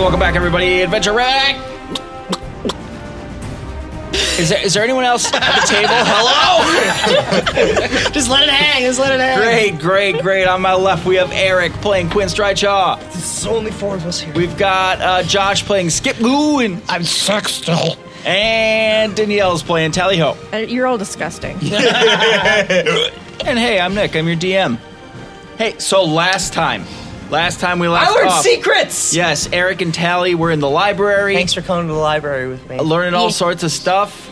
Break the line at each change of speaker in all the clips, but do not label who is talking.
welcome back, everybody. Adventure Rack. Is there, is there anyone else at the table? Hello.
Just let it hang. Just let it hang.
Great, great, great. On my left, we have Eric playing Quinn Strydchaw.
There's only four of us here.
We've got uh, Josh playing Skip Goon,
I'm sextile.
and Danielle's playing Tally Ho.
Uh, You're all disgusting.
And hey, I'm Nick. I'm your DM. Hey, so last time, last time we last
I learned
off-
secrets.
Yes, Eric and Tally were in the library,
Thanks for coming to the library with me.
learning all sorts of stuff.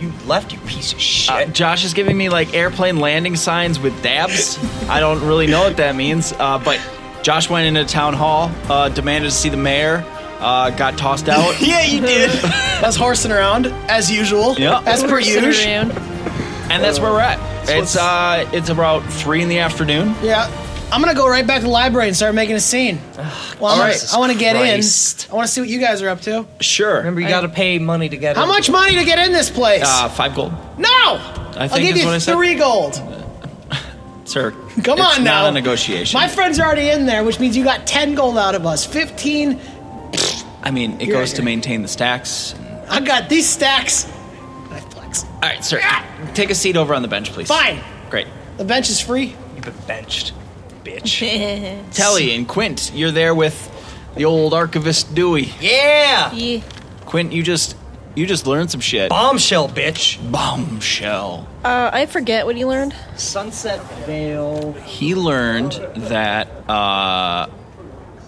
you left, you piece of shit.
Uh, Josh is giving me like airplane landing signs with dabs. I don't really know what that means, uh, but Josh went into town hall, uh, demanded to see the mayor, uh, got tossed out.
Yeah, you did. I was horsing around as usual.
Yeah.
As per
Sit
usual.
around.
and that's where we're at. It's uh, it's about three in the afternoon.
Yeah. I'm gonna go right back to the library and start making a scene. Well, I'm-
Jesus
I want to get
Christ.
in. I want to see what you guys are up to.
Sure.
Remember, you got to pay money to get
How
in.
much money to get in this place?
uh, five gold,
no. I
think
will give
is
you
what I said.
three gold.
sir.
Come
it's
on now.
Not a negotiation.
My friends are already in there, which means you got ten gold out of us. Fifteen.
I mean, it
You're
goes to
right, you're right.
maintain the stacks.
I got these stacks. I flex.
All right, sir. Take a seat over on the bench, please.
Fine.
Great.
The bench is free.
You've been benched, bitch.
Telly and Quint, you're there with the old archivist Dewey.
yeah.
Yeah.
Quint, you just you just learned some shit.
Bombshell, bitch.
Bombshell.
Uh, I forget what you learned.
Sunset Veil.
He learned that uh,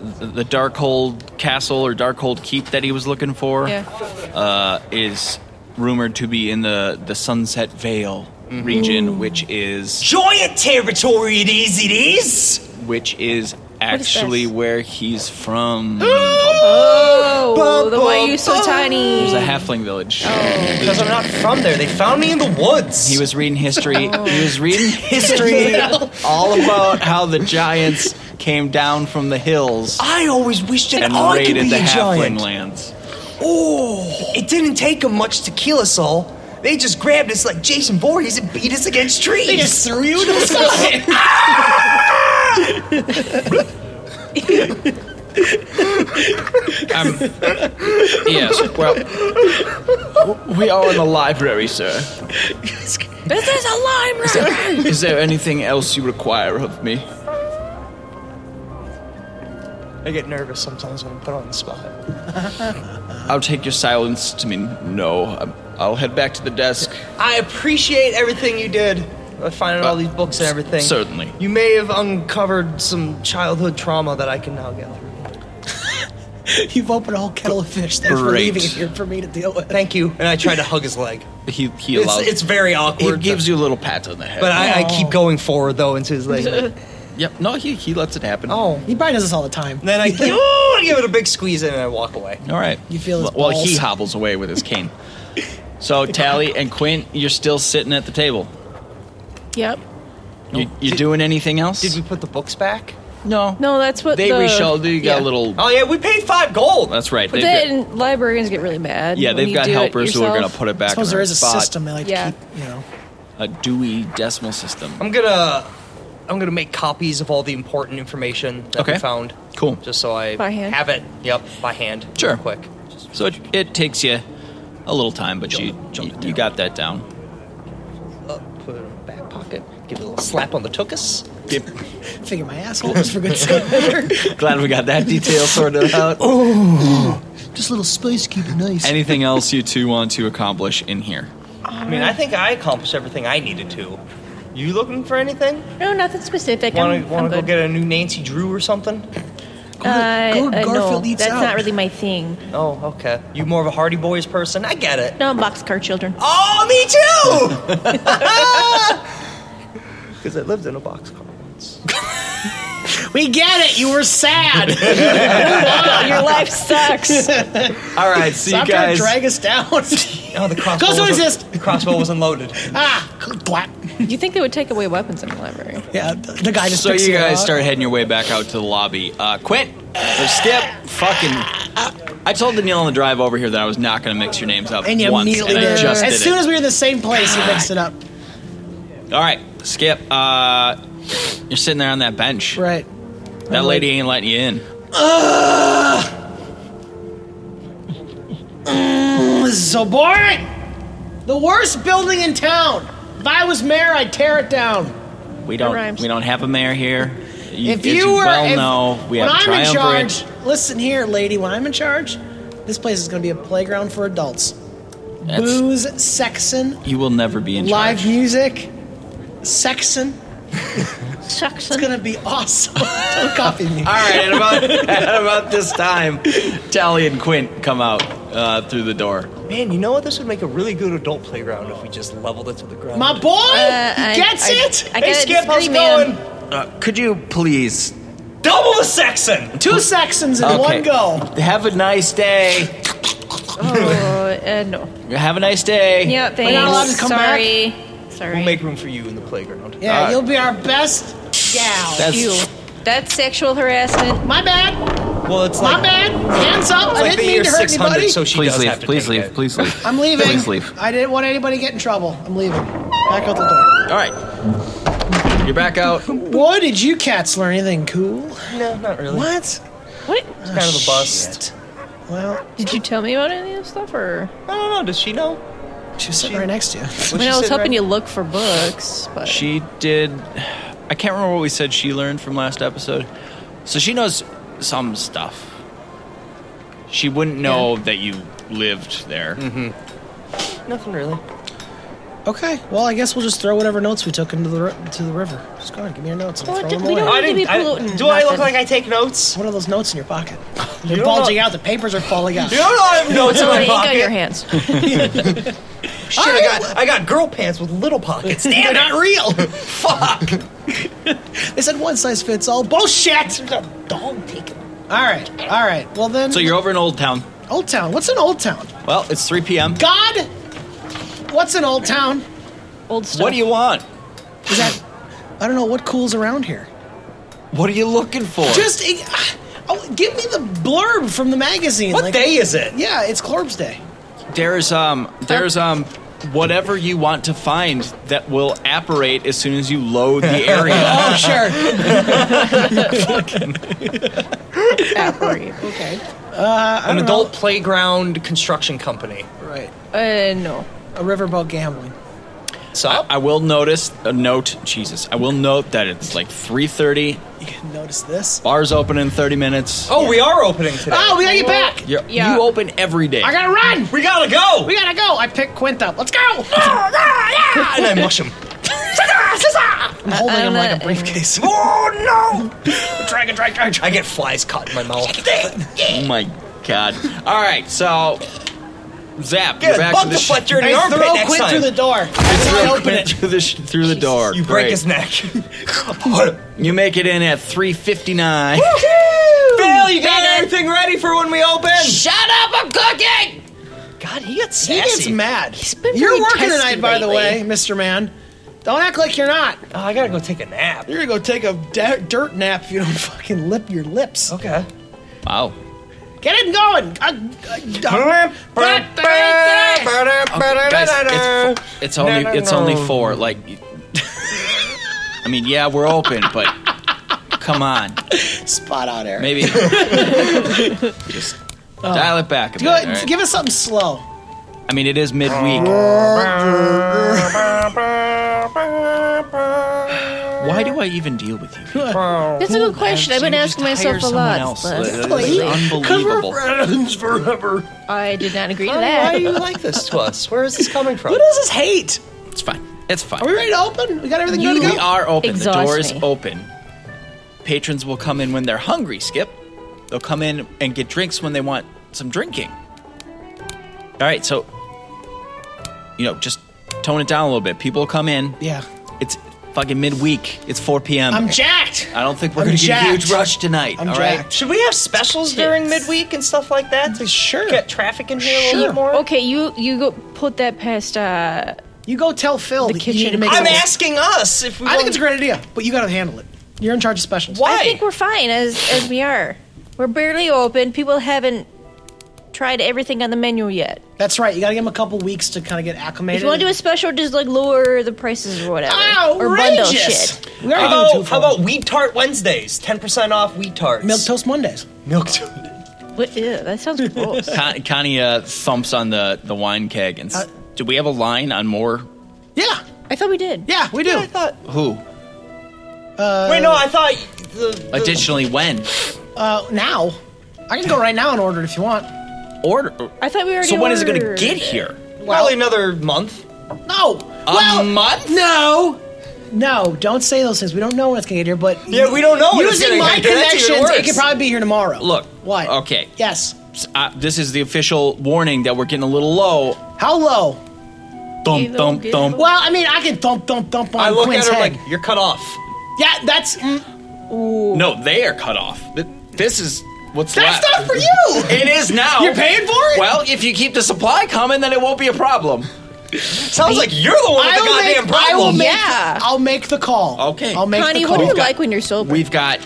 the, the Darkhold Castle or Darkhold Keep that he was looking for
Yeah.
uh, is rumored to be in the the Sunset Vale region, which is
Giant territory it is, it is.
which is actually
this?
where he's from.
Oh, the why you so tiny?
It's a halfling village.
Because I'm not from there. They found me in the woods.
He was reading history.
Oh.
He was reading history all about how the giants came down from the hills
I always wished that
and
I could
raided
be
the
a
halfling
giant.
lands.
Oh, it didn't take them much to kill us all. They just grabbed us like Jason Voorhees and beat us against trees.
They just threw you to the side.
Um, yes, well, we are in the library, sir.
This is a lime rock.
Is there anything else you require of me?
I get nervous sometimes when I'm put on the spot.
I'll take your silence to mean no. Um, I'll head back to the desk.
I appreciate everything you did. by Finding all these books and everything.
certainly.
You may have uncovered some childhood trauma that I can now get through.
You've opened a whole kettle of fish. Thanks for
Great.
leaving it here for me to deal with.
Thank you. And I tried to hug his leg.
He he
It's,
allows.
it's very
he
awkward.
gives you a little pat on the head.
but I, I keep going forward though into his leg. like,
yep. No, he he lets it happen.
oh.
He probably does this all the time.
And then I give, ooh, I give it a big squeeze and I walk away.
All right.
You feel his
well. He
balls.
hobbles away with his cane. So Tally and Quint, you're still sitting at the table.
Yep.
You, you doing anything else?
Did we put the books back?
no.
No, that's what
They
the,
reshuffled. You got
yeah.
a little.
Oh yeah, we paid five gold.
That's right.
But
they've got-
then librarians get really mad.
yeah,
when
they've
you
got
do it
helpers who are going
yourself.
to put it
I
back.
suppose
in
there is a
spot.
system they like
Yeah.
to keep, you know.
A Dewey decimal system.
Um,
I'm gonna I'm gonna make copies of all the important information that
Okay.
we found.
Cool.
Just so I
By hand?
have it. Yep, by hand.
Sure.
Real quick. Just-
So it, it takes you a little time, but you
jump it
you
down.
got that down.
uh, put it in the back pocket. Give it a little slap on the tuchus.
Figure my asshole was for good stuff.
Glad we got that detail sorted out.
Just a little space, keep it nice.
Anything else you two want to accomplish in here?
I mean, I think I accomplished everything I needed to. You looking for anything?
No, nothing specific.
Want
I'm,
to want
I'm
to go
good.
get a new Nancy Drew or something?
Uh,
Go to
uh,
Garfield
no,
Eats
that's
Out.
not really my thing.
Oh, okay. You more of a Hardy Boys person? I get it.
No, I'm boxcar children.
Oh, me too. Because I lived in a boxcar once.
We get it. You were sad.
Oh,
Your life sucks.
All right, see
Stop
you
trying
guys.
to drag us down.
Oh, the crossbow.
Goes to
wasn't-
resist.
The crossbow wasn't loaded.
ah, black.
you think they would take away weapons in the library?
Yeah, the, the guy just.
So
picks
you
it
guys
up.
start heading your way back out to the lobby. Uh, Quint or Skip, fucking. I told Danielle on the drive over here that I was not going to mix your names up
And you
once,
immediately
and I
did.
just
as
did
soon
it.
as we were in the same place, he mixed it up.
All right, Skip. Uh, you're sitting there on that bench.
Right.
That lady ain't letting you in.
so boring. The worst building in town. If I was mayor, I'd tear it down.
We don't.
rhymes.
We don't have a mayor here. You,
If
as
you were,
well
if,
know, we
when
have a
I'm in
triumvirate.
charge, listen here, lady. When I'm in charge, this place is going to be a playground for adults.
That's-
Booze, sexin',
You will never be in
live
charge.
music, sexin'.
Sucks.
It's gonna be awesome. Don't copy me.
All right, at about, at about this time, Tally and Quint come out uh, through the door.
Man, you know what? This would make a really good adult playground if we just leveled it to the ground.
My boy
Uh,
he
I-
gets
I-
it.
I get
Hey,
it.
Skip, how's it
Screaming.
going?
Uh, could you please?
double the Saxon.
Two Saxons in one go.
Have a nice day.
Oh, uh, no.
Have a nice day.
Yeah, thanks.
not allowed to come back?
Sorry. Sorry.
We'll make room for you in the playground.
Yeah,
Uh,
you'll be our best gal.
That's
Ew. That's sexual harassment.
my bad.
Uh, Well, it's
My
like
bad. Hands up.
it's like
I
the
didn't mean
year
to hurt
600,
anybody.
so she
please
does
leave.
have to
Please
take
leave.
it.
Please leave.
I'm leaving.
Please leave.
I didn't want anybody to get in trouble. I'm leaving. Back out the door.
All right, you're back out.
Boy, did you cats learn anything cool?
No, not really.
What? Oh,
What?
It's kind of a bust.
Well,
Did you tell me about any of this stuff, or
I don't know. Does she know?
she was sitting right next to you.
I mean, I was hoping you look for books, but
She did. I can't remember what we said she learned from last episode. So she knows some stuff. She wouldn't know that you lived there.
Mm-hmm.
Nothing really.
Okay. Well, I guess we'll just throw whatever notes we took into the ri- to the river. Just go on, give me your notes. I'll
Well,
throw
did-
them
we
away.
don't- I need to be polluting
do I look
nothing.
like I take notes?
What are those notes in your pocket? They're
don't
bulging
know.
out. The papers are falling out.
You don't know I have notes in
Oh,
my
ink on your
pocket.
hands.
Shit, I got I got girl pants with little pockets. Damn
They're
it.
not real.
Fuck.
They said one size fits all. Bullshit.
Don't take them.
All right, all right. Well then,
So you're over in Old Town.
Old Town. What's an Old Town?
Well, it's 3 p.m.
God, what's an Old Town?
Old stuff.
What do you want?
Is that? I don't know what cools around here.
What are you looking for?
Just eh, ah, oh, give me the blurb from the magazine.
What
like-
day is it?
Yeah, it's Corb's Day.
There's um there's
Uh,
um whatever you want to find that will apparate as soon as you load the area.
Oh sure.
Apparate.
okay.
An adult playground construction company.
Right.
Uh, no.
A riverboat gambling.
So
I will notice a note, Jesus. I will note that it's like 3:30.
You can notice this.
Bars open in 30 minutes.
oh, we are opening today.
Oh, we gotta get back.
You're-
yeah.
You open every day.
I gotta run.
we gotta go.
We gotta go. I picked Quint up. Let's go.
Ah! and I Ah, mush him.
I'm holding
I'm
him like
not-
a briefcase.
Oh no! Dragon, dragon, dragon. I get flies caught in my mouth.
Oh my god. All right, so Zap,
Yeah,
you're back
bump
to the,
the
sh-
flesh, you're in
Hey,
your armpit
throw
next
Quint
time.
through the door.
Throw
I open
Quint
it.
through the sh- through the door.
You break
Great.
his neck.
You make it in at 3:59.
Bill, you got everything ready for when we open?
Shut up! I'm cooking.
God, he got sassy.
He gets mad.
been
You're
really
working
testy
tonight, by the way,
lately.
Mr. Man. Don't act like you're not.
Oh, I gotta go take a nap.
You're gonna go take a da- dirt nap if you don't fucking lip your lips.
Okay.
Wow.
Get it going. Uh, uh, uh,
Guys, it's, fo- it's only
No, no,
it's
no.
only four. Like, I mean, yeah, we're open, but come on,
Spot on, Eric.
maybe just dial it back a bit.
Go ahead,
all right?
Give us something slow.
I mean, it is midweek. Why do I even deal with you?
That's a good question. I've been
You just
asking myself
hire
a
someone
lot.
else. um,
but
That is unbelievable.
friends forever.
I did not agree to
Why do you
that.
like this to us? Where is this coming from?
What is this hate?
It's fine. It's fine.
Are we ready to open? We got everything
You-
good to
We
go?
are open. The
Exhaust
door is
me.
open. Patrons will come in when they're hungry, Skip. They'll come in and get drinks when they want some drinking. All right, so, you know, just tone it down a little bit. People come in.
yeah.
It's fucking midweek. It's 4 p.m.
I'm jacked.
I don't think we're
I'm
going to get a huge
jacked.
rush tonight.
I'm
all right?
jacked.
Should we have specials during midweek and stuff like that to
Sure.
get traffic in here a
Sure.
little bit more?
Okay, you you go put that past. Uh,
You go tell Phil
The
that you
kitchen.
need to make
I'm
something-
asking us if we.
I
want-
think it's a great idea, but you gotta handle it. You're in charge of specials.
Why?
I think we're fine as as we are. We're barely open. People haven't tried everything on the menu yet.
That's right. You gotta give them a couple weeks to kind of get acclimated.
If you want to do a special, just like lower the prices or whatever, or bundle
outrageous.
shit.
We already
How
do two
about,
for
how
one.
about wheat tart Wednesdays? Ten percent off wheat tarts.
milk toast Mondays?
Milk toast.
What, ew, that sounds gross.
Con- Connie uh, thumps on the, the wine keg and. s
Uh,
do we have a line on more?
Yeah,
I thought we did.
yeah, we do.
I thought.
Who?
Wait, no, I thought the, the
Additionally, when?
Uh, now, I can go right now and order it if you want.
Order.
I thought we already
So when is it going to
ordered
get
it.
here?
probably another month.
No.
A
well,
month?
No. No, don't say those things. We don't know when it's gonna get here, but
Yeah, we don't know when it's
Using
gonna
my
get here. That's even
connections, it
worse.
could probably be here tomorrow.
Look.
What?
Okay.
Yes.
S- Uh, this is the official warning that we're getting a little low.
How low?
Thump, thump, thump.
Well, I mean, I can thump, thump, thump on
I look
Quinn's
at her
head.
like you're cut off.
yeah, that's mm,
No, they are cut off. Th- This is what's
that's
left.
not for you.
It is now.
You're paying for it.
Well, if you keep the supply coming, then it won't be a problem.
Sounds like you're the one with
I
the
will make-
goddamn
I will
problem.
make,
Yeah.
I'll make the call.
Okay.
I'll make
Connie,
the
what
call.
do you like when you're sober?
We've got.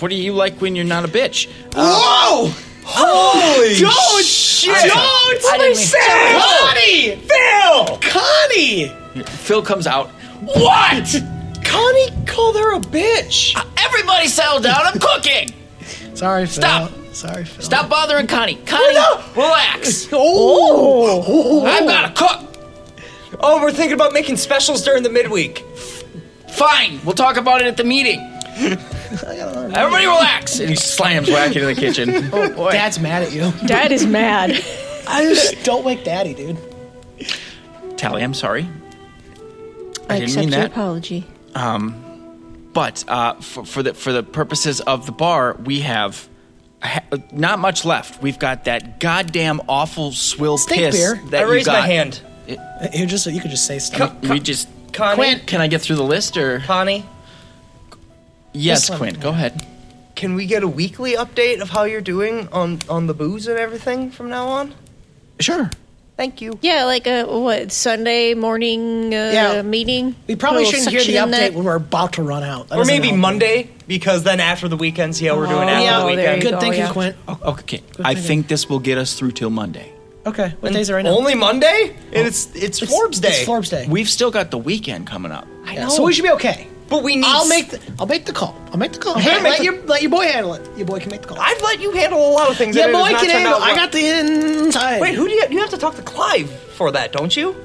what do you like when you're not a bitch? Uh,
Whoa!
Holy
Don't!
shit!
Don't!
I didn't mean-
Connie!
Phil!
Connie!
Phil comes out. What?
Connie called her a bitch.
Uh, Everybody settle down. I'm cooking.
Sorry, Phil.
Stop.
Sorry, Phil.
Stop bothering Connie. Connie, relax.
Oh!
I've got to cook.
Oh, we're thinking about making specials during the midweek.
Fine. We'll talk about it at the meeting. Everybody relax. And he slams whack into the kitchen.
Dad's mad at you.
Dad is mad.
I just don't wake daddy, dude.
Tally, I'm sorry. I,
I
didn't
accept
mean
your
that.
apology.
But uh, for, for the for the purposes of the bar, we have ha- not much left. We've got that goddamn awful swill
Stink
piss
beer.
that
I
you
raised my
got.
hand.
You just you could just say stuff.
Can we just
Connie,
Quinn, can I get through the list or
Connie,
yes,
this one.
Quinn, go ahead.
can we get a weekly update of how you're doing on on the booze and everything from now on?
Sure.
Thank you.
Yeah, like a what Sunday morning uh,
Yeah.
meeting.
We probably
Little
shouldn't hear the
section in
update
that.
when we're about to run out. That
Or
doesn't
maybe
help.
Monday, because then after the weekend, see how we're doing after
Yeah,
the
Oh, there
weekend.
you
good
go,
thinking,
yeah.
Quint.
Okay. I
thinking.
think this will get us through till Monday.
Okay, what days are right now?
Only Monday? And it's it's
It's-
Forbes Day.
It's Forbes Day.
We've still got the weekend coming up.
I know. So we should be okay.
But we need.
I'll
s-
make the, I'll make the call. I'll make the call.
gonna
Hey,
make
let
the-
your let your boy handle it. Your boy can make the call.
I've let you handle a lot of things.
your
and it
boy
has not
can
turned
handle.
out
I
well.
got the inside.
Wait, who do you? You have to talk to Clive for that, don't you?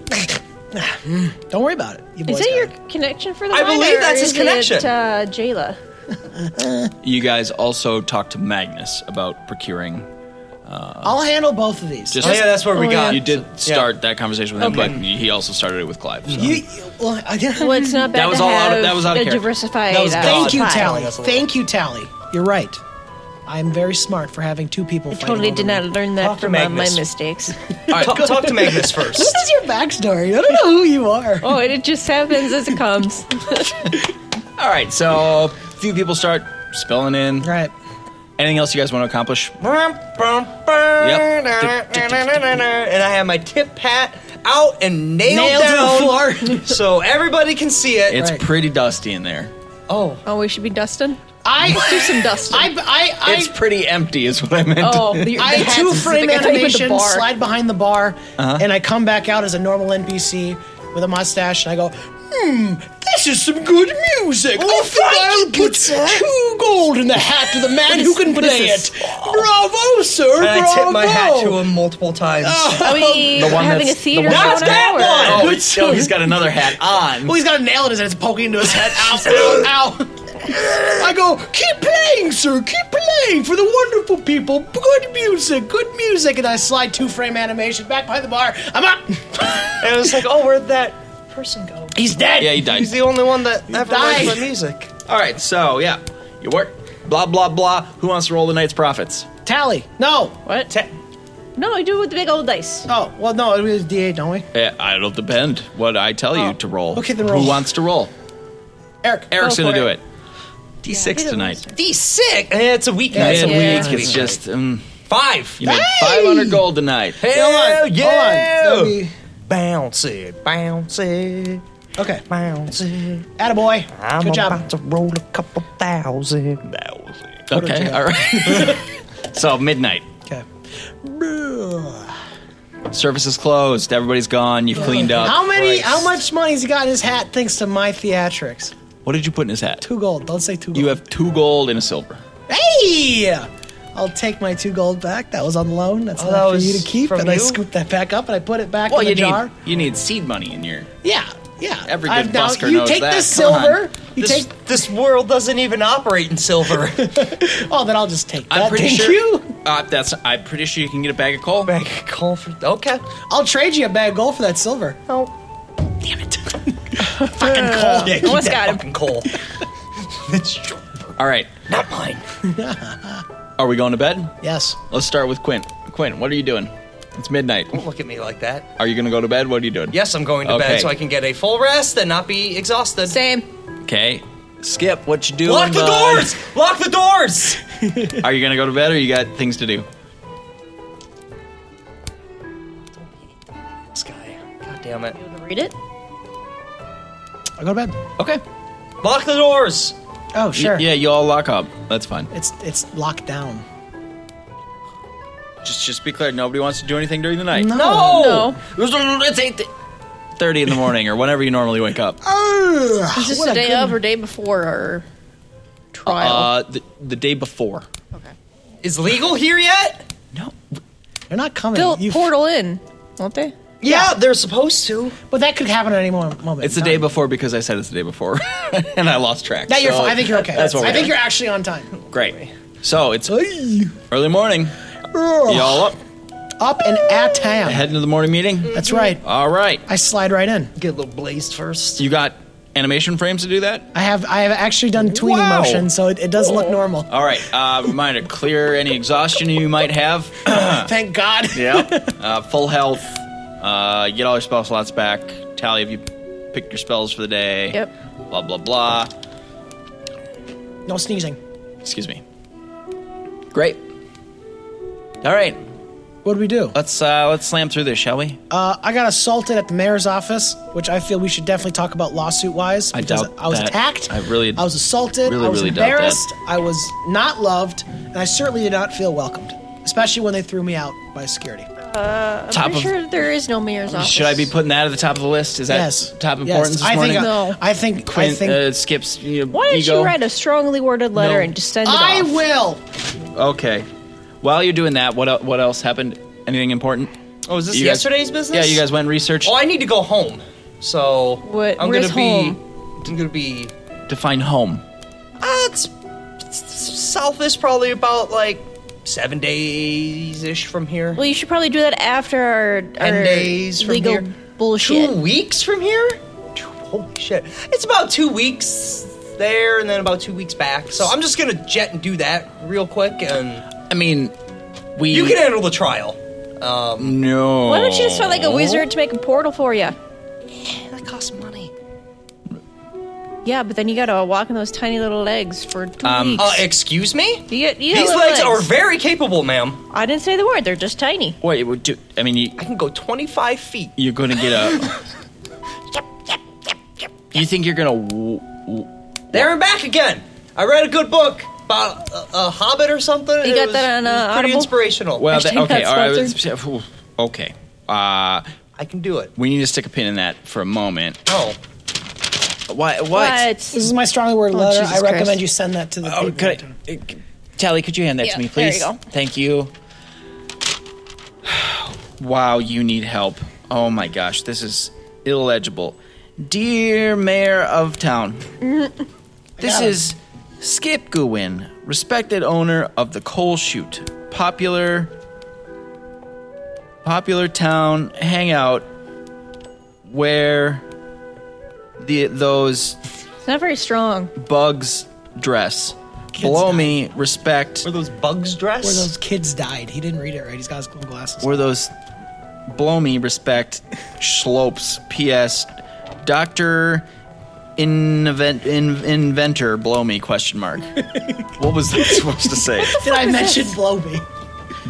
Don't worry about it. Your
Is
boy's
that
got
your
it.
connection for the
I
wine,
believe
or
that's his
is
connection.
It, uh, Jayla.
You guys also talked to Magnus about procuring.
I'll handle both of these.
Just
Oh yeah, that's where we
Oh,
got.
yeah.
you did start that conversation with him,
Okay.
but he also started it with Clive. So.
you, you- well, I didn't.
Well, it's not bad.
was
to
all out
have
of- that was out of
a
character.
diversified.
That was
uh,
gone.
Thank you,
pie.
Tally.
a lot.
Thank you, Tally. You're right. I'm very smart for having two people.
I totally did not learn that
Talk to
from uh, my
Magnus.
mistakes.
All right,
Talk, talk to Magnus first.
This is your backstory. I don't know who you are.
oh, it just happens as it comes.
all right. So a few people start spilling in.
Right.
Anything else you guys want to accomplish?
Yep. And I have my tip hat out and nailed,
Nailed to the
down
floor.
so everybody can see it.
It's
Right.
pretty dusty in there.
oh,
Oh, we should be dusting. Do
I,
some dusting.
I, I, I,
it's pretty empty, is what I meant.
oh, the,
I
the hats
two
is
frame
like, I thought you meant the
animation
bar.
slide behind the bar,
Uh-huh.
and I come back out as a normal NPC with a mustache, and I go, "Hmm, this is some good
Oh,
music. I think I'll put two gold in the hat to the man who can play it. Bravo, sir!
Oh. and
bravo!" Oh,
I tip my hat to him multiple times.
Ah.
Are we
The one
having a
that's- the
theater
one
show
that's-
now, or-
that
Oh, it's- oh, he's got another hat on.
Well, he's got a nail in his head. It's poking into his head. Ow, ow, ow. I go, keep playing, sir. Keep playing for the wonderful people. Good music, good music. And I slide two frame animation back behind the bar. I'm up.
And it's like, oh, where'd that person go?
He's dead.
Yeah, he died.
He's the only one that ever
died.
liked my music.
All right, so yeah, you work. Blah blah blah. Who wants to roll the night's profits?
Tally. No.
What?
Ta-
No, I do it with the big old dice.
oh, well, no, it was D8, don't we?
Eh, it'll depend what I tell you
Oh,
to roll.
okay, then roll.
Who wants to roll?
Eric.
Eric's
Go
gonna
for
do it.
it.
D6
Yeah.
tonight.
D6. Eh, It's a
Yeah,
weeknight.
it's
so
Midweek,
Yeah.
it's gonna be
it's
great.
just um,
five.
you made
Hey!
500 gold tonight.
Hell
Hold
yeah!
on. Hold on. That'll be-
Bounce it, bounce it,
Okay.
bounce it.
Attaboy.
I'm
good job.
about to roll a couple thousand. Thousand.
Okay, all right. so midnight.
Okay.
Service is closed. Everybody's gone. You've cleaned up.
How many?
Christ.
How much money's he got in his hat thanks to my theatrics?
What did you put in his hat?
Two gold. Don't say two gold.
You have two gold and a silver.
Hey! I'll take my two gold back. That was on loan. That's
Oh,
not
that
for you to
was
keep.
from
And I
you?
scooped that back up and I put it back
Well,
in
you
the jar.
need you need seed money in your.
Yeah, yeah.
Every good
now-
busker
you
knows
take
that.
this
Come on.
silver. You
This,
take.
this world doesn't even operate in silver.
Oh, then I'll just take that.
I'm pretty
Thank
sure
you.
Uh, that's. I'm pretty sure you can get a bag of coal.
Call for okay.
I'll trade you a bag of gold for that silver.
Oh,
Damn it. fucking coal. Yeah, keep
almost
that
got him.
fucking coal. it's your-
All right.
not mine.
Are we going to bed?
Yes.
Let's start with Quint. Quint, what are you doing? It's midnight.
Don't look at me like that.
Are you going to go to bed? What are you doing?
Yes, I'm going to
Okay.
bed so I can get a full rest and not be exhausted.
same.
Okay. Skip. What you doing?
Lock the
bud?
doors! Lock the doors!
Are you going to go to bed, or you got things to do?
This guy. God damn it.
You want to read it?
I'll go to bed.
Okay.
Lock the doors!
Oh,
Y-
sure.
yeah, you all lock up. That's fine.
It's it's locked down.
Just, just be clear. Nobody wants to do anything during the night.
No!
No.
It's eight thirty in the morning, or whenever you normally wake up.
Ugh,
Is this
what
the
a
day
good-
of or day before our trial?
Uh, the, the day before.
okay.
Is legal here yet?
No.
They're not coming.
They'll
You-
portal in, won't they?
Yeah, they're supposed to.
But that could happen at any mo- moment.
It's the
in
day
time.
before because I said it's the day before, and I lost track.
That you're.
so
fi- I think you're okay.
That's what
I
we're
think
doing.
you're actually on time.
great. So it's early morning. Y'all
Ugh.
up?
Up and at town.
Heading to the morning meeting.
That's right.
All right.
I slide right in.
Get a little blazed first.
You got animation frames to do that.
I have I have actually done tweening
Wow.
motion, so it, it does look normal.
All right. Uh, reminder: clear any exhaustion you might have.
Thank God.
Uh. Yeah. uh, full health. Uh, get all your spell slots back. Tally if you picked your spells for the day.
Yep.
Blah blah blah.
No sneezing.
Excuse me. Great. All right.
What do we do?
Let's uh, let's slam through this, shall we?
Uh, I got assaulted at the mayor's office, which I feel we should definitely talk about lawsuit wise.
I
because
doubt
I was
that.
attacked.
I really-
I was assaulted.
really,
I was
really doubt that.
embarrassed. I was not loved, and I certainly did not feel welcomed, especially when they threw me out by security.
top
I'm
of
sure there is no mayor's office.
should I be putting that at the top of the list? Is that
yes.
top
Yes.
importance this
I
morning?
Think,
No.
I think. I
Quint,
think.
uh, skips you know,
Why don't
ego.
you write a strongly worded letter
No.
and just send it
I
off?
will.
Okay. While you're doing that, what el- what else happened? Anything important?
Oh, is this
You guys-
yesterday's business?
Yeah, you guys went and researched
Oh, I need to go home. So
What-
I'm
where's
gonna be.
home?
I'm gonna be.
to find home.
Uh, it's, it's south is probably about like seven days ish from here.
well, you should probably do that after our,
Ten
our
days from
legal
here.
bullshit.
Two weeks from here. Two- Holy shit! It's about two weeks there and then about two weeks back. So I'm just gonna jet and do that real quick, and
I mean, we.
you can handle the trial.
no.
Why don't you just find like a wizard to make a portal for you?
That costs money.
Yeah, but then you gotta walk on those tiny little legs for two
Um,
weeks.
Uh, excuse me.
You get- you get
These
little
legs are very capable, ma'am.
I didn't say the word. They're just tiny.
Wait, well, do, I mean, you,
I can go 25 feet.
you're gonna get a. you think you're gonna? W- w-
There and back again. I read a good book about a, a hobbit or something. and
You
it
got
was-
that on,
it was
uh,
Pretty
Audible?
inspirational.
well,
Hashtag
that, okay,
not
all right.
sponsored.
let's- Okay. Uh,
I can do it.
we need to stick a pin in that for a moment.
Oh,
Why? What?
This is my strongly worded
Oh,
letter.
Jesus
I recommend
Christ.
you send that to the
Oh,
people.
could I, uh, Tally, could you hand that
Yeah,
to me,
there you
please?
go.
Thank you. wow, you need help. Oh my gosh, this is illegible. Dear Mayor of Town, this
got it.
is Skip Gwyn, respected owner of the Coal Chute, popular popular town hangout where the those
It's not very strong.
bugs dress. Below
died.
me, respect.
were those bugs dressed?
Where those kids died. He didn't read it right. He's got his little glasses.
Were those blow me respect schlopes? P.S. Doctor invent, in, inventor blow me question mark. what was that supposed to say?
Did I mention blow me?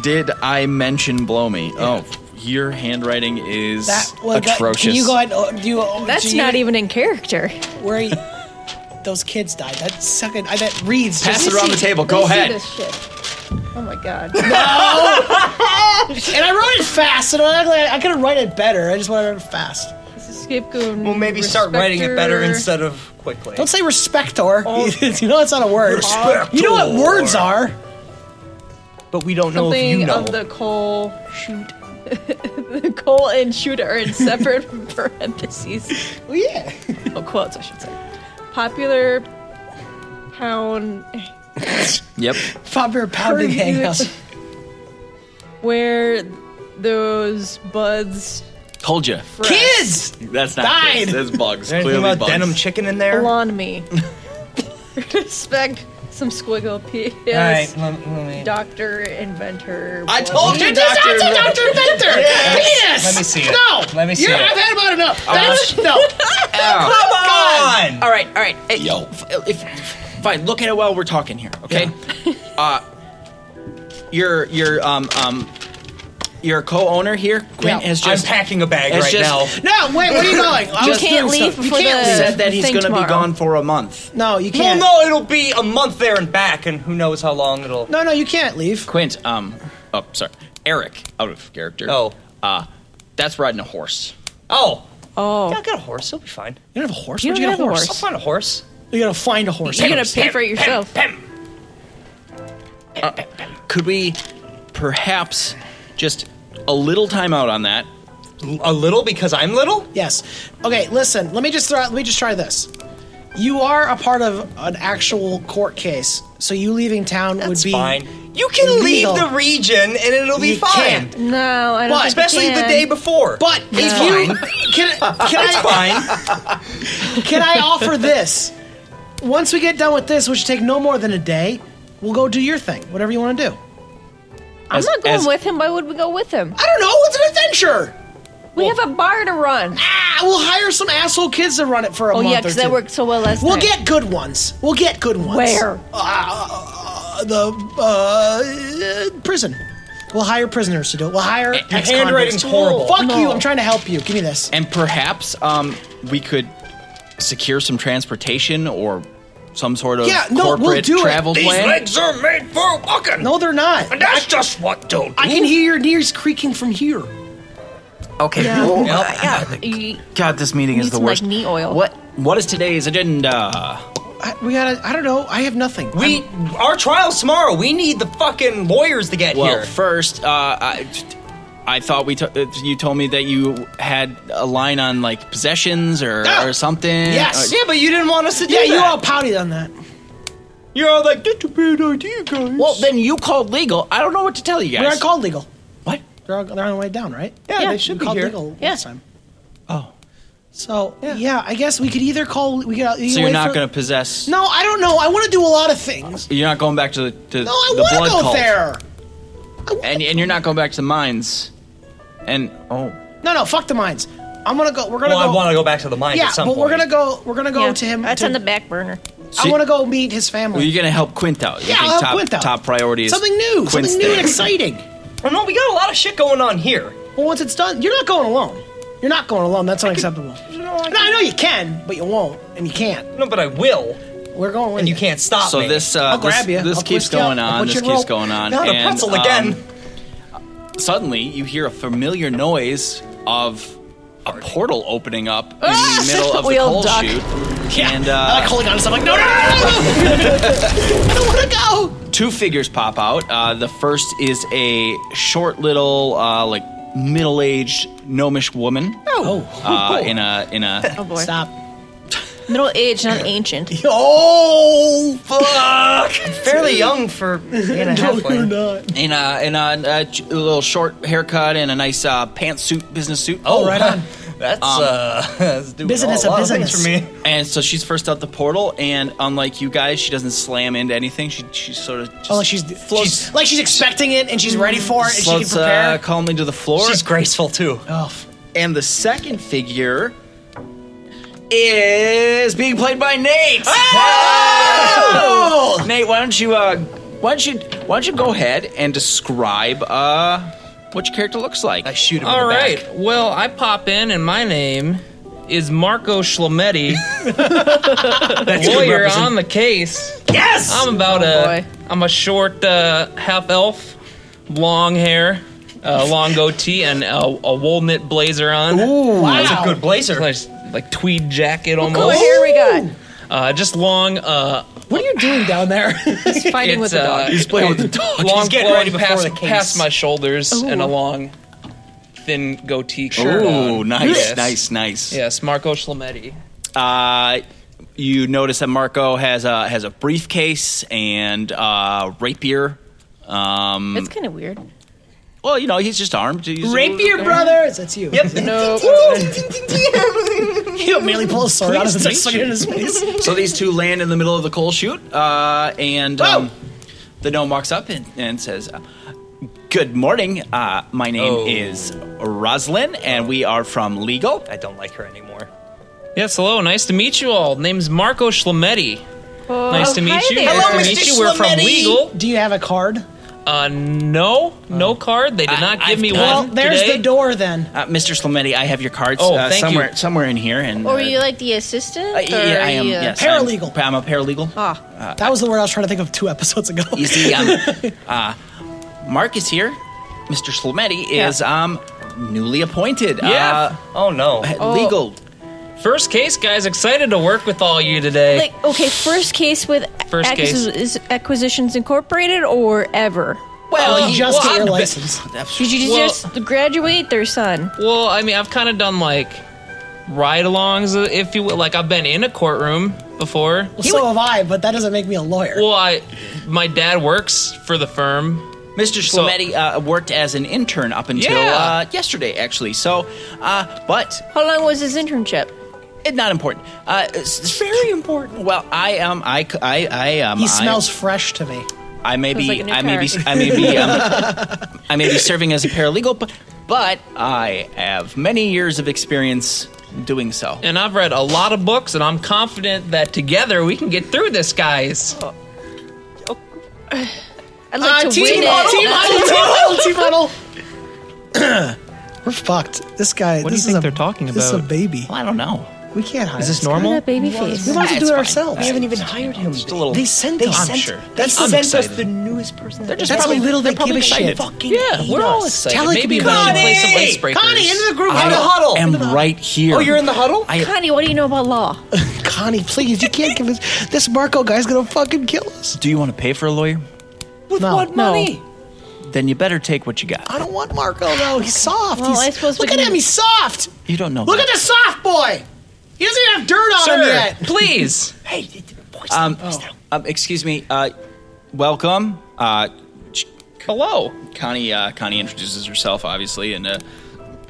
Did I mention blow me? Oh, your handwriting is
That well, that-
atrocious.
Can you go ahead? oh, Do you, oh,
That's
do you-
not even in character.
where he, those kids died. That second, I that reads.
Pass
just-
it around the table. Go ahead.
Oh my god.
and I wrote it fast, and I, like, I could have write it better. I just want to write it fast.
this is Scapegoat.
well, maybe start writing it better instead of quickly.
Don't say
Oh.
respector. you know that's not a word. You know what words are?
but we don't know if
Something
you know.
of the coal shoot. the coal and shoot are in separate parentheses.
Well, yeah.
Oh, quotes, I should say. Popular pound
Yep.
Fopper pounding
Purview-
hangout.
where those buds
Told you.
Kids!
That's not
Died!
kids. That's bugs.
Is there anything
Clearly
about
bugs.
denim chicken in there?
blonde me. Respect some squiggle peas.
let, let me.
Doctor, inventor.
I
blah,
told you, doctor.
That's a Dr. Venter! Penis!
Let me see it.
No!
Let me see
You're,
it. Uh-huh.
I've had about enough. That's, no.
Come
Oh
on!
All right, all right. Hey,
Yo.
f- If, fine, look at it while we're talking here, okay? uh, your your um um your co-owner here, Quinn,
Yeah,
has just
I'm packing a bag
it's
right
just-
now.
No, wait, where are you going? I
You
was
can't
doing
leave
something.
before
you can't
the-
leave.
said that he's
Thing
going to be
tomorrow.
gone for a month.
No, you
Well,
can't.
no, it'll be a month there and back, and who knows how long it'll.
no, no, you can't leave.
Quint, um, oh sorry, Eric, out of character.
Oh.
uh, that's riding a horse.
Oh,
Oh.
yeah, I got a horse. It'll be fine.
You don't have a horse?
You
Where'd
don't
get a
have a
I'll
horse?
horse.
find a horse.
You gotta find a horse.
You're gonna pay for it yourself.
Could we perhaps just a little time out on that?
A little because I'm little.
Yes. Okay, listen, let me just throw out, let me just try this. You are a part of an actual court case, so you leaving town would be
fine. You can
Illegal.
leave the region, and it'll be
You
fine.
can't.
No, I don't. think
But-
you
Especially the
can.
day before.
But if you can, can I
fine.
can I offer this? Once we get done with this, which should take no more than a day, we'll go do your thing, whatever you want to do.
I'm
As-
not going
as-
with him. Why would we go with him?
I don't know. It's an adventure.
We have a bar to run.
Ah, we'll hire some asshole kids to run it for a
Oh
month
yeah,
or
because that
two.
worked so well last
We'll
time.
get good ones. We'll get good ones.
Where?
Uh, the uh, uh, prison. We'll hire prisoners to do it. We'll hire
Your
ex-convicts.
handwriting's horrible.
Fuck you!
No.
I'm trying to help you. Give me this.
And perhaps um, we could secure some transportation or some sort of
Yeah, no, we'll
corporate
do it.
travel
These
plan.
are made for walking.
No, they're not.
that's just what do.
I can hear your ears creaking from here.
Okay.
Yeah.
well,
Yeah, you-
God, this meeting is
Need
the
some, like,
worst.
knee oil.
What What is today's agenda?
I, we gotta. I don't know. I have nothing.
We our trial's tomorrow. We need the fucking lawyers to get
Well,
here.
first, uh, I, I thought we t- uh, you told me that you had a line on like possessions or,
Ah!
or something. Uh,
Yes.
Or-
yeah, but you didn't want us to do
yeah,
that.
you all pouted on that.
You're all like, that's a bad idea, guys.
well, then you called legal. I don't know what to tell you guys.
They're not called legal.
What?
They're, all, they're on the way down, right?
yeah,
yeah,
they should
We
be
called
here.
legal
Yeah.
last time.
Oh,
So yeah. I guess we could either call. We could.
so you're not going to possess?
No, I don't know. I want to do a lot of things.
You're not going back to the to
No, I
the
want
blood
to go
cult.
there.
and and you're not going back to the mines. And oh,
No, no, fuck the mines. I'm gonna go. We're gonna
Well, I
go.
want to go back to the mine
yeah,
at
but
some point.
we're gonna go. We're gonna go
yeah,
to him.
That's
to-
on the back burner.
So-
I want to go meet his
well,
family.
you're going to help Quint out. You
yeah,
think
I'll
top,
help Quint out.
top priority is
something new,
Quint's
something new
thing.
and exciting.
Oh no, we got a lot of shit going on here.
Well, once it's done, you're not going alone. You're not going alone. That's unacceptable.
No, I,
No, I know you can, but you won't, and you can't.
no, but I will,
We're going with
and you can't stop
So
me.
this uh,
I'll
this,
grab you.
this
I'll
keeps
twist you up.
going
I'll
on.
put
This
you in
keeps
a roll.
going on.
Not a
and,
pretzel
um,
again.
suddenly, you hear a familiar noise of a portal opening up in
Ah,
the middle of the
We'll
coal
duck.
chute, and uh,
I like holding on to something. Like, no, no, no, no, no. I don't want to go.
two figures pop out. Uh, the first is a short little, uh, like middle-aged gnomish woman
Oh,
uh, in a in
Oh
a
boy.
stop.
Middle aged, not ancient.
Oh,
Fairly young for being a halfling.
not.
in a in a, a ch- little short haircut and a nice uh, pantsuit, business suit.
Oh,
right on.
That's uh, that's doing
Business
a
of
lot of things
business.
for me.
And so she's first out the portal, and unlike you guys, she doesn't slam into anything. She she sort of just
Oh, like she's,
floats,
she's like she's expecting it and she's
Mm.
ready for it and she can
floats
prepare.
uh, calmly to the floor.
She's graceful too.
oh, f-
and the second figure is being played by Nate. Oh! Nate, why don't you uh, why don't you why don't you go ahead and describe uh, what your character looks like?
Uh,
I shoot him
All
in the
right.
back.
Well, I pop in, and my name is Marco Schlemetti, lawyer on the case.
Yes.
I'm about
Oh,
a
boy.
I'm a short uh, half elf, long hair, uh, long goatee, and a, a wool knit blazer on. Ooh,
That's a good blazer.
like, like tweed jacket
Cool
almost.
hair we got.
Uh, just long, uh,
What are you doing down there?
He's fighting with the dog.
He's
playing with the dog.
Long
He's getting
flowing
ready before
past,
the case.
past my shoulders and
Ooh.
a long, thin goatee. shirt
Ooh,
on.
nice,
Yes.
nice, nice.
Yes, Marco Schlametti.
Uh, you notice that Marco has a has a briefcase and uh, rapier. Um,
It's kind of weird.
well, you know, he's just armed. He's,
Rapier brothers, that's you. Yep.
No.
He'll merely pull a sword out and start swinging in his face.
So these two land in the middle of the coal chute, uh, and um, the gnome walks up and, and says, uh, "Good morning. Uh, my name
Oh.
is Roslyn, and we are from Legal.
I don't like her anymore.
Yes, hello. Nice to meet you all. Name's Marco Schlametti.
Oh,
Nice to meet
hi
you.
there.
Nice to
Hello,
meet
Mr.
you. We're from
Schlametti.
Legal.
Do you have a card?
Uh, no, no card. They did
I-
not give
I've
me
got-
Oh. Well,
one.
there's
today.
the door then.
Uh, Mr. Slametti, I have your cards
Oh,
uh,
thank you.
somewhere somewhere in here." And
Or
uh,
are you like the assistant?
uh,
or
yeah, I
are
am.
you-
Yes, I'm-
Paralegal.
I'm, a paralegal.
Ah,
Uh,
That was the word I was trying to think of two episodes ago.
You see, um, uh, Mark is here. Mr. Slametti is um, newly appointed.
Yeah.
Oh no.
Uh, legal.
First case, guys. Excited to work with all you today.
like okay, first case with
First case.
is Acquisitions Incorporated or ever.
Well, you just
well,
get your
I'm-
license.
Did you
Well-
just graduate their son?
well, I mean, I've kind of done like ride-alongs, uh, if you will. Like I've been in a courtroom before.
so have I, but that doesn't make me a lawyer.
Well, I, my dad works for the firm.
Mr.
So-
Slametti uh, worked as an intern up until
Yeah.
uh, yesterday, actually. So, uh, but
How long was his internship?
it, not important. Uh, it's, it's very important. Well, I um, I c- I I um,
he
I-
smells fresh to me.
I may
Smells
be,
like a new
I may be,
car.
I may be, um, I may be serving as a paralegal, but but I have many years of experience doing so.
And I've read a lot of books, and I'm confident that together we can get through this, guys.
I'd like
Uh,
to win
model,
it.
T model, T model. We're fucked. This guy.
What do you
this
think
is a,
they're talking
This is a
about?
baby.
Well, I don't know.
We can't hide.
Is this
it.
normal?
That baby
We
face.
might as well do
It's
it
fine.
ourselves.
We haven't
even hired him.
Just a little.
They sent
They
us.
sent,
sure.
They
That's
sent
the-
us
excited.
the newest person. They're
just
That's how
probably-
little they
they're probably
give a shit.
excited.
Fucking
Yeah,
hate
we're all
us.
excited.
Tell it to
Maybe
be
we should
better.
play some ice breakers.
Connie, into the group.
I
Into the huddle.
am right here.
Oh, you're in the huddle?
I
Connie, what do you know about law?
Connie, please, you can't give us. This Marco guy's gonna fucking kill us.
Do you want to pay for a lawyer?
With
No.
what
No.
money?
Then you better take what you got.
I don't want Marco though. He's soft.
Well,
he's,
I suppose we
look at
can-
him. He's soft.
You don't know.
Look
that.
at the soft boy. He doesn't even have dirt on him
Sir,
yet.
please.
Hey, d- d- boys,
Um,
boys, now.
um, excuse me. Uh, welcome. Uh,
Hello.
Connie. Uh, Connie introduces herself, obviously, and uh,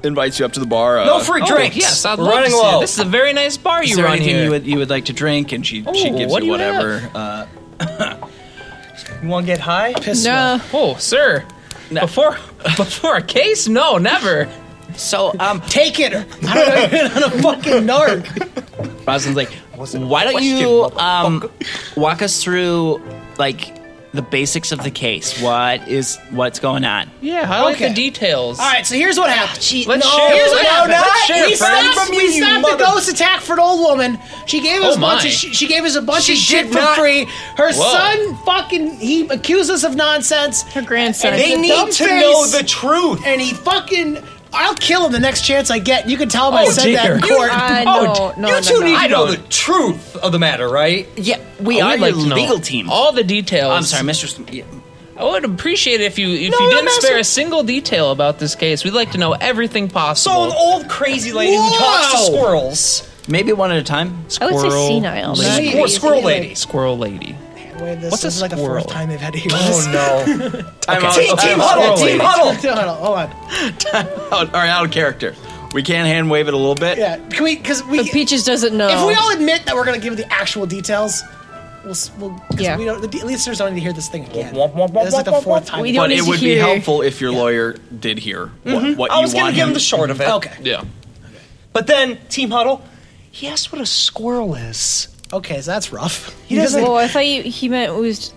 invites you up to the bar. Uh,
No free drinks.
Oh, yes, I'd
We're
love
running
to see it.
low.
This is a very nice bar
Is
you
there
run
anything
here.
you would you would like to drink? And she she
Oh,
gives
what
you
do you
whatever. Uh,
You want to get high?
Piss
No.
oh, sir. Before before a case? No, never.
so um,
Take it. I don't even on a fucking narc.
Rosalind's like, why don't you um, walk us through like the basics of the case? What is what's going on?
Yeah, highlight
Okay.
the details.
All right, so here's what happened.
Let's share.
Oh, Here's what
Let's-
happened.
let's share,
we
friends.
stopped,
From
we
you, you
stopped
mother-
the ghost attack for an old woman. She gave us
Oh,
a bunch
my.
of she, she gave us a bunch
She
of shit
did
for
not-
free. Her
Whoa.
son fucking he accused us of nonsense.
Her grandson.
And
They
the
need
dumb
to
face.
know the truth.
and he fucking I'll kill him the next chance I get. You can tell him I said that in
Oh, dear.
court.
oh,
Uh, no, no,
you
no,
two
no.
need
I
to Oh, know the
don't.
truth of the matter, right?
Yeah, we
I
are your
would Oh, like to know Oh,
legal team.
All the details.
I'm sorry, Mr. Sm- yeah.
I would appreciate it if you if
No,
you
no,
didn't
no,
spare
sir.
a single detail about this case. We'd like to know everything
So
possible.
an old crazy lady who talks to
Whoa.
squirrels.
Maybe one at a time.
I would say
Squirrel
senile.
lady.
Squirrel, squirrel lady.
Squirrel lady.
Wait, this
What's
this
a
is like the
squirrel?
fourth time they've had to hear this.
Oh, no.
Time
Okay.
team,
Uh,
team
uh,
huddle,
squirrel
team
lady.
huddle.
Hold on, hold on.
out, all right, out of character. We can hand wave it a little bit.
Yeah, can we? Because we,
But Peaches doesn't know.
if we
Oh.
all admit that we're gonna give the actual details, we'll, s- we'll 'cause
Yeah.
we don't. The de- listeners don't need to hear this thing again.
Womp, womp, womp,
This is like the
womp,
fourth
womp.
time.
We don't
But
need
it
to
would be
hear.
helpful if your lawyer did hear what, what
I
you
was
want
gonna give him the short of it.
Okay.
Yeah.
But then team huddle. He asked what a squirrel is.
Okay, so that's rough.
He doesn't.
Well, Oh, I thought you, he meant it was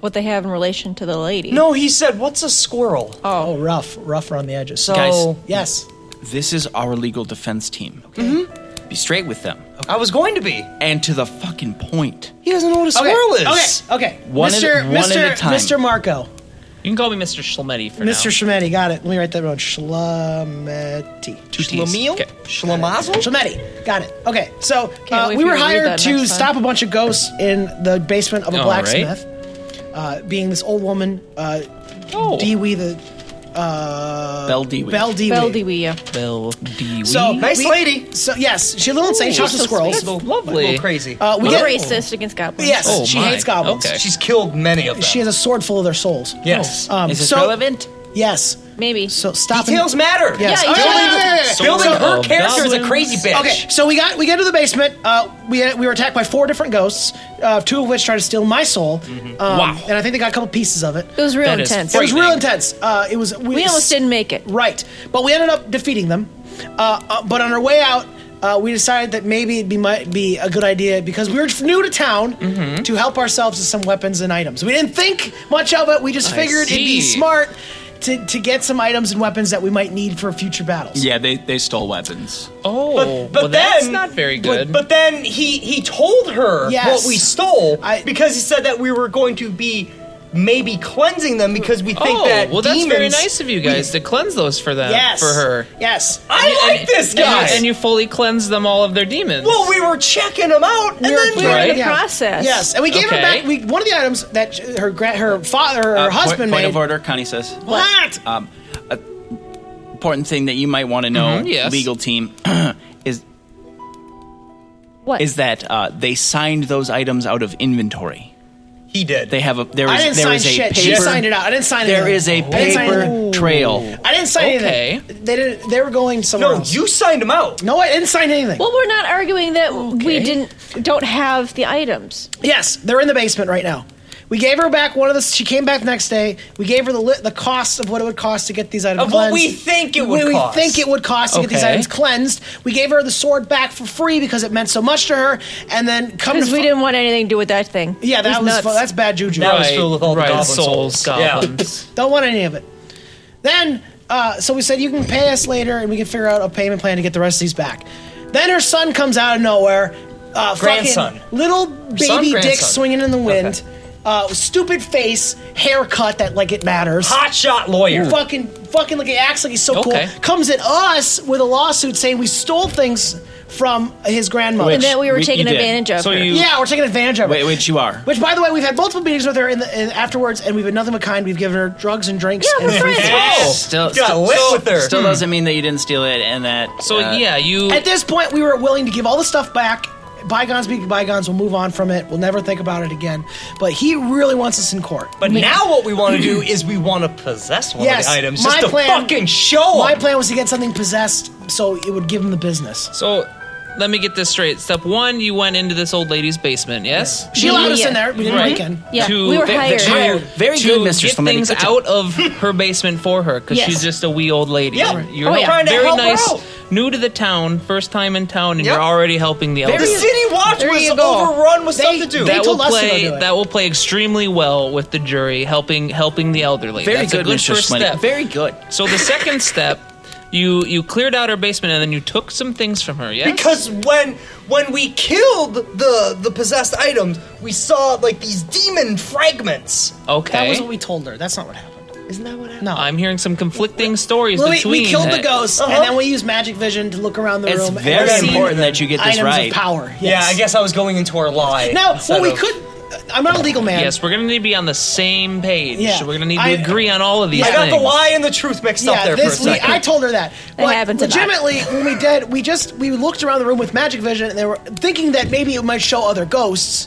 what they have in relation to the lady.
No, he said, "What's a squirrel?"
Oh, rough, rough around the edges.
So
Guys.
yes,
This is our legal defense team. Be straight with them
I was going to be.
and to the fucking point.
He doesn't know what a
okay,
squirrel is.
okay, okay.
One at a-
Mr.
one at
Mr.
a time.
Mr. Marco,
You can call me Mr. Schlemetti for now.
Mr. Schlemetti, got it. Let me write that down. Schlemetti.
Two Ts.
Schlemiel?
Okay.
Schlemazel?
Schlemetti, got it. Okay, so
Can't
uh,
wait
we
for
were
you to read
hired
that
to
next time.
stop a bunch of ghosts in the basement of a
All right.
blacksmith. Uh, being this old woman, uh,
Oh.
Dewey the. Uh,
Belle Dewey.
Belle Dewey.
Bell Dewey.
Bell Dewey.
So
Nice
we-
lady.
So yes, she's a little insane. She talks to
so
squirrels.
sweet.
A
lovely.
little crazy.
Uh, we
We're
get
racist against goblins.
yes.
Oh,
she
my.
hates goblins.
Okay.
She's killed many of them.
She has a sword full of their souls.
yes.
Um,
Is this
so,
relevant?
Yes.
Maybe.
So stop. and-
Details matter.
Yes.
Yeah,
Okay,
yeah, yeah,
wait, wait,
yeah,
wait, wait.
So
um, Building
Sword
her
of
character is a
goblins.
crazy bitch.
Okay, so we got we get to the basement. Uh, we we were attacked by four different ghosts, uh, two of which tried to steal my soul. Um,
Mm-hmm. Wow.
And I think they got a couple pieces of it.
It was real
That is
intense.
It was real
frightening.
intense. Uh, it was
We almost didn't make it.
Right, but we ended up defeating them. Uh, uh, but on our way out, uh, we decided that maybe it'd be might be a good idea because we were new to town
Mm-hmm.
to help ourselves with some weapons and items. We didn't think much of it. We just
I
figured it'd be
see.
smart to, to get some items and weapons that we might need for future battles.
Yeah, they, they stole weapons.
oh,
But, but
well, that's
then
not very
but-
good.
But, then he he told her
Yes.
what we stole
I-
because he said that we were going to be maybe cleansing them because we think
oh,
that
well, that's very
demons-
nice of you guys to cleanse those for them.
Yes.
For her.
Yes.
I like this
And you-
guy.
And you, fully cleanse them all of their demons.
well, we were checking him out, and
We were-
then
We were in
Right?
the
Yeah.
process.
Yes, and we gave her
Okay.
back. We, one of the items that sh- her gra- her father her
Uh, point-
husband
point
made.
of order, Connie says.
What?
Um, a important thing that you might want to know,
Mhm, yes.
legal team, is
What?
is that uh, they signed those items out of inventory.
he did.
They have a there
I
is
didn't
there
sign
is a
shit. She
paper.
signed it out. I didn't sign
There
anything.
is a
I didn't sign anything.
paper trail.
I didn't sign
Okay.
anything. They didn't. They were going somewhere
no,
else.
you signed him out.
No, I didn't sign anything.
Well, we're not arguing that we
Okay.
didn't don't have the items.
yes, they're in the basement right now. We gave her back one of the. She came back the next day. We gave her the li- the cost of what it would cost to get these items
Of what
cleansed.
we think it would
What we
cost.
think it would cost to get these
Okay.
items cleansed. We gave her the sword back for free because it meant so much to her. And then come
Because
to
we
fi-
didn't want anything to do with that thing.
Yeah,
It
that was,
nuts.
fu- that's bad juju.
That was
Right,
filled with all the
right,
goblin
souls,
souls. Yeah.
goblins.
Don't want any of it. Then, uh, so we said you can pay us later, and we can figure out a payment plan to get the rest of these back. Then her son comes out of nowhere. Uh, fucking
Grandson.
little baby
Son,
dick
grandson.
swinging in the wind.
Okay.
Uh, stupid face, haircut that like it matters.
Hot shot lawyer.
Fucking, fucking like he acts like he's so
Okay.
cool. Comes at us with a lawsuit saying we stole things from his grandmother.
Which-
and that we were
We-
taken
you did.
advantage of.
So
her.
you-
yeah, we're taking advantage of it.
Wait, wait, you are.
Which, by the way, we've had multiple meetings with her in the, in, afterwards, and we've been nothing but kind. We've given her drugs and drinks.
Yeah,
and
we're
everything.
friends.
Still,
Oh,
still,
got lit with her.
still
Hmm.
doesn't mean that you didn't steal it, and that.
so,
uh,
yeah, you.
At this point, we were willing to give all the stuff back. Bygones be bygones. We'll move on from it. We'll never think about it again. But he really wants us in court.
But now what we want to do is we want to possess one of
Yes,
the items
my
just to
plan-
fucking show
my
him.
plan was to get something possessed so it would give him the business.
so, let me get this straight. Step one, you went into this old lady's basement, yes?
She
Yeah,
allowed
yeah,
us in
yeah.
there. We didn't
Right.
break in.
Yeah,
to-
we were
the- the-
hired.
to-
Hired. Very
to
good, Mr.
Get
Slimani.
things
Good job.
out of her basement for her because
Yes.
she's just a wee old lady.
Yep.
You're- You're
Oh, yeah.
Trying to
very
help her
nice,
out.
new to the town, first time in town, and
Yep.
you're already helping the
The
elderly.
city watch
There
was
you go.
overrun with
They-
stuff to do.
they
that will
told us to go
play.
do it.
That will play extremely well with the jury, helping helping the elderly.
very
That's
good,
a good
Mr.
first
Slinny.
step.
Very good.
so the second step, you you cleared out her basement and then you took some things from her. Yes.
because when when we killed the the possessed items, we saw like these demon fragments.
That
okay.
was what we told her. That's not what happened.
Isn't that what happened?
No.
I'm hearing some conflicting stories
Well, we,
between.
we killed the
that.
ghost,
Uh-huh.
and then we used magic vision to look around the
It's
room. and
very
see
important that you get this
items of
right.
power.
Yeah,
Yes.
I guess I was going into our lie.
Now,
instead
well, we
of-
could. I'm not a legal man.
Yes, we're gonna need to be on the same page.
Yeah.
We're gonna need to
I-
agree on all of these
I got
things.
the lie and the truth mixed up there
this
for a
we,
second.
I told her that.
That happens a lot.
legitimately when we did, we just we looked around the room with magic vision and they were thinking that maybe it might show other ghosts.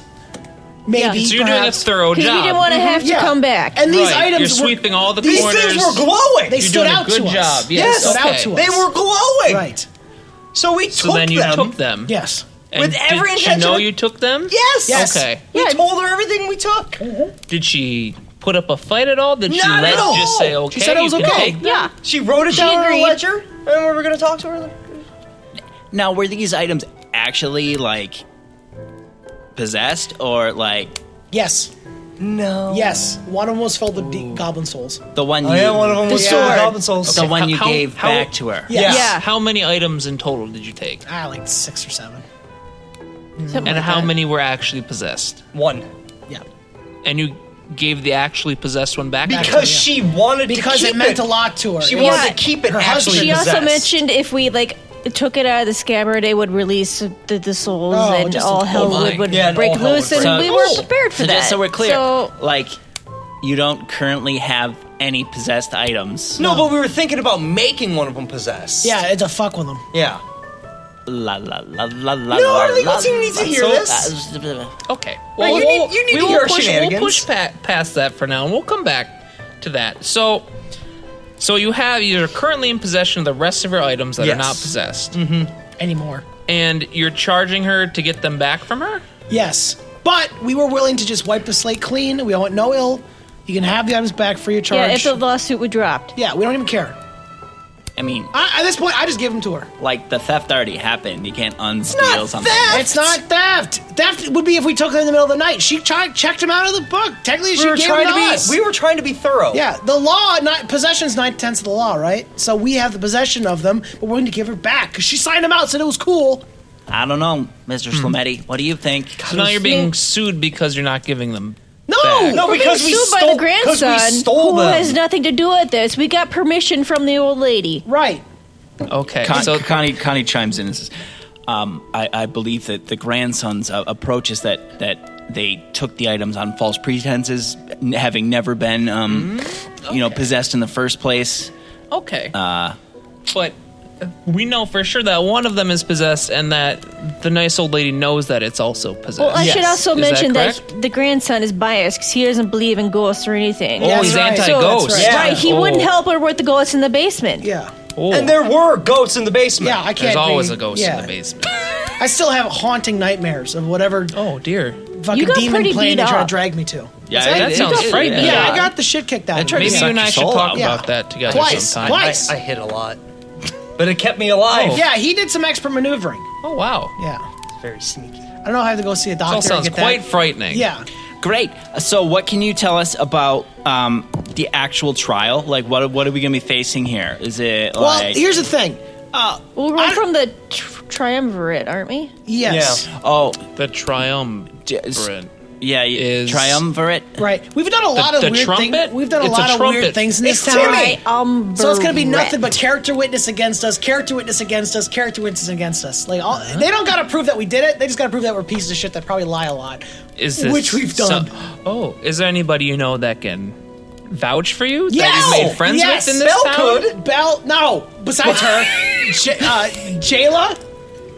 Maybe
Yeah.
So you're doing a
perhaps.
thorough
Because
job.
we didn't want to have to
Yeah.
come back.
And these
Right,
items
you're
were-
sweeping all the
these
these
corners.
things were glowing.
They
You're
stood
doing a
out
good
to
job.
us.
Yes.
Stood out
okay.
to us.
they were glowing.
Right.
So we
So
took
then you
them.
took them.
Yes.
And
With every
did
intention
she know
of-
you took them?
Yes.
Yes.
Okay.
We
Yeah.
told her everything we took.
Did she put up a fight at all? Did she
Not
let
at all.
just say okay?
She said it
you
was
can
okay.
take them?
yeah.
She wrote it
She
down on
agreed.
a ledger, and we were going to talk to her.
Now, were these items actually like possessed, or like
Yes.
No.
Yes. One of them was filled with de- goblin souls.
the one?
Oh,
you,
yeah, one of them was
The
filled with
sword.
goblin souls.
the one you
How-
gave
how-
back to her.
Yes.
Yeah.
How many items in total did you take?
Oh
Ah, like six or seven.
Something like
And how
that.
many were actually possessed?
One.
Yeah.
And you gave the actually possessed one back.
Because
Actually, yeah.
she wanted to
because
keep
it meant
it.
a lot to her.
She
It
wanted
was-
to keep it
her
actually
husband
She also
possessed.
mentioned if we like took it out of the scabbard, it would release the, the souls,
Oh,
and
just-
all hell
oh my.
would, would
Yeah, and
break
all hell
loose,
would
and
break
we were
loose.
prepared for
so
that.
just so we're clear,
So
like you don't currently have any possessed items.
No, but we were thinking about making one of them possessed.
Yeah, it's a fuck with them.
Yeah.
La la la la la.
No,
la,
I think
la,
the team needs to
la.
hear
So,
this.
uh,
Okay.
Right, you need- you need to
will
hear our
push, We'll
shenanigans.
push pa- past that for now, and we'll come back to that. So, so you have you're currently in possession of the rest of your items that
Yes.
are not possessed,
anymore.
and you're charging her to get them back from her.
Yes, but we were willing to just wipe the slate clean. We don't want no ill. You can have the items back free of charge.
yeah, if the lawsuit were dropped,
Yeah, we don't even care.
I mean,
I, at this point, I just give them to her.
like the theft already happened. You can't unsteal
Not
something.
theft!
It's not theft. Theft would be if we took her in the middle of the night. She tried checked him out of the book. Technically,
We
she
were
gave him
trying
to
to be.
us.
We were trying to be thorough.
yeah, the law, not possession's nine tenths of the law, right? So we have the possession of them, but we're going to give her back because she signed them out, said it was cool.
I don't know, Mr.
Hmm.
Slametti. What do you think?
So now you're being sued because you're not giving them.
No,
Back.
No,
we're being
because we
sued by
stole-
the
'cause we
grandson,
stole
who
them.
has nothing to do with this. We got permission from the old lady.
right.
Okay.
Con-
so
Connie, Connie chimes in and says, um, I, "I believe that the grandson's uh, approach is that that they took the items on false pretenses, n- having never been, um, you know, possessed in the first place.
okay. but uh, we know for sure that one of them is possessed, and that the nice old lady knows that it's also possessed.
Well, I should
Yes.
also
Is that
mention that,
correct?
the grandson is biased because he doesn't believe in ghosts or anything.
Oh,
Yeah,
he's
that's right.
anti-ghost.
That's right.
Yeah.
Right, he
Oh.
wouldn't help her with the ghosts in the basement.
Yeah.
Oh.
And there were goats in the basement.
Yeah, I can't.
There's always
be-
a ghost
yeah.
in the basement.
I still have haunting nightmares of whatever
Oh dear.
fucking
got
demon
pretty
plane
beat
they try to
up.
drag me to.
Yeah,
that
it- it-
sounds
it-
frightening.
Yeah,
Oh, Yeah.
I got the shit kicked out of
tried
me.
to
Maybe
suck
you and
your
I should
soul
talk
out.
Yeah.
about that together
Twice,
sometime.
I,
twice.
I hit a lot, but it kept me alive.
Oh. Yeah, he did some expert maneuvering.
Oh wow.
Yeah.
Very sneaky.
I don't know if I have to go see a doctor.
All sounds
and get
quite
that.
frightening.
Yeah.
Great. So, what can you tell us about um, the actual trial? Like, what what are we going to be facing here? Is it
Well,
like
here's the thing.
Well, we're
I-
from the tr- triumvirate, aren't we?
Yes.
Yeah.
oh
The triumvirate.
yeah, y-
Is-
triumvirate?
Right. We've done a lot of
the
weird
trumpet?
things. We've done a
It's a
lot of
trumpet.
weird things in this
It's
town.
Timmy.
So it's gonna be nothing but character witness against us, character witness against us, character witness against us. Like all, they don't gotta prove that we did it. They just gotta prove that we're pieces of shit that probably lie a lot.
Is this
which we've done?
some- oh, is there anybody you know that can vouch for you? That
Yeah.
you've made friends
Yes.
with in this
Belle
town?
could. Belle, no. Besides her, J- uh, Jayla,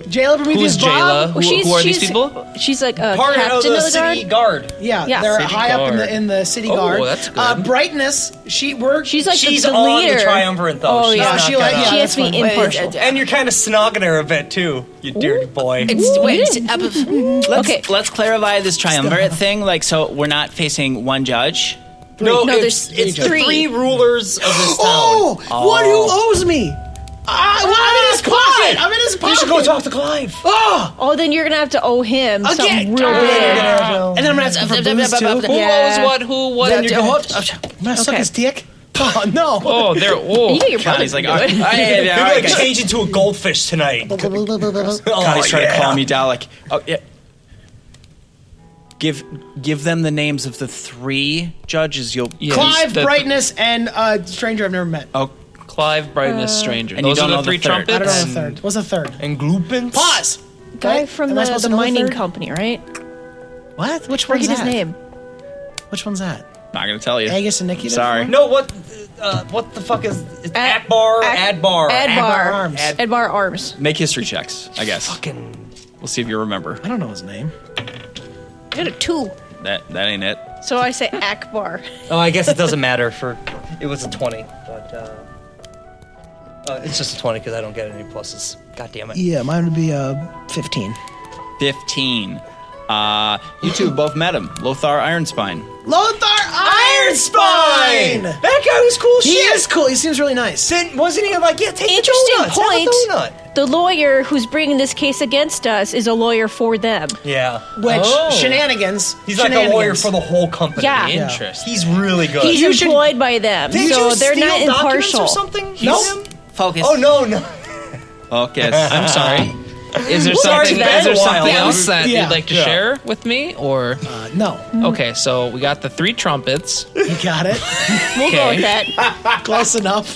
Jayla Prometheus
Who's Jayla?
Bob.
Who, who are these people?
She's like a
Part
captain
of the
guard.
city guard.
Yeah,
Yeah.
they're
City
high up in
guard.
the in the city
Oh,
guard.
that's good.
Uh, brightness. She we're
She's like the-
She's
the,
on the
leader.
triumvirate, though.
Oh
She's
yeah,
not
she
she,
like-
gonna-
yeah,
has
that's
to be
fine. Wait,
impartial.
And you're kind of snogging her a bit too, you dirty boy.
Ooh,
Wait,
you
it's
didn't-
up of-
Let's
Okay.
let's clarify this triumvirate thing. Like, so we're not facing one judge.
no,
No,
it's,
there's
it's the
three.
three rulers of this town.
oh, what who owes me? I, well, I'm in his
Clyde!
pocket. I'm in his pocket.
You should go talk to Clive.
Oh,
Oh, then you're gonna have to owe him
Again.
something real big.
and then I'm gonna ask him for booze too.
Who
Yeah.
owes what? Who what?
Then you go,
what?
I'm gonna suck his dick. Oh no.
Oh, there. Oh,
You get your brother
Connie's
to
like,
do
all right,
it.
all right,
Maybe
all right,
like
guys.
change into a goldfish tonight. Oh,
God, he's trying
yeah.
to calm me down. Like, oh, yeah. Give give them the names of the three judges. You'll
Yes,
Clive,
the-
brightness, and uh, stranger I've never met.
Oh,
Clive, brightness,
Uh,
stranger.
and you
Those
don't know
are the
the
three
third.
trumpets.
I don't know the
and-
third. What's the thirird?
And Glupins.
Pause.
Guy
Right?
from
Am I
the,
supposed
the
to know
mining
third?
company, right?
What? Which one's
Forget his
that?
name.
Which one's that?
not gonna tell you.
Agus and Nikki. did
Sorry.
it for me?
No, what? Uh, what the fuck is it's
Ad-
Akbar?
Ad-
Adbar.
Adbar
Adbar
Arms.
Ad- Adbar Arms.
Make history checks. I guess
Fucking.
we'll see if you remember.
I don't know his name.
I got a two,
That that ain't it.
so I say Akbar.
Oh, I guess it doesn't matter for. It was a twenty, but uh, uh, it's just a twenty because I don't get any pluses. God damn it.
Yeah, mine would be uh, 15.
Fifteen. Uh, you two both met him, Lothar Ironspine.
Lothar
Ironspine.
Ironspine!
That guy was cool.
He
shit.
is cool. He seems really nice.
Then wasn't he like, yeah, take
Interesting
the donuts, have a
point.
donut.
The lawyer who's bringing this case against us is a lawyer for them.
Yeah.
Which
Oh.
shenanigans.
He's like a lawyer
shenanigans.
for the whole company.
Yeah.
Interesting.
He's really good.
He's
You should-
employed by them,
Did
so
you
they're
steal
not
documents
impartial.
or something?
Nope.
Him?
Oh, Focus.
Oh no, no.
Focus. I'm sorry.
Is there
Sorry,
something?
Ben.
Is there
Wild.
something else that
Yeah.
you'd like to
Yeah.
share with me? Or
Uh, no,
okay, so we got the three trumpets.
you got it.
We'll go with
Okay.
that.
Close enough.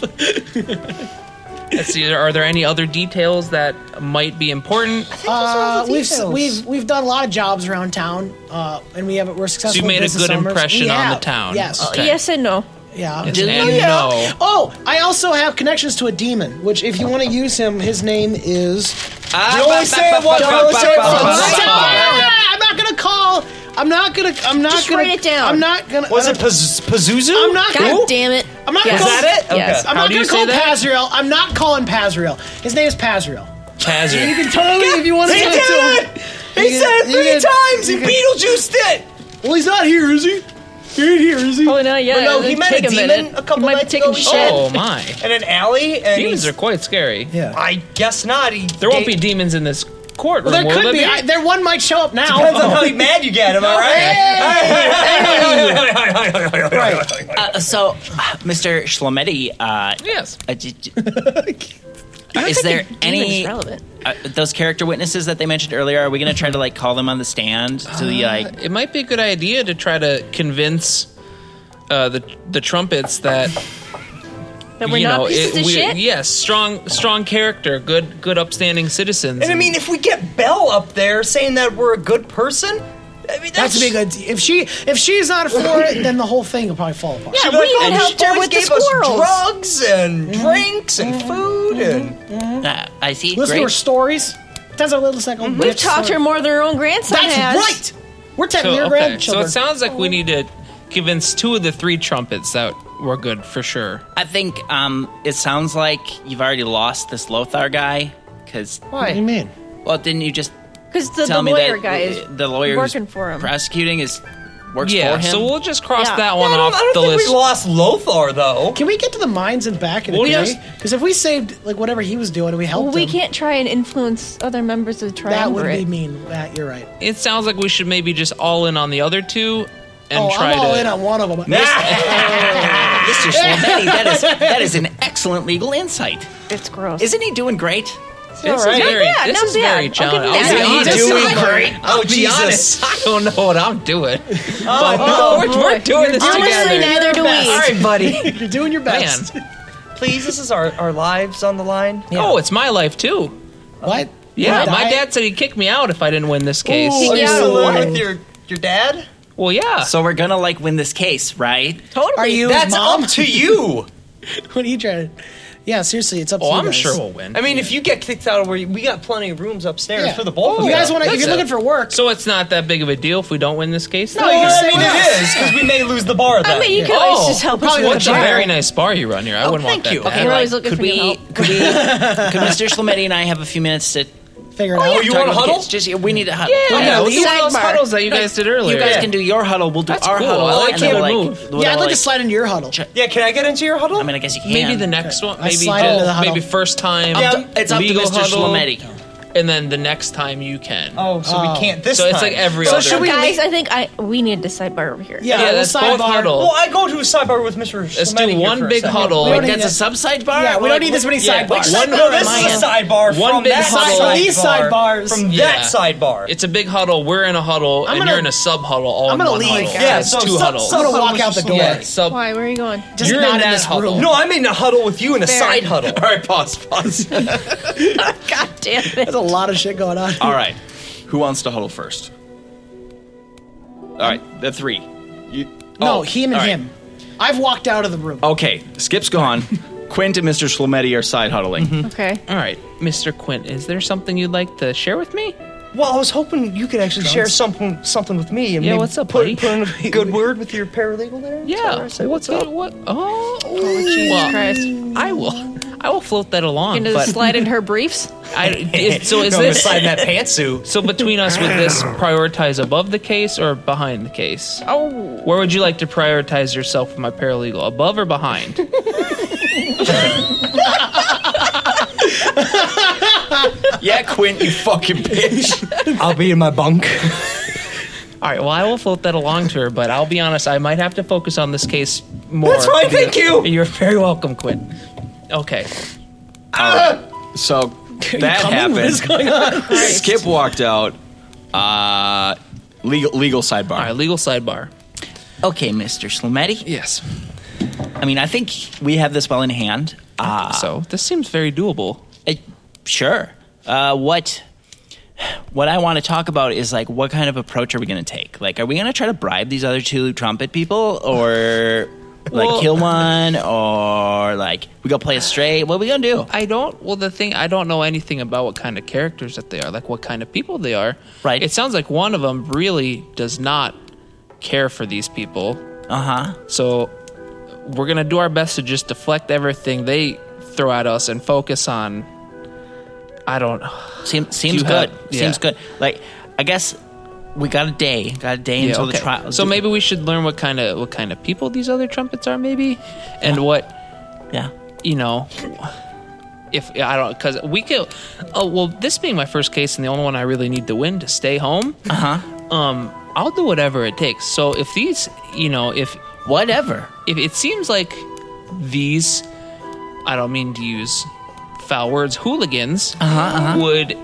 Let's see, are there any other details that might be important?
Uh, we've
details.
we've we've done a lot of jobs around town, uh, and we have we're successful.
made a
business
good
owners.
impression
We
on the
have,
town.
Yes.
Okay.
Yes and no.
Yeah.
Yes, and
yeah.
no.
Oh, I also have connections to a demon, which if you want to use him, his name is.
You only say it once.
Don't say it once.
once.
Stop it! I'm not gonna call. I'm not gonna. I'm not
Just
gonna.
write it down.
I'm not gonna.
Was it Paz- Pazuzu?
I'm not
God
gonna.
damn it.
I'm not
Yes.
gonna- Is
that it?
Yes.
Okay.
I'm
How
not
do you
gonna call
say that?
Pazriel. I'm not calling Pazriel. His name is Pazriel.
Hazard.
You can totally, if you want to
He
talk
did
to him.
it! He
You
said
can-
it
you
three
can-
times. He
you can-
Beetlejuiced it.
Well, he's not here, is he? He ain't here, is he?
Probably not yet.
But no,
It'll
he met a
take
demon
minute.
a couple
He might
nights
be
ago.
taking shit.
Oh my.
And an alley. And
Demons
he's-
are quite scary.
Yeah.
I guess not. He
There won't be demons in this courtroom.
Well, there
will
could be.
be.
I, there one might show up now. Oh,
Depends on how mad you get. Am I right?
Right.
Uh, so, Mr. Schlometti, uh,
yes.
uh, j- j- is there any
relevant?
uh, those character witnesses that they mentioned earlier? Are we going to try to like call them on the stand to the like?
It might be a good idea to try to convince uh, the the trumpets that
That we're
you
not
know
pieces
it-
of
we-
shit?
yes strong strong character good good upstanding citizens
And I mean, if we get Belle up there saying that we're a good person, I mean,
That's a big idea. If she if she's not for it, then the whole thing will probably fall apart.
Yeah,
Be like,
we
oh,
even
she
helped her
always
with the
gave us
squirrels.
drugs and drinks and food and
Uh, I see.
Listen to her
Great.
stories. That's our little second.
We've taught her more than her own grandson
That's
has.
right. We're
so,
technically her
okay. so
grandchildren.
it sounds like we need to convince two of the three trumpets that we're good for sure
I think um, it sounds like you've already lost this Lothar guy because
what do you mean?
well, didn't you just
Because the,
tell
the
me
lawyer
that
guy is
uh, the lawyer who's
working for him.
prosecuting is works
yeah
for him?
so we'll just cross
Yeah.
that
I
one
don't,
off
I don't
the
think
list
we lost Lothar though.
Can we get to the mines and back in the
Well,
day?
yes.
Because if we saved like whatever he was doing, and we helped
Well, we
him,
can't try and influence other members of the
That would
triumvirate.
be mean. That you're right.
it sounds like we should maybe just all in on the other two and
Oh,
try
I'm all
to
in on one of them.
Mr. Schlometti, that is that is an excellent legal insight.
It's gross.
Isn't he doing great?
this is very,
bad,
this
not
is very
bad. I'll give him that.
challenging I'll
Is
be honest.
he doing
I'll
great?
I'll
Oh,
be
Jesus.
honest. I don't know what I'm doing.
Oh,
Oh, we're, we're doing this
Honestly,
together.
neither do
All
we.
right, buddy.
You're doing your
Man.
best.
Please, this is our, our lives on the line.
Oh, it's my life too.
What?
Yeah,
You'll
my
die?
dad said he'd kick me out if I didn't win this case.
Ooh,
Are you
Yeah.
still
What?
living with your your dad?
Well, yeah.
So we're gonna like win this case, right?
Totally.
Are you
That's
his mom?
up to you.
What are you trying to? Yeah, seriously, it's up to
oh,
you
I'm
guys.
sure we'll win.
I mean, if you get kicked out of where you, we got plenty of rooms upstairs
Yeah. Oh,
for the both of
You guys want to? If
That's
you're
it.
looking for work,
so it's not that big of a deal if we don't win this case.
No, you can
I
say
mean,
yes.
it is because we may lose the bar. Then.
I mean, you could always just help us
Probably
with
What's
the
Oh, a
bar. Oh,
very nice bar you run here. I wouldn't want that.
thank you.
bad.
Okay, we're always looking
could
for
we?
your help.
Could we? could Mr. Schlometti and I have a few minutes to?
figure it out.
Oh, you
talk
want
about
a
the
huddle?
case? Just we need a huddle.
Yeah,
Okay,
yeah,
let's
let's do
do-
one of those
sidebar.
huddles that you guys did earlier.
you guys can do your huddle. We'll do
That's
our
cool.
huddle.
I like
and then
how
we'll,
you
like,
move.
we'll,
yeah, I'd like to
like-
slide into your huddle.
Check-
yeah, can I get into your huddle?
I mean, I guess you can.
Maybe the next one.
I
Maybe
slide into the
just,
huddle.
maybe first time.
Yeah,
Up to- it's up to
legal
Mr.
huddle,
Schlometti.
and then the next time you can.
oh, so
Oh.
we can't this
so it's
time.
like every
So
other.
should we-
Guys, I think I we need to sidebar over here.
Yeah,
yeah,
we'll
that's both
sidebar.
huddle.
Well, I go to a sidebar with Mr.
Let's
Schlemetti here
do
for
one
a
big
second.
huddle.
We
Wait,
don't need
that's a subside bar.
Yeah,
Like,
we don't need this many
yeah,
sidebars.
like,
No,
Sidebar
this
remind-
is a sidebar
One
from
big
that
huddle.
sidebar.
From
these sidebars.
From
Yeah.
that sidebar.
It's a big huddle. We're in a huddle, and
gonna-
you're in a sub huddle. All
I'm
in
gonna
one
leave.
Huddle.
Yeah,
it's
so
two
sub-
huddles.
sub-
I'm gonna walk out the door.
yeah, sub.
Why? Where are you going?
Just
You're
not
in that
this
huddle.
room.
no, I'm in a huddle with you in a
Fair.
side huddle.
All right, pause, pause.
God damn it.
There's a lot of shit going on.
All right, who wants to huddle first? All right, the three. You,
no,
oh,
him and
all right.
him. I've walked out of the room.
Okay, Skip's gone. Quint and Mr. Schlometti are side huddling.
Okay.
All right, Mr. Quint, is there something you'd like to share with me?
Well, I was hoping you could actually share something something with me. And
Yeah,
maybe
what's up, buddy?
put, put in a good word with your paralegal there.
Yeah.
Say what's up.
What? Oh,
Jesus
well,
Christ.
I will. I will float that along.
Into the
But
slide in her briefs.
I, is, so is
No, I'm
this
sliding that pantsuit.
so between us? Would this prioritize above the case or behind the case?
Oh.
Where would you like to prioritize yourself with my paralegal? Above or behind?
Yeah, Quint, you fucking bitch.
I'll be in my bunk.
All right. Well, I will float that along to her, but I'll be honest. I might have to focus on this case more.
That's fine, thank you.
You're very welcome, Quinn. Okay.
So that happened.
What is going on?
Skip walked out. Uh, legal legal sidebar.
All right, legal sidebar.
Okay, Mr. Slumetti.
Yes.
I mean, I think we have this well in hand. Uh,
so this seems very doable.
Uh, sure. Uh, what what I want to talk about is like what kind of approach are we going to take? Like, are we going to try to bribe these other two trumpet people, or like
Well-
kill one, or like we gonna play it straight? What we gonna do?
I don't. Well, the thing I don't know anything about what kind of characters that they are, like what kind of people they are.
Right.
It sounds like one of them really does not care for these people.
Uh huh.
So we're gonna do our best to just deflect everything they throw at us and focus on. I don't.
Seem, seems
You
good.
have- yeah.
Seems good. Like, I guess we got a day. Got a day
Yeah,
until
okay.
the trial.
So maybe we should learn what kind of what kind of people these other trumpets are, maybe, and what
Yeah.
you know, if I don't, because we could. Oh well, this being my first case and the only one I really need to win to stay home.
Uh huh.
Um, I'll do whatever it takes. So if these, you know, if
Whatever.
if it seems like these, I don't mean to use foul words, hooligans
Uh-huh,
would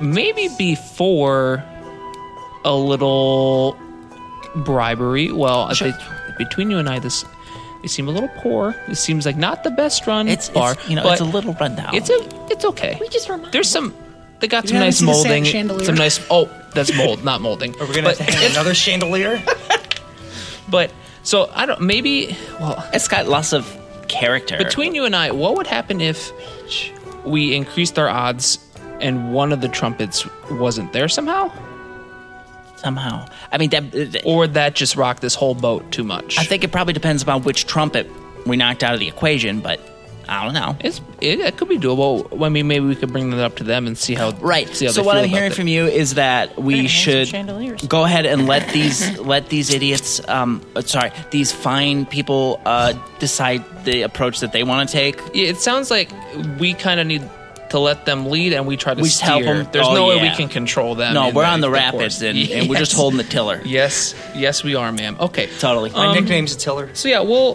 maybe be for a little bribery. Well, they- between you and I, this they seem a little poor. It seems like not the best run
It's,
bar.
it's you know
but
it's a little
Oh.
rundown.
It's a. It's okay.
We just remind
There's some. They got some
haven't
nice
seen the sand
molding.
chandelier?
Some nice. Oh, that's mold, not molding.
Are we gonna
But-
have to hang another chandelier?
But so I don't. Maybe. Well,
it's got lots of character
between you and I, what would happen if we increased our odds and one of the trumpets wasn't there somehow?
somehow. I mean that.
Or would that just rock this whole boat too much?
I think it probably depends upon which trumpet we knocked out of the equation, but I don't know.
it's it, it could be doable. I mean, maybe we could bring that up to them and see how
Right.
See how
So
they
what
feel
I'm
about
hearing
it.
from you is that
We're
we
gonna hang some
should
chandeliers.
go ahead and let these let these idiots, um, uh, sorry, these fine people uh, decide the approach that they want to take.
Yeah, it sounds like we kind of need to let them lead and we try to
We just
steer.
help them-
There's
oh,
no way
yeah.
we can control them.
No,
in
we're on the, rapids
course.
and, and we're just
Yes.
holding the tiller.
Yes, yes, we are, ma'am. Okay,
Totally.
Um,
My nickname's a tiller.
so yeah, we'll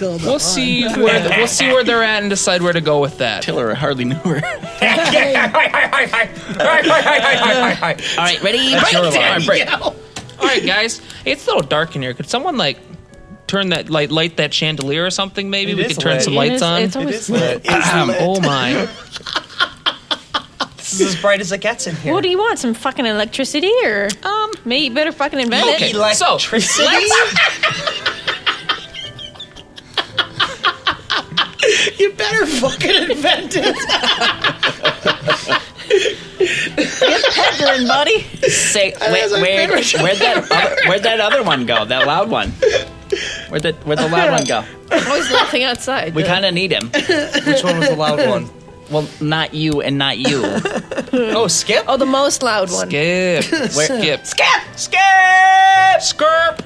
we'll see where the, we'll see where they're at and decide where to go with that.
Tiller hardly knew her. All right, ready?
All
Break.
right, break. All right, guys, it's a little dark in here. Could someone like turn that light, light that chandelier or something? Maybe
It
we
is
could turn
lit.
some
It
lights
it's,
on.
It's always
Ahem. oh my!
This is as bright as it gets in here.
What do you want? Some fucking electricity or um? Maybe you better fucking invent
Okay,
it.
so
Electricity?
You better fucking invent it.
Peddling, buddy.
Say, wait,
my
wait,
favorite
where'd that other, where'd that other one go? That loud one. Where'd the where'd the loud one go?
always laughing outside.
We kind of need him.
Which one was the loud one?
Well, not you and not you.
Oh, Skip?
oh, the most loud one.
skip, skip,
Skip! Skip!
skirp.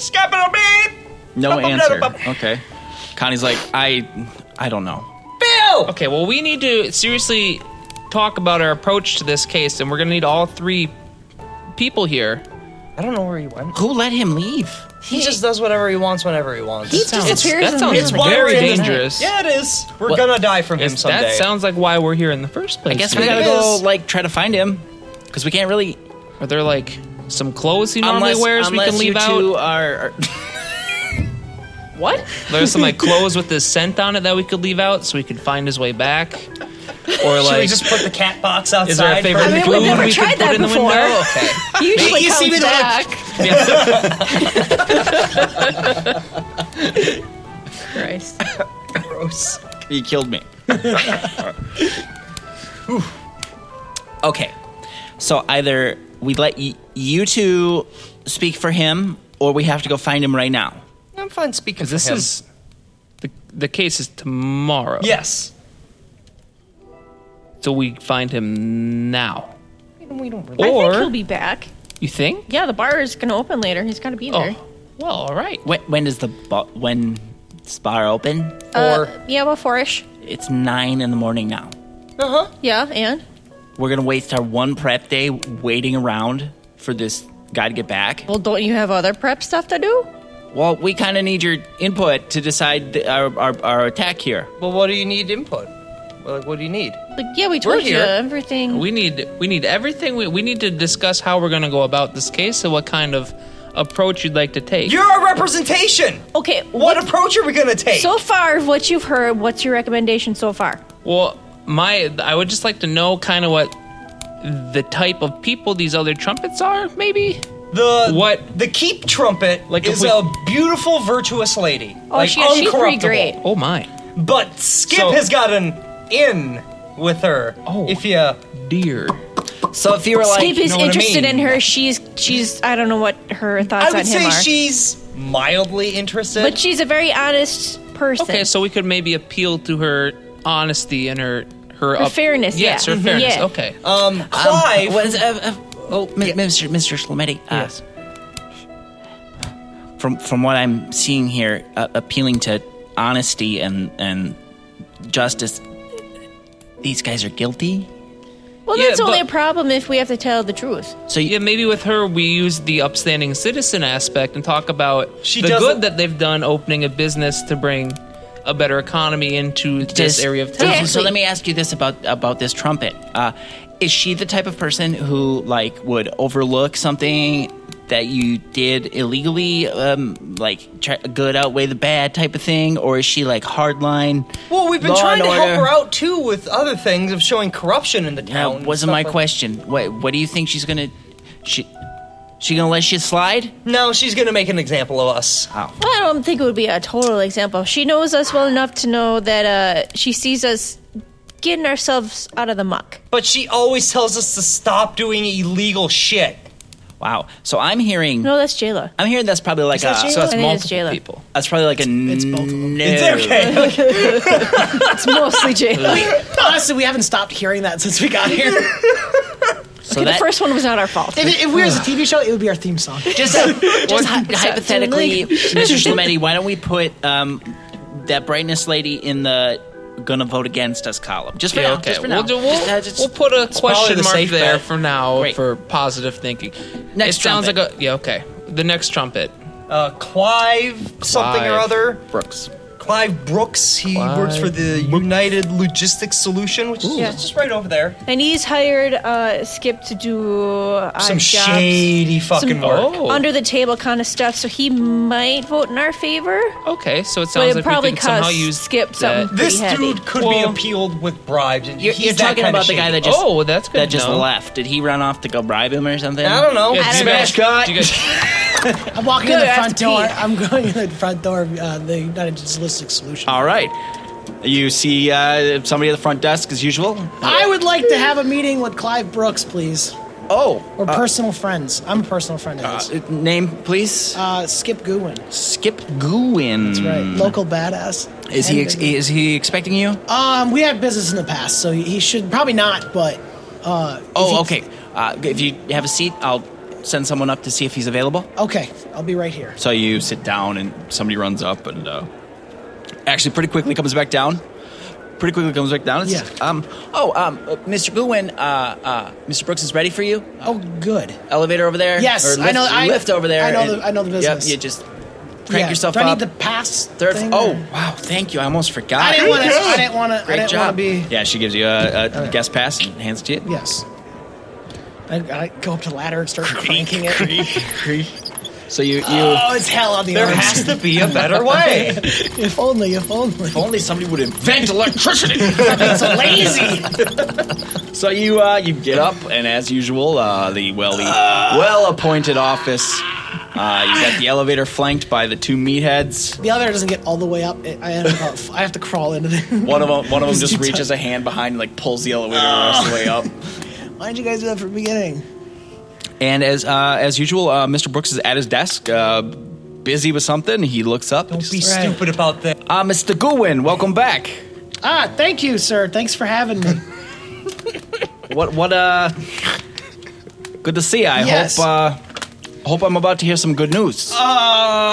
Skip it'll be!
No
Bum, bum,
answer.
bum,
Okay. Connie's like, I, I don't know.
Bill!
Okay, well, we need to seriously talk about our approach to this case, and we're gonna need all three people here.
I don't know where he went.
Who let him leave?
He just does whatever he wants whenever he wants.
He
Sounds-
disappears
that
in
sounds
the middle of the
very
night.
dangerous.
yeah, it is. We're
What-
gonna die from him
It's-
someday.
that sounds like why we're here in the first place.
I guess we gotta
It
go
is.
like try to find him, because we can't really.
Are there like some clothes he normally
Unless,
wears we
unless
can leave
you
out?
two are, are-
What?
There's some like clothes with this scent on it that we could leave out so he could find his way back. Or
Should we
like,
just put the cat box outside?
is there a favorite
for-
I mean, we've
food
never
we
tried
could
that
put in the
before.
window? Okay.
He usually
You
comes
see me there?
back. Christ.
Gross.
you killed me. okay, so either we let y- you two speak for him, or we have to go find him right now.
I'm fine speaking for
This
him.
is the the case is tomorrow.
Yes.
So we find him now.
We don't really.
I
Or
think he'll be back.
you think?
Yeah, the bar is gonna open later. He's gotta be there.
Oh, well, all right.
When, when does the bo- when does the bar open?
Or
Uh, yeah, about four-ish.
It's nine in the morning now.
uh huh.
Yeah, and
We're gonna waste our one prep day waiting around for this guy to get back.
well, don't you have other prep stuff to do?
Well, we kind of need your input to decide the, our, our our attack here.
Well, what do you need input? We're like, what do you need?
Like, yeah, we told you
here.
everything.
We need we need everything. We, we need to discuss how we're going to go about this case and what kind of approach you'd like to take.
You're our representation.
okay,
What approach are we gonna take?
so far of what you've heard, what's your recommendation so far?
well, my I would just like to know kind of what the type of people these other trumpets are, maybe.
the
what-
the keep trumpet
Like, if
is
we-
a beautiful, virtuous lady.
Oh, she- yeah, she's pretty great.
Oh my,
But Skip
So-
has gotten in with her.
Oh.
if you
dear.
so if you were like
Skip
you
is
know what I
interested in
mean.
her. She's she's I don't know what her
I
thoughts on
would say
him are,
she's mildly interested.
but she's a very honest person.
Okay, so we could maybe appeal to her honesty and her her, up-
fairness,
Yes,
yeah.
her
Mhm.
fairness.
Yeah.
Okay. Uh,
um, Clive,
What is, uh, uh, oh, mi- Mr. Mr. Schlametti. Uh, From from what I'm seeing here, uh, appealing to honesty and and justice, these guys are guilty.
well,
yeah,
that's only
but-
a problem if we have to tell the truth.
So you,
Yeah, maybe with her we use the upstanding citizen aspect and talk about
She
the
doesn't-
good that they've done opening a business to bring a better economy into this
Does-
area of
so-
town.
So let me ask you this about about this trumpet. Uh, is she the type of person who like would overlook something that you did illegally, um, like try, good outweigh the bad type of thing, or is she like hardline?
well, we've been
law
trying
and
to help
order?
her out too with other things of showing corruption in the
That
town. and
wasn't
stuff
my
like-
question. What What do you think she's gonna? She she gonna let you slide?
No, she's gonna make an example of us.
Well, I don't think it would be a total example. She knows us well enough to know that uh, she sees us getting ourselves out of the muck.
But she always tells us to stop doing illegal shit.
Wow. So I'm hearing.
No, that's Jayla.
I'm hearing that's probably like
that
a.
Jayla?
so that's
I think it's
multiple
Jayla.
people.
That's probably like a.
it's both of them.
No.
It's okay.
It's mostly
Uh,
Jayla.
Honestly, we haven't stopped hearing that since we got here. if,
So
the
that,
first one was not our fault.
it- if we were as a TV show, it would be our theme song.
just, just hy- hypothetically, Mr. Schlemetti, why don't we put um, that brightness lady in the gonna vote against us column? Just for
Yeah,
now.
okay.
Just for now.
We'll, do, we'll,
Just- uh, just-
we'll put a question
the
mark
safe
there
bet.
for now
Great.
for positive thinking.
Next
it sounds
trumpet.
like a yeah. Okay, the next trumpet.
Uh, Clive something or
Clive
other.
Brooks.
Clive Brooks. He
Clive
works for the United Logistics Solution, which is
Yeah.
just right over there.
And he's hired uh, Skip to do odd
Some
jobs,
shady fucking work.
Oh.
under the table kind of stuff. So he might vote in our favor,
Okay, so it
but
sounds
it
like
probably
we can somehow
cost
use
Skip
that.
something
This
pretty heavy.
dude could be
Well-
appealed with bribes, and
You're,
he's
you're
that
talking
kinda
about the guy
shady.
that just
oh, that's good.
that just
to know.
left. Did he run off to go bribe him or something?
I don't know.
Yeah, do you
Smash
guys-
cut.
do you guys-
I'm walking
Good, I
in the
have
front
to
door.
pee.
I'm going in the front door of uh, the United Holistic Solution.
All right. You see uh, somebody at the front desk as usual.
I would like to have a meeting with Clive Brooks, please.
Oh,
Or personal friends. I'm a personal friend of his.
uh, name please.
Uh, Skip Goodwin.
Skip Gouin.
That's right. Local badass.
Is he
And
ex-
big-
is he expecting you?
Um, we had business in the past, so he should probably not. But uh, if
Oh,
he-
okay. Uh, if you have a seat, I'll send someone up to see if he's available.
Okay, I'll be right here.
So you sit down, and somebody runs up, and uh, actually, pretty quickly comes back down. Pretty quickly comes back down. and says,
Yeah.
Um. Oh. Um. uh, Mr. Goodwin. Uh. Uh. Mr. Brooks is ready for you.
Oh, good.
Elevator over there.
Yes,
Or
I
lift,
know- I-
lift over there.
I know
and-
the- I know the business.
Yep. You just crank
Yeah.
yourself
Do I
up.
need the pass.
Third.
Thing
oh.
or-
Wow. Thank you. I almost forgot.
I didn't want to. I didn't want to. I
Great
didn't want
job.
to be.
Yeah. She gives you a, a guest pass and hands it to you.
Yes. I, I go up to the ladder and start cranking it.
So you you.
Oh, it's hell on the
There
arms.
has to be a better way.
if only. If only.
if only somebody would invent electricity.
It's lazy.
So you uh, you get up, and as usual, uh, the well well appointed office. Uh, you got the elevator flanked by the two meatheads.
The other doesn't get all the way up. I, I, have, about, f- I have to crawl into there.
One of them one of them just
Too tight.
reaches a hand behind and like pulls the elevator the rest of the way up.
Why did you guys do that from the beginning?
And as uh, as usual, uh, Mr. Brooks is at his desk, uh, busy with something. He looks up.
Don't be
Right.
stupid about that.
Ah, Mr. Goodwin, welcome back.
Ah, thank you, sir. Thanks for having me.
What what uh? Good to see. you. I
Yes.
hope uh, hope I'm about to hear some good news.
Uh,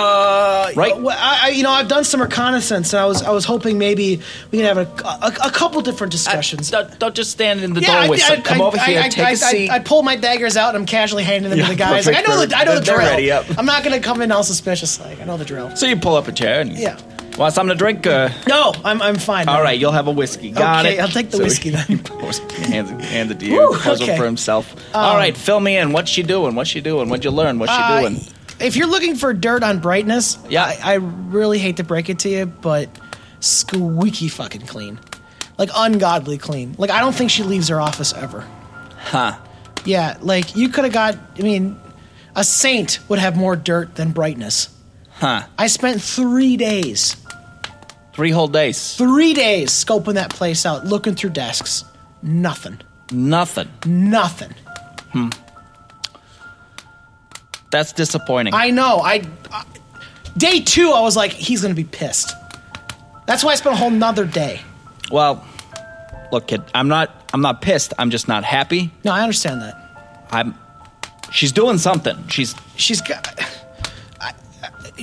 Right.
Well, I, I, you know, I've done some reconnaissance, and I was, I was hoping maybe we can have a, a, a couple different discussions.
don't, don't just stand in the doorway. son. Come over here, take
I-
a
I-
seat.
I pull my daggers out, and I'm casually handing them
Yeah,
to the guys.
perfect.
Like, I know,
They're-
the, I know the
they're
drill.
ready, yep.
I'm not gonna come in all suspicious. Like, I know the drill.
So you pull up a chair and
Yeah.
Want something to drink? Uh,
No, I'm, I'm fine.
all right, you'll have a whiskey. Got
Okay,
it.
I'll take the
So
whiskey
he-
then.
he pours- hands, hands it to you.
Woo,
pours one
okay. Um,
for himself. all right, fill me in. What's she doing? What's she doing? What'd you learn? What's she
Uh,
doing?
If you're looking for dirt on brightness,
Yeah.
I, I really hate to break it to you, but squeaky fucking clean. Like ungodly clean. Like I don't think she leaves her office ever.
Huh.
Yeah, like you could have got I mean, a saint would have more dirt than brightness.
Huh.
I spent 3 days,
Three whole days.
3 days scoping that place out, looking through desks. Nothing.
Nothing.
Nothing.
That's disappointing.
I know. I, I day 2 I was like he's going to be pissed. That's why I spent a whole nother day.
well, look, kid. I'm not. I'm not pissed. I'm just not happy.
No, I understand that.
I'm. She's doing something. She's.
she's got. I- I-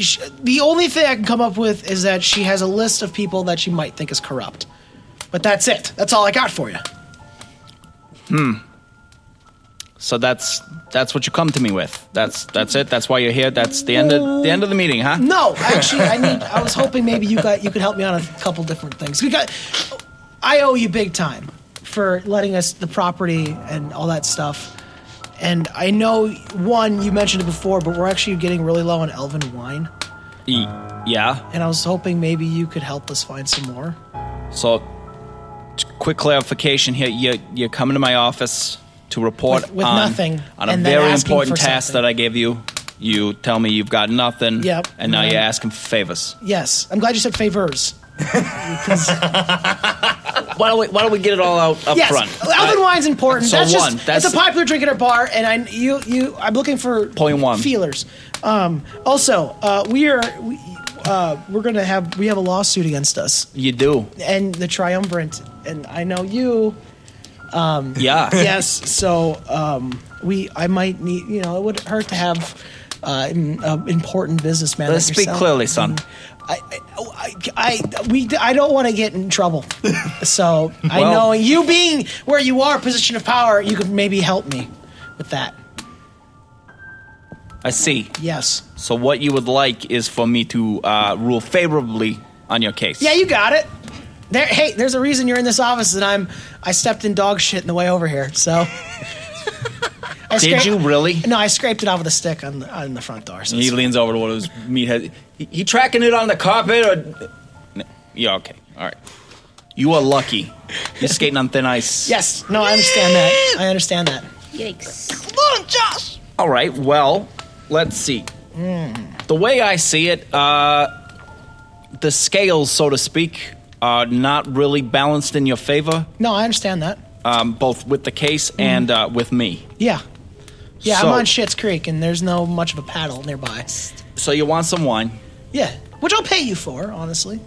sh the only thing I can come up with is that she has a list of people that she might think is corrupt, but that's it. That's all I got for you.
So that's that's what you come to me with. That's that's it. That's why you're here. That's the end of the end of the meeting, huh?
No, actually, I need. I was hoping maybe you got you could help me on a couple different things. We got. I owe you big time for letting us the property and all that stuff. And I know one you mentioned it before, but we're actually getting really low on elven wine.
E- yeah.
And I was hoping maybe you could help us find some more.
So, t- quick clarification here: you you're coming to my office to report
With- with
on,
nothing,
on a
and then
very
asking
important
for
task
something.
that I gave you. You tell me you've got nothing.
Yep.
And now
Mhm.
you're asking for favors.
Yes, I'm glad you said favors.
Why don't we Why don't we get it all out up
yes,
front?
Elven
Uh,
wine's important.
so
that's
one,
just
that's-
it's a popular drink at our bar, and I you you I'm looking for
Point one.
feelers. Um, also, uh, we are we, uh, we're gonna have we have a lawsuit against us
You do.
and the triumvirate, and I know you.
Yeah.
yes, so um, we I might need you know it would hurt to have. Uh, an uh, important businessman.
Let's
like
speak
yourself.
clearly, son.
I, Oh, I, I, I- we, I don't want to get in trouble. So I
Well-
know you being where you are, position of power, you could maybe help me with that.
I see.
Yes.
So what you would like is for me to uh, rule favorably on your case.
Yeah, you got it. There, hey, there's a reason you're in this office, and I'm I stepped in dog shit on the way over here. So. I
Did
scra-
you really?
No, I scraped it off with a stick on the, on the front door. So
He
it's-
leans over to one of his meathead. He, he tracking it on the carpet or? No. Yeah. Okay. All right. You are lucky. You're skating on thin ice.
yes. No, I understand that. I understand that.
Yikes.
All right. Well, let's see.
Hmm.
The way I see it, uh, the scales, so to speak, are not really balanced in your favor,
No, I understand that.
um, both with the case
Hmm.
and uh, with me.
Yeah. Yeah,
So-
I'm on Shit's Creek, and there's no much of a paddle nearby.
So you want some wine?
Yeah, which I'll pay you for, honestly.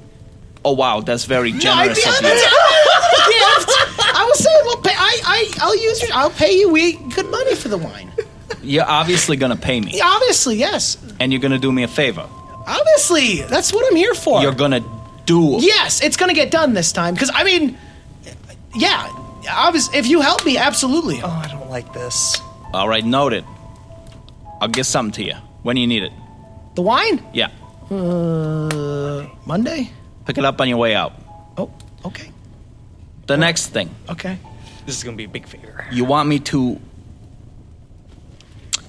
Oh wow, that's very generous of you.
I, I was saying, well, pay, I, I, I'll use, your- I'll pay you we, good money for the wine.
You're obviously gonna pay me,
Obviously, yes.
and you're gonna do me a favor.
Obviously, that's what I'm here for.
You're gonna do.
yes, it's gonna get done this time. Because I mean, yeah, obvious. If you help me, absolutely.
"Oh,
Uh,
I don't like this.
All right, noted. I'll get something to you when you need it.
The wine,
Yeah,
uh, Monday.
pick it up on your way out.
Oh, okay,
The next thing
okay.
This is gonna be a big favor.
you want me to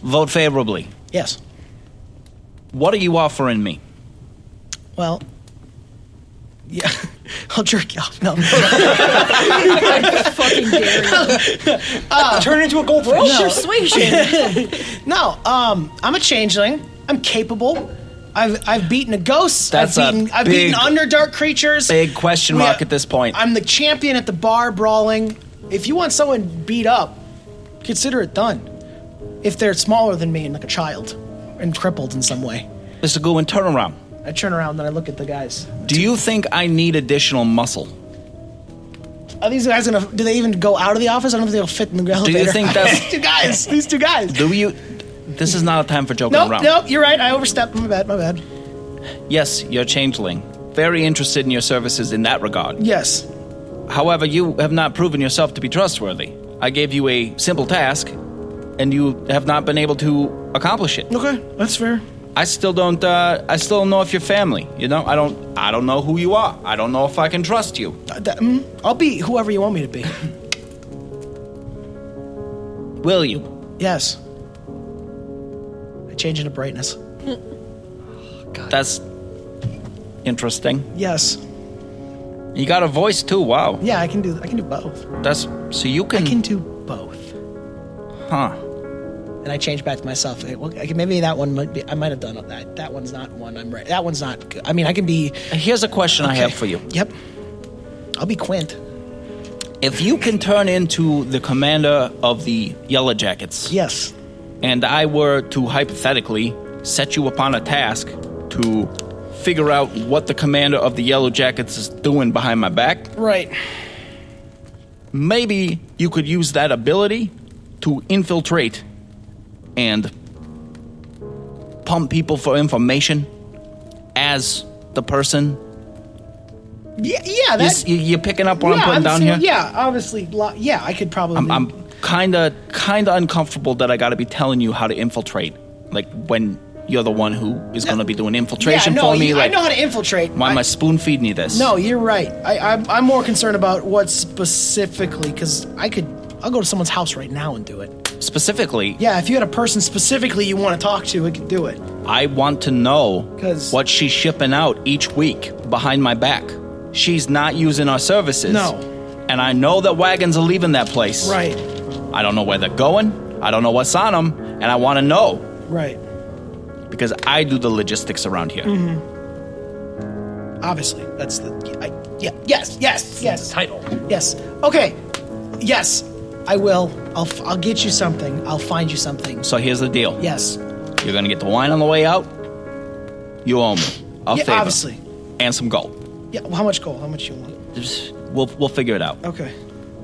vote favorably.
Yes.
What are you offering me?
Well. Yeah, I'll jerk you off. No.
Fucking dare you.
Turn into a goldfish.
Roll persuasion.
No, um, I'm a changeling. I'm capable. I've I've beaten a ghost.
That's a
I've beaten I've
big-
beaten underdark creatures.
Big question
We-
mark at this point.
I'm the champion at the bar brawling. If you want someone beat up, consider it done. If they're smaller than me and like a child and crippled in some way.
Mr. Goodwin, turn around.
I turn around and I look at the guys.
Do you think I need additional muscle?
Are these guys gonna do they even go out of the office? I don't think they'll fit in the elevator.
Do you think
these
that's.
two guys? These two guys.
Do you. This is not a time for joking
Nope,
around.
nope, you're right. I overstepped. My bad, my bad.
Yes, you're a changeling. Very interested in your services in that regard.
Yes.
However, you have not proven yourself to be trustworthy. I gave you a simple task, and you have not been able to accomplish it.
Okay, that's fair.
I still don't. Uh, I still don't know if you're family. You know, I don't. I don't know who you are. I don't know if I can trust you.
Uh, that- mm, I'll be whoever you want me to be.
Will you?
Yes. I change into brightness.
That's interesting.
Yes.
You got a voice too. Wow.
Yeah, I can do. I can do both.
That's so you
I
can.
can do both.
huh.
And I change back to myself. Hey, well, I can- maybe that one might be. I might have done that. That one's not one. I'm right. That one's not. Good. I mean, I can be.
Here's a question I have
Okay.
for you.
Yep. I'll be Quint.
If you can turn into the commander of the Yellow Jackets,
Yes.
and I were to hypothetically set you upon a task to figure out what the commander of the Yellow Jackets is doing behind my back,
Right.
maybe you could use that ability to infiltrate and pump people for information as the person.
Yeah. Yeah.
You,
That's.
you, you're picking up what I'm putting down here?
Yeah. Obviously. lo- Yeah. I could probably.
I'm, I'm kind of kind of uncomfortable that I got to be telling you how to infiltrate, like when you're the one who is going to be doing
yeah,
infiltration
no,
for me.
you-
like,
I know how to infiltrate.
why am I spoon feeding you this?
No, you're right. I, I'm, I'm more concerned about what specifically, because I could, I'll go to someone's house right now and do it.
specifically,
Yeah, if you had a person specifically you want to talk to, it could do it.
I want to know
'Cause-
what she's shipping out each week behind my back. She's not using our services.
No.
and I know that wagons are leaving that place.
Right,
I don't know where they're going. I don't know what's on them, and I want to know.
right.
Because I do the logistics around here.
Mm-hmm. Obviously, that's the. I, yeah, yes, yes, yes,
Title.
yes. Okay, yes, I will. I'll, f- I'll get you something. I'll find you something.
So here's the deal.
Yes,
You're gonna get the wine on the way out. You owe me a
yeah,
favor
obviously.
and some gold.
Yeah. Well, how much gold? How much you want?
Just- We'll we'll figure it out.
Okay.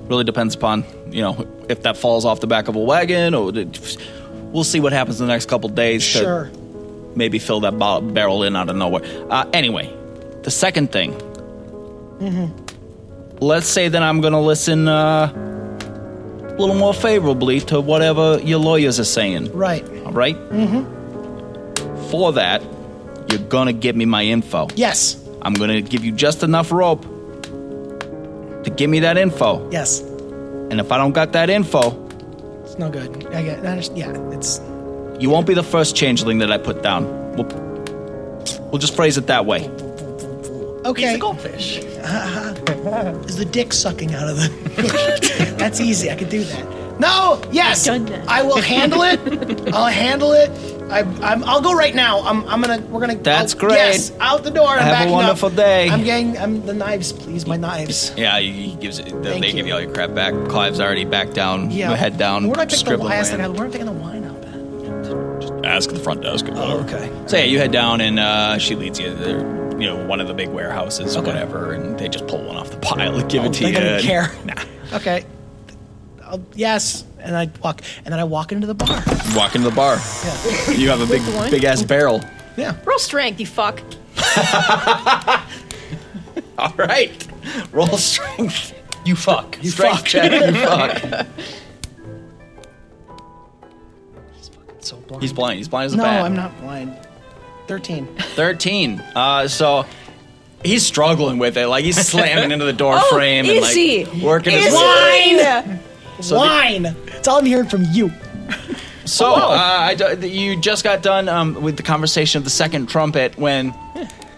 Really depends upon you know if that falls off the back of a wagon or the- we'll see what happens in the next couple days. to
Sure.
maybe fill that bo- barrel in out of nowhere. Uh, anyway, the second thing. Let's say that I'm gonna listen uh, a little more favorably to whatever your lawyers are saying.
Right.
All Mm-hmm. For that, you're gonna give me my info.
Yes.
I'm gonna give you just enough rope to give me that info.
Yes.
And if I don't got that info,
It's no good. I get. I understand. Yeah. It's.
you won't be the first changeling that I put down. We'll, we'll just phrase it that way.
Okay.
He's a goldfish.
is the dick sucking out of the. That's easy. I could do that. No. Yes.
I've done that.
I will handle it. I'll handle it. I, I'm, I'll go right now. I'm, I'm gonna. We're gonna.
That's
I'll-
great.
Yes. Out the door. I'm
Have a
backing up.
wonderful day.
I'm getting. I'm the knives, please. My knives.
Yeah, he gives it, they
Thank
give
you.
you all your crap back. Clive's already back down,
Yeah.
head down,
Where do I pick the
scribbling.
wine? I asked the guy,
away.
Where am I picking the wine up at?
Ask the front desk.
Oh, okay.
So yeah, you head down and uh, she leads you. There, you know, one of the big warehouses, or whatever, and they just pull one off the pile and give it to
Oh, they
you.
don't
and-
care.
uh, Nah.
Okay. I'll, yes. And I walk. And then I walk into the bar.
Walk into the bar.
Yeah.
You have a big,
one.
big ass barrel.
Yeah.
Roll strength, you fuck.
All right. Roll strength.
You fuck.
You strength
fuck.
check. You fuck.
So blind.
He's blind. He's blind as a
no,
bat.
I'm not blind. Thirteen.
Thirteen. Uh, so. He's struggling with it, like he's slamming into the door
Oh,
frame and
is
like
he?
working his
Is
way.
he?
wine. It's all I'm hearing from you.
So uh, I d- you just got done um, with the conversation of the second trumpet when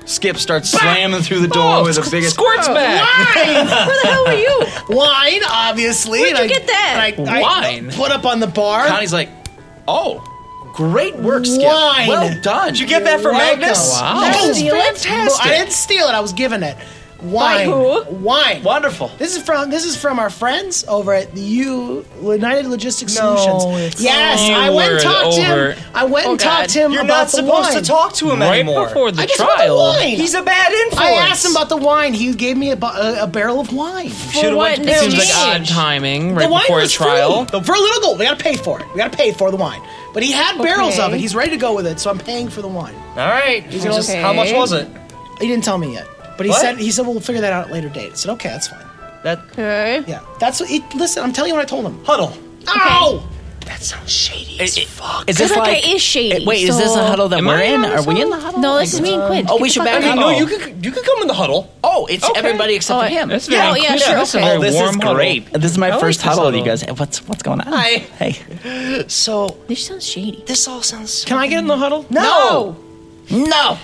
Skip starts slamming through the door with the biggest.
Squirts back.
Where the hell were you?
wine, obviously. Where'd
you get that?
And I, I
Wine?
put up on the bar.
Connie's like, "Oh, great work, Skip.
Wine.
Well done. Did you
Get that for
Welcome.
Magnus?
Wow.
That
Did you
was
steal it?
fantastic. I didn't steal it. I was given it.
By
Wine.
who?
Wine.
wonderful."
This is from this is from our friends over at the U United Logistics
No,
Solutions.
it's
Yes,
not.
I went and
You
talked to
were
him. I went and
Oh, God.
talked to him
You're
about
not
the
supposed to
wine.
talk to him
Right
anymore.
before the
I just want the
trial.
wine.
He's a bad influence.
I asked him about the wine. He gave me a, bu- a, a barrel of wine.
For what in
Seems like odd
exchange?
timing
The
right
wine
before a
was
trial.
free. For a little gold. We gotta pay for it. We gotta pay for the wine. But he had barrels of
Okay.
it. He's ready to go with it, so I'm paying for the wine.
All right.
gonna-
Just- How much was it?
He didn't tell me yet. But he
What?
said he said we'll figure that out at a later date. I said, okay, that's fine.
That
Okay.
Yeah. That's what he, listen, I'm telling you what I told him.
huddle.
Ow!
That sounds shady.
Is,
this Because, like, like- it is shady,
it- wait, is this the
so-
huddle that
Am
we're
I
in?
on
Are
this
we in the
huddle?
huddle?
No, this is me and Quinn.
Oh,
Get
we
the
should
fuck
back
out.
up.
no,
Oh.
you could you could come in the huddle.
Oh, it's everybody except
Oh,
for
I-
him.
That's very
Yeah, oh, yeah,
inclusive.
sure.
This is
Okay.
a
Oh, this
warm
is
huddle.
great. This is my
I like
first
this
huddle with you
huddle.
guys. What's what's going on?
Hi.
Hey.
So
This sounds shady.
this all sounds
Can I get in the huddle?
no.
No.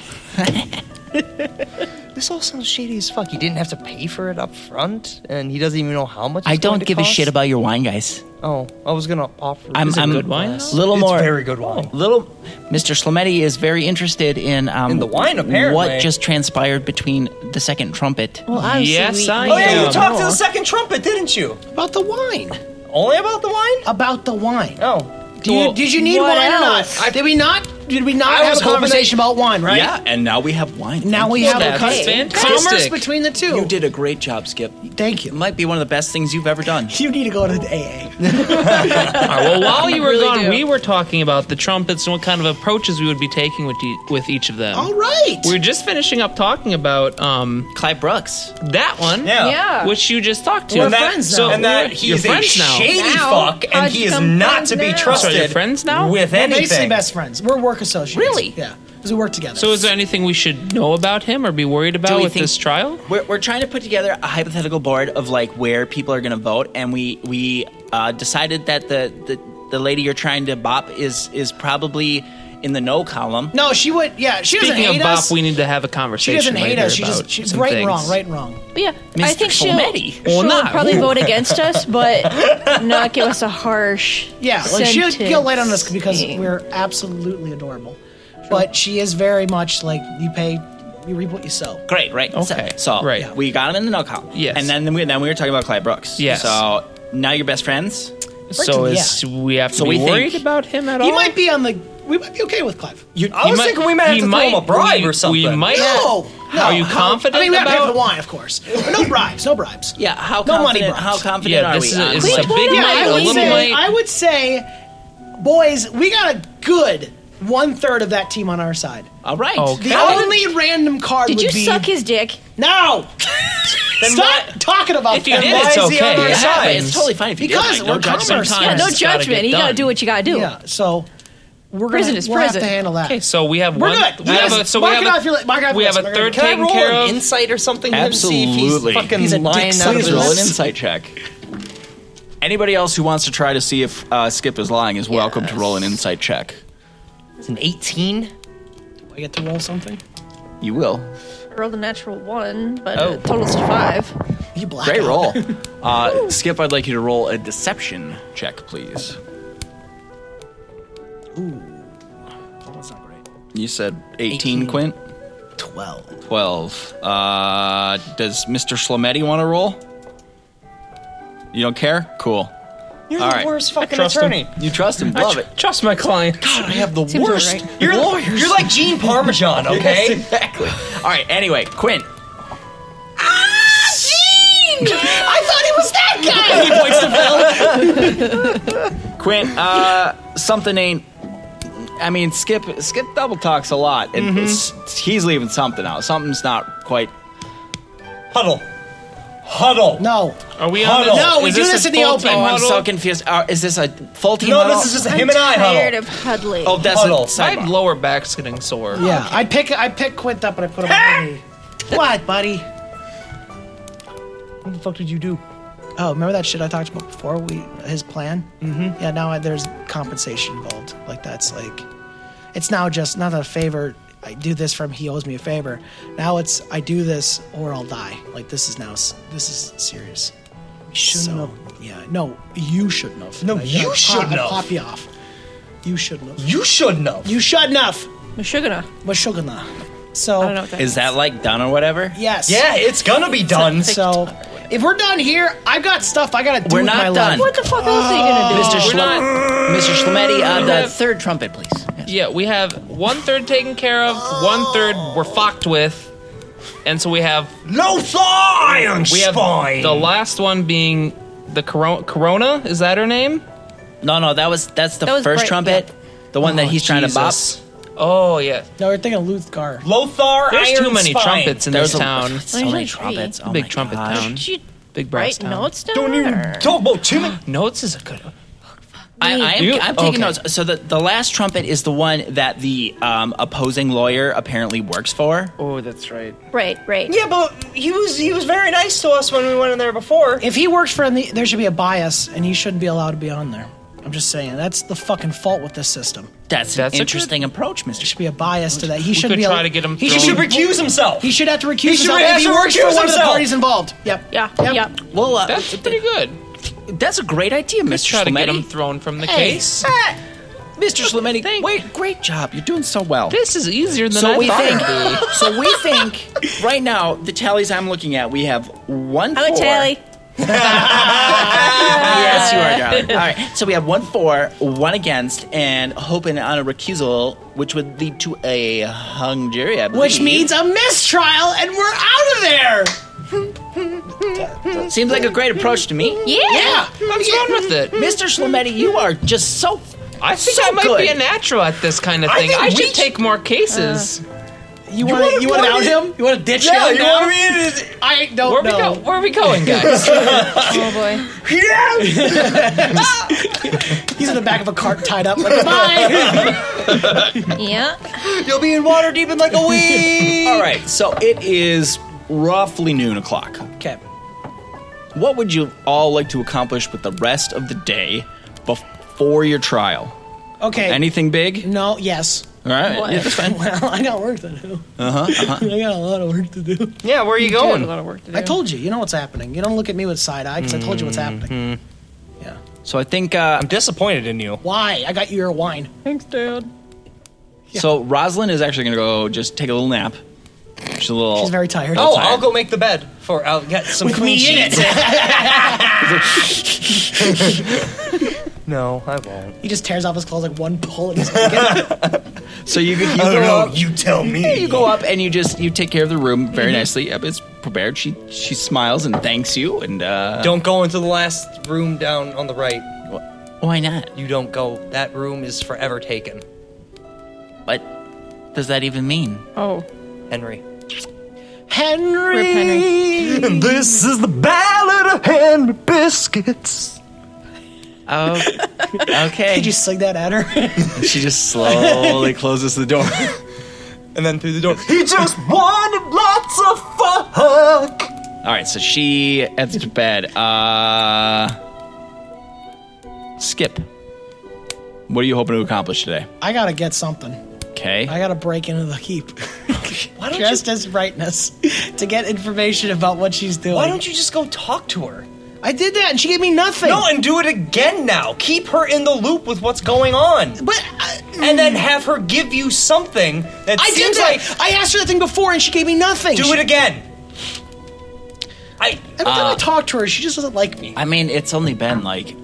This all sounds shady as fuck. He didn't have to pay for it up front, and he doesn't even know how much. It's
I
going
don't
to
give a
cost.
shit about your wine, guys.
Oh, I was gonna offer.
I'm
it
I'm
good wine, though?
Little
it's
more
very good wine.
Little Mr. Slametti is very interested in um,
In the wine, apparently.
What just transpired between the second trumpet?
Well, obviously
Yes,
we-
I
we
Oh yeah,
Yeah.
you talked to the second trumpet, didn't you?
About the wine.
Only about the wine?
About the wine.
Oh,
Do you, did you need
what
wine
else?
or not? did we not? Did we not
I
have
was
a
hoping
conversation about wine? Right.
Yeah, and now we have wine.
Now
Thank
we
you.
have a
That's
con-
fantastic.
commerce between the two.
You did a great job, Skip.
Thank
It
you.
might be one of the best things you've ever done.
You need to go to the AA.
All right, well, while you were
Really
gone,
do.
we were talking about the trumpets and what kind of approaches we would be taking with, e- with each of them.
All right.
We were just finishing up talking about um,
Clive Brooks.
that one,
yeah.
Yeah.
which you just talked to.
We're friends now.
So
And that
we're-
he's
you're
a
friends now.
shady
Now,
fuck, and
how'd
he
you
is
come
not to be
friends now?
trusted.
So you're friends now?
With
We're
anything.
basically best friends. We're work associates.
Really?
Yeah. Because we work together.
So, is there anything we should know about him or be worried about
we
with
think-
this trial?
We're, we're trying to put together a hypothetical board of like where people are going to vote, and we we uh, decided that the, the the lady you're trying to bop is is probably in the no column.
no, she would. Yeah, she doesn't
Speaking
hate
of Bop,
us.
we need to have a
she
conversation.
doesn't hate
later
us. She
about
just she's
some
right
things.
and wrong, right and wrong.
Yeah, I
Mr.
think she'll,
Fumetti.
Well,
she'll
not-
probably
Ooh.
vote against us, but not give us a harsh.
Yeah, like she'll
sentence.
get light on us because we're absolutely adorable. But she is very much like you pay, you reap what you sow.
Great, right?
Okay,
So, so
right.
we got him in the no column.
Yes.
and then we then we were talking about Clive Brooks.
Yes.
So now you're best friends.
So,
Yeah.
is we have to
So
be
we think-
worried about him at all?
He might be on the. We might be okay with Clive.
You- I
He
was
might-
thinking we might have
he
to throw him a bribe
we-
or something.
We might.
No, no.
Are you confident
I mean, we have to pay for
about?
the wine, of course. But no bribes. No bribes.
Yeah. How
No money
confident?
bribes.
How confident
Yeah,
are
this
we?
is,
on
this
this?
is a big
Yeah,
might,
I
a
would
little
say,
might.
I would say, boys, we got a good one third of that team on our side.
All right.
Okay.
The only random card
Did
would
you
be
suck his dick?
no. Stop talking about
If you
that.
did,
why
it's
is he on
okay.
our
It
side?
But
happens.
it's totally fine if you
Because
do it.
we're
Like, no judgment.
commerce.
Sometimes
Yeah, no
it's gotta
judgment.
get
You gotta
done.
do what you gotta do.
Yeah, so we're
Prison
gonna,
is
we'll
prison.
have to handle that.
Okay, so we have
We're
one.
good.
We
Yes.
have a, so
Mark
we
it off
have
your li- mark it
a,
off
we
your
have a
list.
third
Can I
taken care
an
of.
insight or something to him, see
Absolutely.
if he's fucking
He's a dick
lying out of
sucker.
his
Please roll an
lips.
insight check. Anybody else who wants to try to see if uh, Skip is lying is welcome to roll an insight check.
It's an 18.
I get to roll something.
You will.
I rolled a natural one, but
Oh.
it totals to five.
You black.
Great roll. Uh, Skip, I'd like you to roll a deception check, please.
Oh,
That's not great.
You said 18, Quint?
Twelve.
12. Uh, does Mr. Schlometti want to roll? You don't care? Cool.
You're
All
the
right.
worst fucking
trust him.
attorney.
You trust him. Love it.
Trust my client.
I have the
Seems
worst
alright.
You're,
lawyers.
you're like Gene Parmesan, okay?
exactly. All right. Anyway, Quint.
Ah, I thought he was that guy.
he points to Phil. Quint, uh, something ain't. I mean, Skip Skip double talks a lot, and s- he's leaving something out. Something's not quite.
Huddle. Huddle.
No,
Are we on?
Huddle.
this-
No, Oh, we
is
do
this,
this
a
in the
full
open.
team
Oh, I'm
huddle?
so confused. Uh, is this a full team?
No,
huddle?
this is just
I'm
him and I
tired
huddle.
of huddling.
Oh, that's
huddle.
a
My
sidebar.
lower back's getting sore.
yeah, I pick I pick Quint up and I put him on my knee. What, buddy?
What the fuck did you do?
Oh, remember that shit I talked about before? We his plan. Mm-hmm. Yeah, now I, there's compensation involved. Like that's like, it's now just not a favor. I do this from he owes me a favor. Now it's I do this or I'll die. Like this is now s- this is serious.
Shouldn't
So, yeah, no, you shouldn't have.
No,
I-
you
I pop-
shouldn't
I
have.
Pop you off. You shouldn't have.
You should know.
You shouldn't have.
Mashugana.
But shouldn't have. So
I don't know what that
Is that like done or whatever?
yes.
yeah, it's gonna be done.
So if we're done here, I've got stuff I gotta do.
We're
with
not
my
done.
Life.
What the fuck else are you gonna do?
Mr. Schle-
not-
Mr. Schlemetti, uh, the
have-
third trumpet, please. Yes.
Yeah, we have one third taken care of, one third we're fucked with, and so we have
No iron
we have
spine.
the last one being the Corona. Corona is that her name?
No, no, that was that's the
That was
first
great,
trumpet, the one that he's trying to bop.
Jesus. Oh yeah,
No, we're thinking Luthgar.
Lothar
there's
iron
too many
spine.
trumpets in
There's
this
a- so
town.
There's
many
like three.
trumpets. Oh
Big
my
trumpet
gosh.
town.
She
Big brass
write
town.
notes down.
Don't even
or-
talk about too many.
Notes is a good one.
I, I am,
You?
I'm taking
Okay.
notes. So the, the last trumpet is the one that the um, opposing lawyer apparently works for.
Oh, that's right.
Right, right.
Yeah, but he was he was very nice to us when we went in there before.
If he works for the, there should be a bias, and he shouldn't be allowed to be on there. I'm just saying that's the fucking fault with this system.
That's,
That's a
an
good-
interesting approach, Mr.
Should be a bias to that. He should
could
be
try
al-
to get him
He
thrown-
should,
He
be-
should
recuse himself.
He should have to recuse
He should
himself
have
if he
to
works for
recuse
one of the
himself.
parties involved. Yep.
Yeah,
Yep.
yeah.
Well, uh,
That's pretty good.
that's a great idea,
Let's
Mr.
try to get
Schlemetti.
him thrown from the
Hey,
case.
ah, Mr. Schlemetti,
Thank-
wait, great job. You're doing so well.
This is easier than I
so we
thought.
think.
it'd be.
so we think. Right now, the tallies I'm looking at, we have one.
I'm a
four.
tally.
Yes, you are, darling. All right. So we have one for, one against, and hoping on a recusal, which would lead to a hung jury, I believe.
Which means a mistrial, and we're out of there.
seems like a great approach to me.
Yeah.
Yeah.
What's wrong with it?
Mr. Schlemetti, you are just so.
I think
so
I might
good.
be a natural at this kind of
I
thing.
think
I,
we Uh,
should
should-
take more cases.
You want to? You want to out him? You want to ditch him? now?
to be
I don't
where,
know.
we go? where are we going, guys?
Oh boy.
He's in the back of a cart tied up. Like, bye.
Yeah.
You'll be in water deep in like a week.
All right. So it is roughly noon o'clock.
okay.
What would you all like to accomplish with the rest of the day before your trial?
Okay.
Anything big?
no. Yes.
All right.
What?
Yeah, that's fine.
Well, I got work to do.
Uh-huh,
I got a lot of work to do.
Yeah, where are you
I had a
going?
lot of work to do.
I told you. You know what's happening. You don't look at me with side eye because I told you what's happening.
Mm-hmm.
Yeah.
So I think. Uh,
I'm disappointed in you.
Why? I got you your wine.
Thanks, Dad.
So Rosalind is actually gonna go just take a little nap. She's a little.
She's very tired.
Oh, I'll go make the bed for. I'll get some clean sheets.
No, I won't.
He just tears off his clothes like one pull. And he's like,
So you you go, up,
You tell me.
you go up and you just you take care of the room very nicely. Yep, it's prepared. She she smiles and thanks you and uh,
Don't go into the last room down on the right.
why not?
You don't go. That room is forever taken.
What does that even mean?
Oh.
Henry.
Henry.
Rip Henry.
This is the ballad of Henry Biscuits.
Oh, okay.
Did you sing that at her?
she just slowly closes the door.
And then through the door.
He just wanted lots of fuck.
All right, so she heads to bed. Uh, Skip. What are you hoping to accomplish today?
I gotta get something.
Okay.
I gotta break into the heap. Why don't Dressed as brightness to get information about what she's doing.
Why don't you just go talk to her?
I did that and she gave me nothing.
No, and do it again now. Keep her in the loop with what's going on.
but I,
And then have her give you something that
I did
seems
that.
like.
I asked her that thing before and she gave me nothing.
Do
She-
it again. I.
Every time I talk to her, she just doesn't like me.
Ah. I mean, it's only been like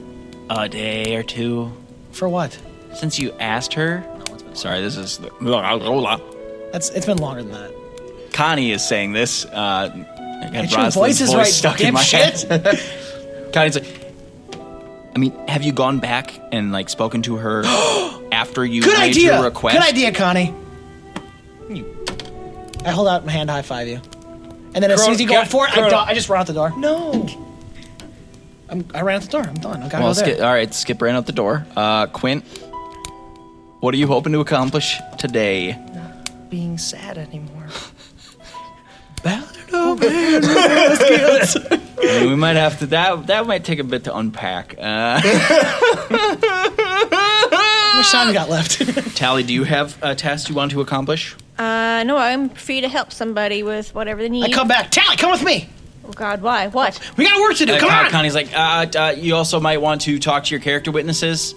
a day or two
For what?
since you asked her. Sorry, this is
That's it's been longer than that.
Connie is saying this. Uh, I got
Get your
Rosalind's
voices
voice
right,
stuck in my
dipshit.
head. Connie's like, I mean, have you gone back and like spoken to her after you
Good
made
idea.
your request?
Good idea, Connie. I hold out my hand, high five you, and then as
Corona-
soon as you go
yeah,
up for it, I,
Corona.
do- I just run out the door. No, I'm, I ran out the door. I'm done. I gotta
Well,
go there.
skip, all right, skip ran out the door. Uh, Quint, what are you hoping to accomplish today?
Being sad anymore.
I mean, we might have to that that might take a bit to unpack. Uh,
How much time we got left?
Tally, do you have a task you want to accomplish?
Uh, no, I'm free to help somebody with whatever they need.
I come back. Tally, come with me.
Oh God, why? What?
We got work to do.
Uh,
come
Con-
on.
Connie's like, uh, uh, you also might want to talk to your character witnesses.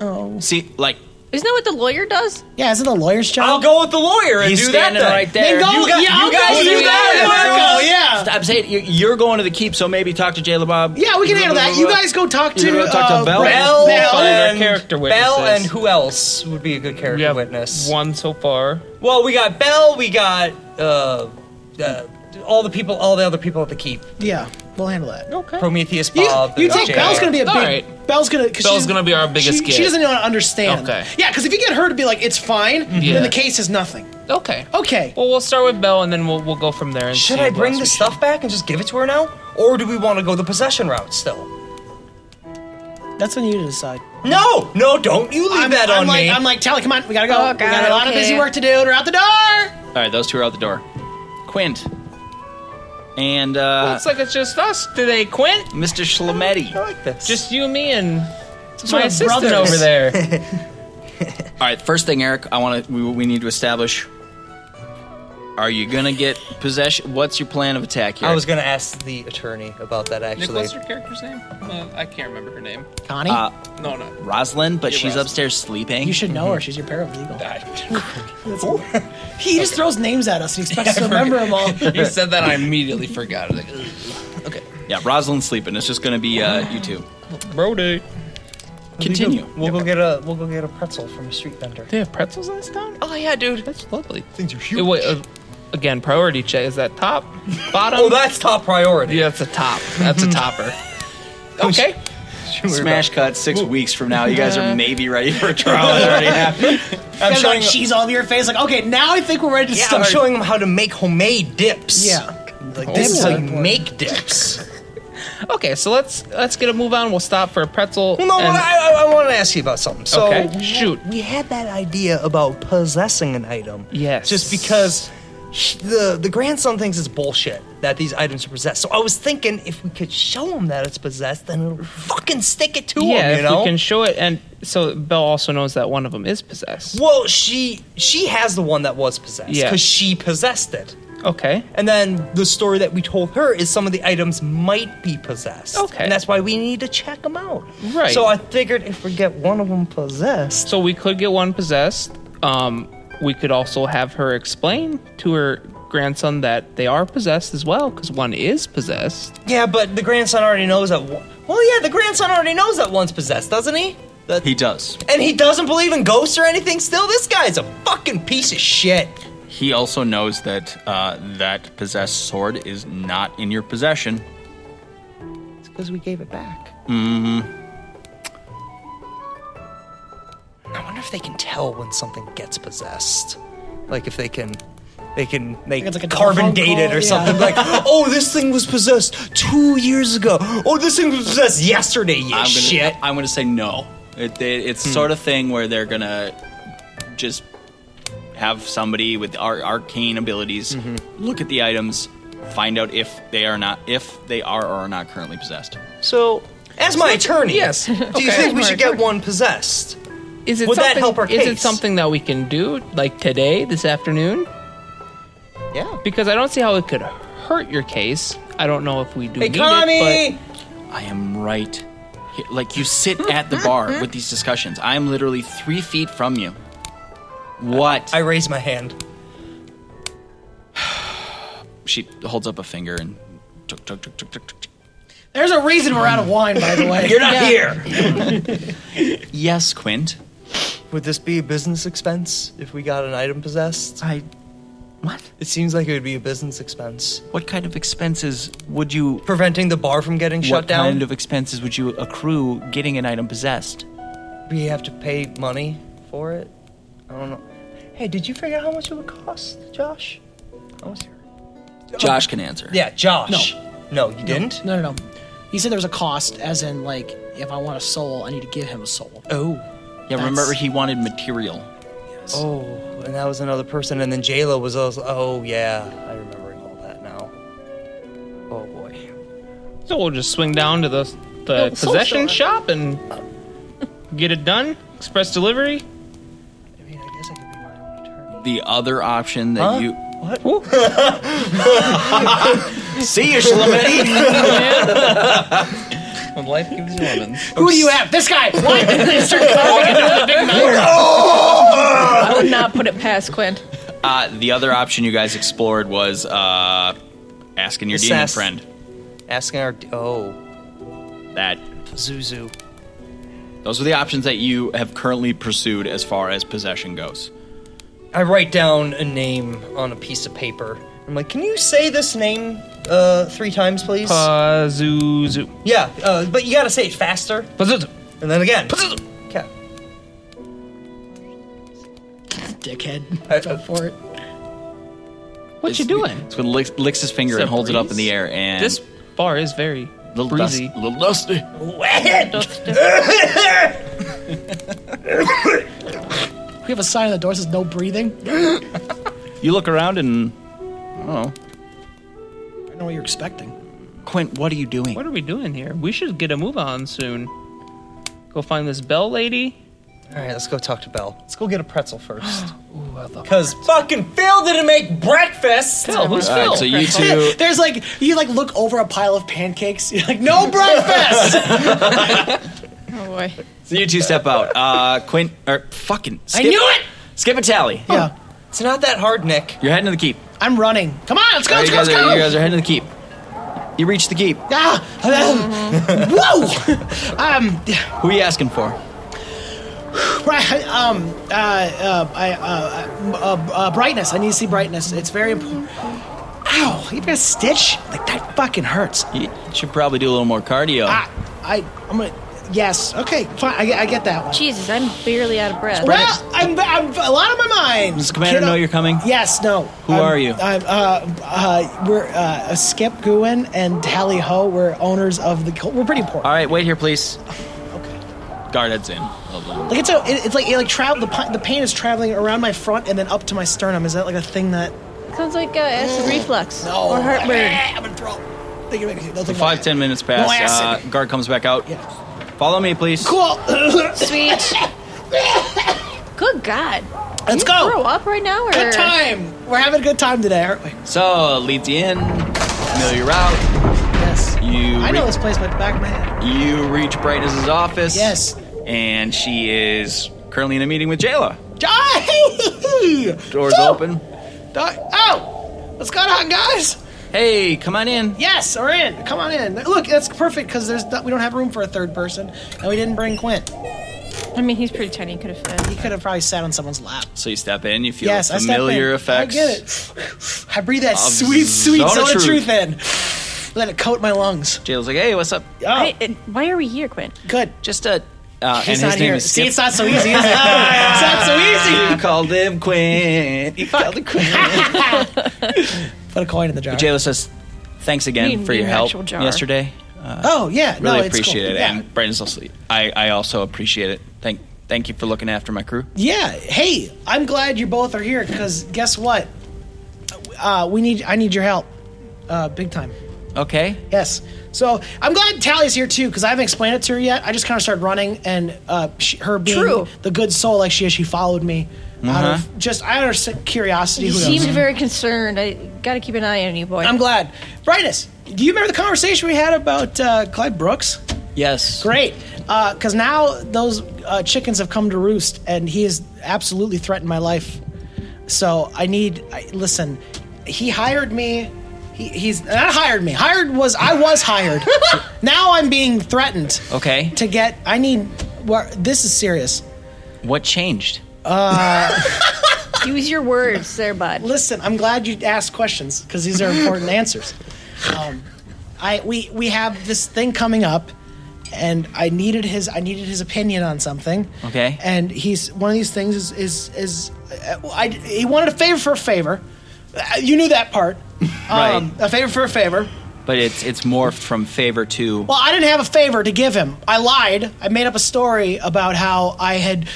Oh.
See, like
Isn't that what the lawyer does?
Yeah, is it the lawyer's job?
I'll go with the lawyer and
he's
do that.
standing
Then.
right there.
Then go.
You-
got-
yeah,
you
I'll
guys
go.
do
you
Oh,
that.
guys go. Yeah.
I'm saying you- you're going to the keep, so maybe talk to Jayla Bob.
Yeah, we can handle that. You guys go talk to
You go talk to
uh,
Belle.
Bell,
Belle.
Bell.
and
Character
Bell
witnesses.
and who else would be a good character
we have
witness?
one so far.
Well, we got Bell. We got uh, uh, all the people, all the other people at the keep.
Yeah, we'll handle that.
Okay.
Prometheus,
You,
Bob.
you
and
think
JR.
Belle's gonna be a big?
All right.
Belle's gonna. Cause
Belle's
she's-
gonna be our biggest
She,
kid.
she doesn't even understand.
Okay.
Yeah, because if you get her to be like, it's fine,
Yeah.
then the case is nothing.
Okay.
Okay.
Well, we'll start with Bell, and then we'll we'll go from there. And
Should
see
I
what
bring
else
the
we
stuff back and just give it to her now, or do we want to go the possession route still?
That's on you to decide.
No, no, don't you leave that
I'm
on
like,
me.
I'm like, Tally, come on, we gotta go.
Oh,
we got
God,
a lot of
okay.
busy work to do. We're out the door.
All right, those two are out the door. Quint and uh,
Looks like it's just us today, Quint.
Mr. Schlemetti. All
like this.
Just you, me, and my
my
assistant
brothers.
over there.
right, first thing, Eric, I want to. We, we need to establish. Are you gonna get possession? What's your plan of attack here?
I was gonna ask the attorney about that
Nick,
actually.
what's your character's name? Uh, I can't remember her name.
Connie,
uh,
No, no.
Rosalind, but
Yeah,
she's
Rosalind.
upstairs sleeping.
you should know her. She's your paralegal.
I-
He just throws names at us. He expects us to remember them all.
you said that, I immediately forgot. I was Like,
Yeah, Rosalind's sleeping. It's just gonna be uh, you two.
Brody.
Continue.
We'll go get a we'll go get a pretzel from a street vendor.
They have pretzels in this town? Oh, yeah, dude. That's lovely.
Things are huge.
Hey, wait, uh, again, priority check. Is that top? Bottom?
oh, that's top priority.
Yeah, that's a top. That's a topper. Okay.
Smash cut six weeks from now. You guys are maybe ready for a trial. It's already happened.
I'm
showing-
like cheese all over your face. Like, okay, now I think we're ready to
Yeah,
start.
I'm showing them how to make homemade dips.
Yeah.
Like, this
Oh.
is how you
Important.
make dips.
Okay, so let's let's get a move on. We'll stop for a pretzel.
Well, no,
and-
I, I, I want to ask you about something. So,
Okay,
we had-
shoot.
We had that idea about possessing an item.
Yes.
Just because sh- the the grandson thinks it's bullshit that these items are possessed. So I was thinking if we could show him that it's possessed, then it'll fucking stick it to
yeah,
him. You
if
know.
we can show it, and so Belle also knows that one of them is possessed.
well, she she has the one that was possessed because
Yeah.
she possessed it.
Okay.
And then the story that we told her is some of the items might be possessed.
Okay.
And that's why we need to check them out.
Right.
So I figured if we get one of them possessed,
So we could get one possessed. Um, we could also have her explain to her grandson that they are possessed as well, because one is possessed.
Yeah, but the grandson already knows that. One- well, yeah, the grandson already knows that one's possessed, doesn't he? That-
He does.
and he doesn't believe in ghosts or anything. Still, this guy's a fucking piece of shit.
He also knows that uh, that possessed sword is not in your possession.
It's because we gave it back. Mm-hmm. I wonder if they can tell when something gets possessed. Like if they can. They can they
it's like a
carbon
telephone
date it
call,
or
yeah.
something like, oh, this thing was possessed two years ago. Oh, this thing was possessed yesterday. You
I'm gonna,
shit.
I'm gonna say no. It, it, it's sort of thing where they're gonna just have somebody with ar- arcane abilities look at the items, find out if they are not if they are or are not currently possessed.
So, as my attorney,
yes.
Do you
Okay.
think we
As
should
my
get one possessed?
Is it
Would that
something,
help our
Is it
case?
something that we can do like today, this afternoon?
Yeah.
Because I don't see how it could hurt your case. I don't know if we do
Hey,
need
Connie.
it,
I am right. here. Like you sit at the bar with these discussions. I am literally three feet from you. What?
I raise my hand.
she holds up a finger and. Tuk, tuk, tuk, tuk, tuk, tuk, tuk.
There's a reason we're out of wine, by the way.
You're not here.
Yes, Quint.
Would this be a business expense if we got an item possessed?
I. What?
It seems like it would be a business expense.
What kind of expenses would you
Preventing the bar from getting shut
what
down.
kind of expenses would you accrue getting an item possessed?
Oh. we have to pay money for it. I don't know. Hey, did you figure out how much it would cost, Josh? I was here.
Josh can answer.
Yeah, Josh. No, you didn't.
No, no, no. He said there was a cost, as in like if I want a soul, I need to give him a soul.
Oh.
Yeah, remember
That's-
he wanted material.
Oh, and that was another person, and then Jayla was also. Oh yeah, I remember all that now. Oh boy.
but so we'll just swing down to the the
No, so sorry.
possession shop and get it done. Express delivery.
I mean, I guess I could be my own attorney.
The other option that
Huh?
you
What?
see you, Shlemini.
When life gives you lemons.
Who do you have? This guy. Why did they start coughing into the big mouth?
I would not put it past Quint.
uh, the other option you guys explored was uh, asking your demon
Assess.
friend
Asking our oh
that.
Zuzu.
Those are the options that you have currently pursued as far as possession goes.
I write down a name on a piece of paper. I'm like, can you say this name uh, three times, please?
Pazuzu.
yeah, uh, but you gotta say it faster,
Pazuzu.
and then again.
Pazuzu.
Okay.
Dickhead. Go for it.
What you
It's-
doing?
It's when licks, licks his finger
Is that
and holds it up in
breeze?
the air and
This bar is very
little
Breezy.
dust- little dusty.
We have a sign on the door that says no breathing. I
You look around and I don't know.
don't know what you're expecting.
Quint, what are you doing?
What are we doing here? We should get a move on soon. Go find this bell lady.
All right, let's go talk to Belle. Let's go get a pretzel first.
Ooh, I thought.
Cause fucking Phil didn't make breakfast.
Phil, who's
All
Phil?
right, so you two.
There's like you like look over a pile of pancakes. You're like no breakfast.
Oh boy.
So you two step out. Uh, Quint, or fucking. Skip,
I knew it.
Skip and tally.
yeah,
It's not that hard, Nick.
You're heading to the keep.
I'm running. Come on, let's go,
All right,
let's
you,
go,
guys are,
let's
you
go.
guys are heading to the keep. You reach the keep.
Ah, um, whoa. um,
Who are you asking for?
Right, um, uh, uh, I, uh, uh, uh, brightness. I need to see brightness. It's very important. Ow! You got a stitch? Like that fucking hurts.
You should probably do a little more cardio.
I, I, I'm gonna. Yes. Okay. Fine. I, get- I get that one.
Jesus, I'm barely out of breath.
Well, I'm, I'm a lot on my mind.
Does Commander know you're coming?
Yes. No.
Who
I'm-
are you?
I'm. Uh. Uh. We're uh. Skip Gouin and Tally Ho. We're owners of the. co- We're pretty poor.
All right, wait here, please.
Okay.
Guard heads in.
Like it's a. It, it's like it like travel. The pi- the pain is traveling around my front and then up to my sternum. Is that like a thing that?
Sounds like uh, acid reflux or heartburn.
Oh. I'm gonna throw. Think you're making- they'll think
Five,
about-
ten minutes pass.
No acid.
uh, guard comes back out.
Yeah.
Follow me, please.
Cool.
Sweet. Good God.
Let's
you
go.
Grow up right now, or
Good time. We're having a good time today, aren't we?
So, leads you in, familiar route.
Yes.
You,
I know
re-
this place by the back of my head.
you reach Brightness's office.
Yes.
And she is currently in a meeting with Jayla.
Die.
Doors
Woo!
open.
Die. Oh, what's going on, guys?
Hey, come on in.
Yes, we're in. Come on in. Look, that's perfect because there's not, we don't have room for a third person, and we didn't bring Quint.
I mean, he's pretty tiny. Could have
He
fit.
could have probably sat on someone's lap.
So you step in, you feel
Yes,
the familiar
I step in.
effects.
I get it. I breathe that
Of
sweet, sweet
zone of
zone of
truth.
truth in. Let it coat my lungs.
Jayla's like, hey, what's up?
Oh,
I, uh, why are we here, Quinn?
good.
Just a. Uh,
He's
and
not
his name
here.
is
See,
Skip.
it's not so easy. Is it? it's not so
You
easy.
called him Quinn. You called him Quinn.
Put a coin in the jar.
Jayla says, thanks
You
again
need
for your
an
help
actual jar.
yesterday.
Oh yeah,
Really
no,
appreciate
it's cool.
it.
Yeah.
And Brandon's also, I, I also appreciate it. Thank thank you for looking after my crew.
yeah, hey, I'm glad you both are here because guess what? Uh, we need. I need your help, uh, big time.
Okay.
Yes. So I'm glad Tally's here too because I haven't explained it to her yet. I just kind of started running, and uh, she, her being
True.
the good soul like she is, she followed me out
Uh-huh.
of just out of si- curiosity.
He
who knows?
seemed very concerned. I gotta keep an eye on you, boy.
I'm glad. Brightness, do you remember the conversation we had about uh, Clyde Brooks?
Yes.
Great, because now those uh, chickens have come to roost, and he has absolutely threatened my life. So I need. I, listen, he hired me. He, he's uh, not hired me. Hired was I was hired. now I'm being threatened.
Okay.
To get, I need. Well, this is serious.
What changed?
Use your words there, bud.
Listen, I'm glad you asked questions because these are important answers. Um, I we we have this thing coming up, and I needed his I needed his opinion on something.
Okay.
And he's one of these things is is is uh, I he wanted a favor for a favor. Uh, You knew that part. Um,
Right.
A favor for a favor.
But it's it's morphed from favor to
Well, I didn't have a favor to give him. I lied. I made up a story about how I had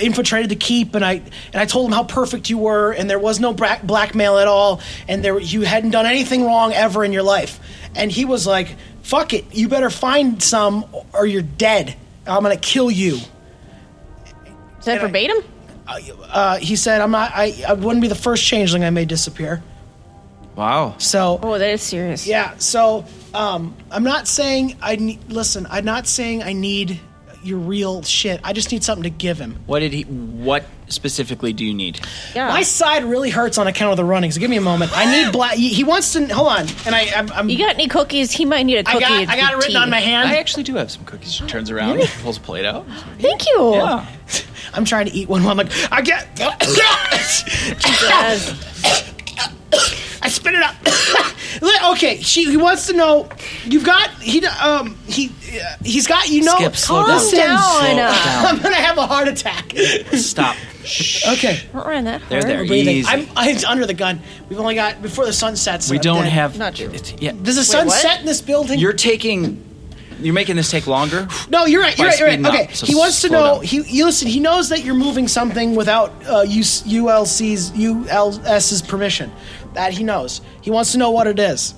infiltrated the keep, and I and I told him how perfect you were, and there was no bra- blackmail at all, and there you hadn't done anything wrong ever in your life. And he was like, "Fuck it, you better find some, or you're dead. I'm gonna kill you."
Is that verbatim?
Uh, he said, "I'm not. I, I wouldn't be the first changeling I made disappear."
wow.
So
oh, that is serious.
Yeah. So um, I'm not saying I need. Listen, I'm not saying I need your real shit. I just need something to give him.
What did he? What specifically do you need?
Yeah.
My side really hurts on account of the running. So give me a moment. I need black. He he wants to. Hold on. And I, I'm. I'm
you got any cookies? He might need a
I
cookie.
got. I got it
for
written
tea.
on my
I
hand.
actually do have some cookies. She turns around, pulls a plate out.
Thank you.
Yeah.
I'm trying to eat one. While I'm like, I get.
Yes.
I spit it up. Li- okay. She. He wants to know. You've got. He. Um. He. Uh, he's got. You know.
Skip, slow
Calm
down.
Listen.
down.
Slow
uh,
down.
I'm gonna have a heart attack.
Stop.
Okay.
Not running that
They're
hard.
there.
Breathing.
Easy.
I'm, I'm under the gun. We've only got before the sun sets.
we
I'm
don't
dead.
have.
Not true.
it's- Yeah.
Does the
Wait,
sun
what?
set in this building?
You're taking. You're making this take longer.
no, you're right. You're
by
right. You're right.
speeding up,
Okay.
so
he wants to
slow
know.
down.
He you listen. He knows that you're moving something without uh, ULC's ULS's permission. That he knows. He wants to know what it is.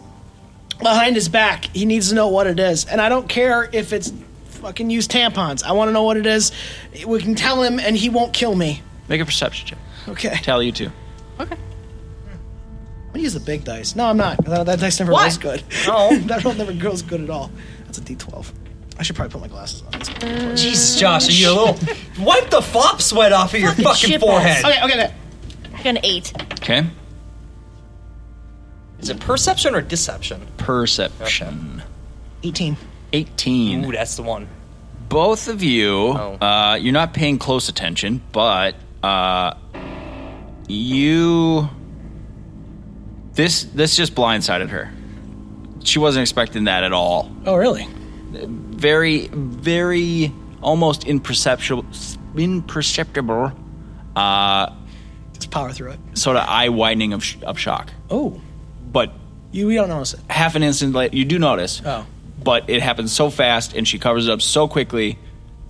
Behind his back, he needs to know what it is, and I don't care if it's fucking used tampons. I want to know what it is. We can tell him, and he won't kill me.
Make a perception check.
Okay.
Tell you two.
I'm gonna use the big dice. No, I'm not. That, that dice never
What?
rolls good.
No.
that roll never goes good at all. That's a D12. I should probably put my glasses on. That's-
Jesus, Josh, are you a little? Wipe the flop sweat off of your
Fucking
fucking
shitballs.
forehead.
Okay, okay, okay.
Like an eight.
Okay.
Is it perception or deception?
Perception.
18.
Eighteen.
Ooh, that's the one.
both of you
Oh.
uh, you're not paying close attention but uh, you this this just blindsided her she wasn't expecting that at all
Oh, really?
very very almost imperceptible imperceptible uh,
Just power through it.
sort of eye widening of, sh- of shock
Oh,
but
you we don't notice it.
half an instant later you do notice
Oh.
but it happens so fast and she covers it up so quickly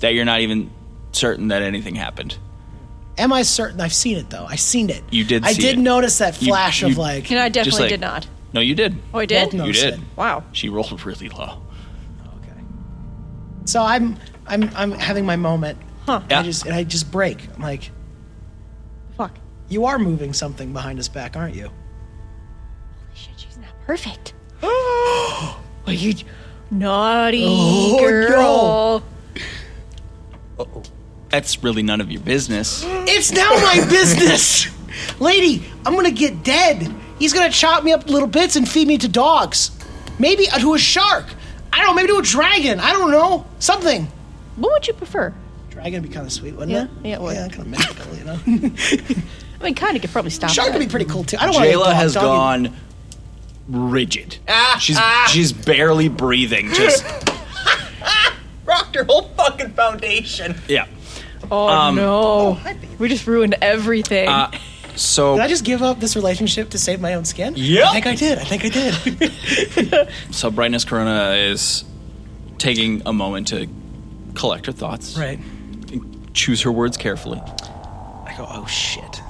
that you're not even certain that anything happened
Am I certain? I've seen it though. I've seen it.
You did
I
see
did
it.
notice that
You-
flash
you-
of like.
And I definitely
like-
did not.
No, you did.
Oh, I did?
Both no.
you
noticed
did.
it.
Wow.
She rolled really low.
So I'm I'm I'm having my moment.
Huh.
Yeah.
I just and I just break. I'm like,
Fuck.
you are moving something behind his back, aren't you?
Shit, she's not perfect. Are you naughty
Oh,
girl?
That's really none of your business.
It's now my business. Lady, I'm gonna get dead. He's gonna chop me up in little bits and feed me to dogs. Maybe uh, to a shark. I don't know, maybe to a dragon. I don't know. Something.
What would you prefer?
Dragon would be kind of sweet, wouldn't
Yeah,
it?
yeah, it would.
Yeah, kind of magical, you know?
I mean, kind of could probably stop.
shark
that.
would be pretty cool, too. I don't want to
Jayla has gone rigid.
Ah,
she's she's barely breathing. Just
Rocked your whole fucking foundation.
yeah.
Oh
Um,
no, we just ruined everything.
Uh, so
Did I just give up this relationship to save my own skin?
Yep.
I think I did. I think I did.
so brightness Corona is taking a moment to collect her thoughts,
right.
choose her words carefully.
I go, oh, shit.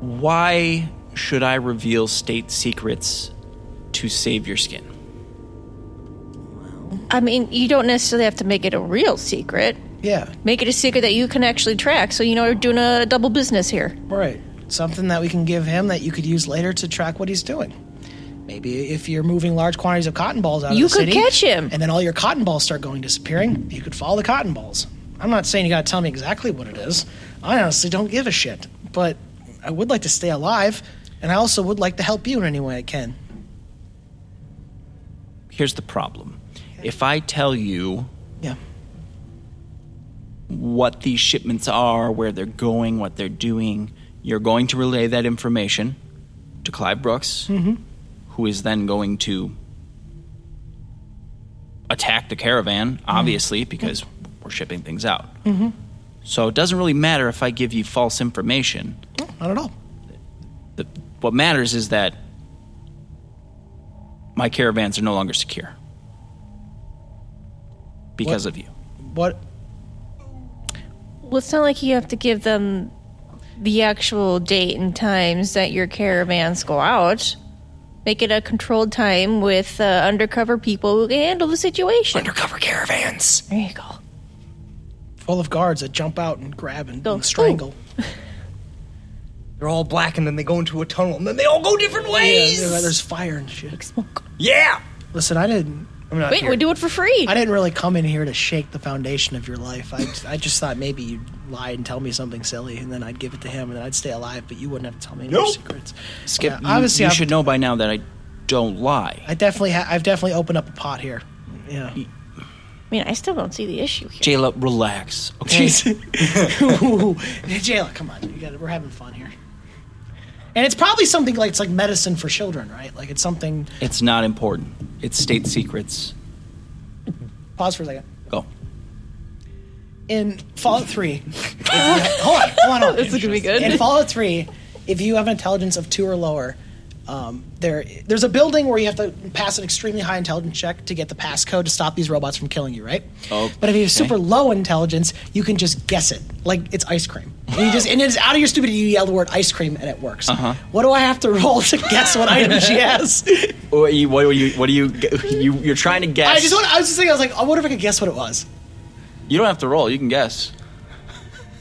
Why should I reveal state secrets to save your skin?
I mean, you don't necessarily have to make it a real secret.
Yeah,
Make it a secret that you can actually track, so you know you're doing a double business here.
right. Something that we can give him that you could use later to track what he's doing. Maybe if you're moving large quantities of cotton balls out
You
of the
could
city,
catch him.
and then all your cotton balls start going disappearing, you could follow the cotton balls. I'm not saying you got to tell me exactly what it is. I honestly don't give a shit, but I would like to stay alive, and I also would like to help you in any way I can.
Here's the problem. If I tell you
Yeah.
what these shipments are, where they're going, what they're doing. You're going to relay that information to Clive Brooks,
Mm-hmm.
who is then going to attack the
Mm-hmm.
caravan, obviously, because we're shipping things out. So it doesn't really matter if I give you false information.
Not at all.
The, what matters is that my caravans are no longer secure because of you.
What?
Well, it's not like you have to give them the actual date and times that your caravans go out. Make it a controlled time with uh, undercover people who can handle the situation.
Undercover caravans.
There you go.
Full of guards that jump out and grab and,
Go.
and strangle.
They're all black and then they go into a tunnel and then they all go different
Oh.
ways.
Yeah, there's fire and shit.
Smoke.
Yeah.
Listen, I didn't. I'm not
Wait,
here.
we do it for free.
I didn't really come in here to shake the foundation of your life. I, I just thought maybe you'd lie and tell me something silly, and then I'd give it to him, and then I'd stay alive, but you wouldn't have to tell me any more
Nope.
secrets.
Skip,
Yeah,
you-
obviously,
you
I've-
should know by now that I don't lie.
I definitely, ha- I've definitely opened up a pot here. Yeah.
I mean, I still don't see the issue here.
Jayla, relax. Okay.
Jeez. Ooh. Jayla, come on, you gotta, we're having fun here. And it's probably something like it's like medicine for children, right? Like it's something.
It's not important. It's state secrets.
Pause for a second.
Go.
in Fallout 3. if you- hold on, hold on, hold on.
This is gonna be good.
In Fallout 3, if you have an intelligence of two or lower, um, there there's a building where you have to pass an extremely high intelligence check to get the passcode to stop these robots from killing you, right?
Okay.
But if you have super low intelligence, you can just guess it. Like it's ice cream. And you just and it's out of your stupidity. You yell the word ice cream and it works. Uh-huh. What do I have to roll to guess what item she has?
What you? What do you? What do you? You you're trying to guess.
I just want. I was just thinking. I was like, I wonder if I could guess what it was.
You don't have to roll. You can guess.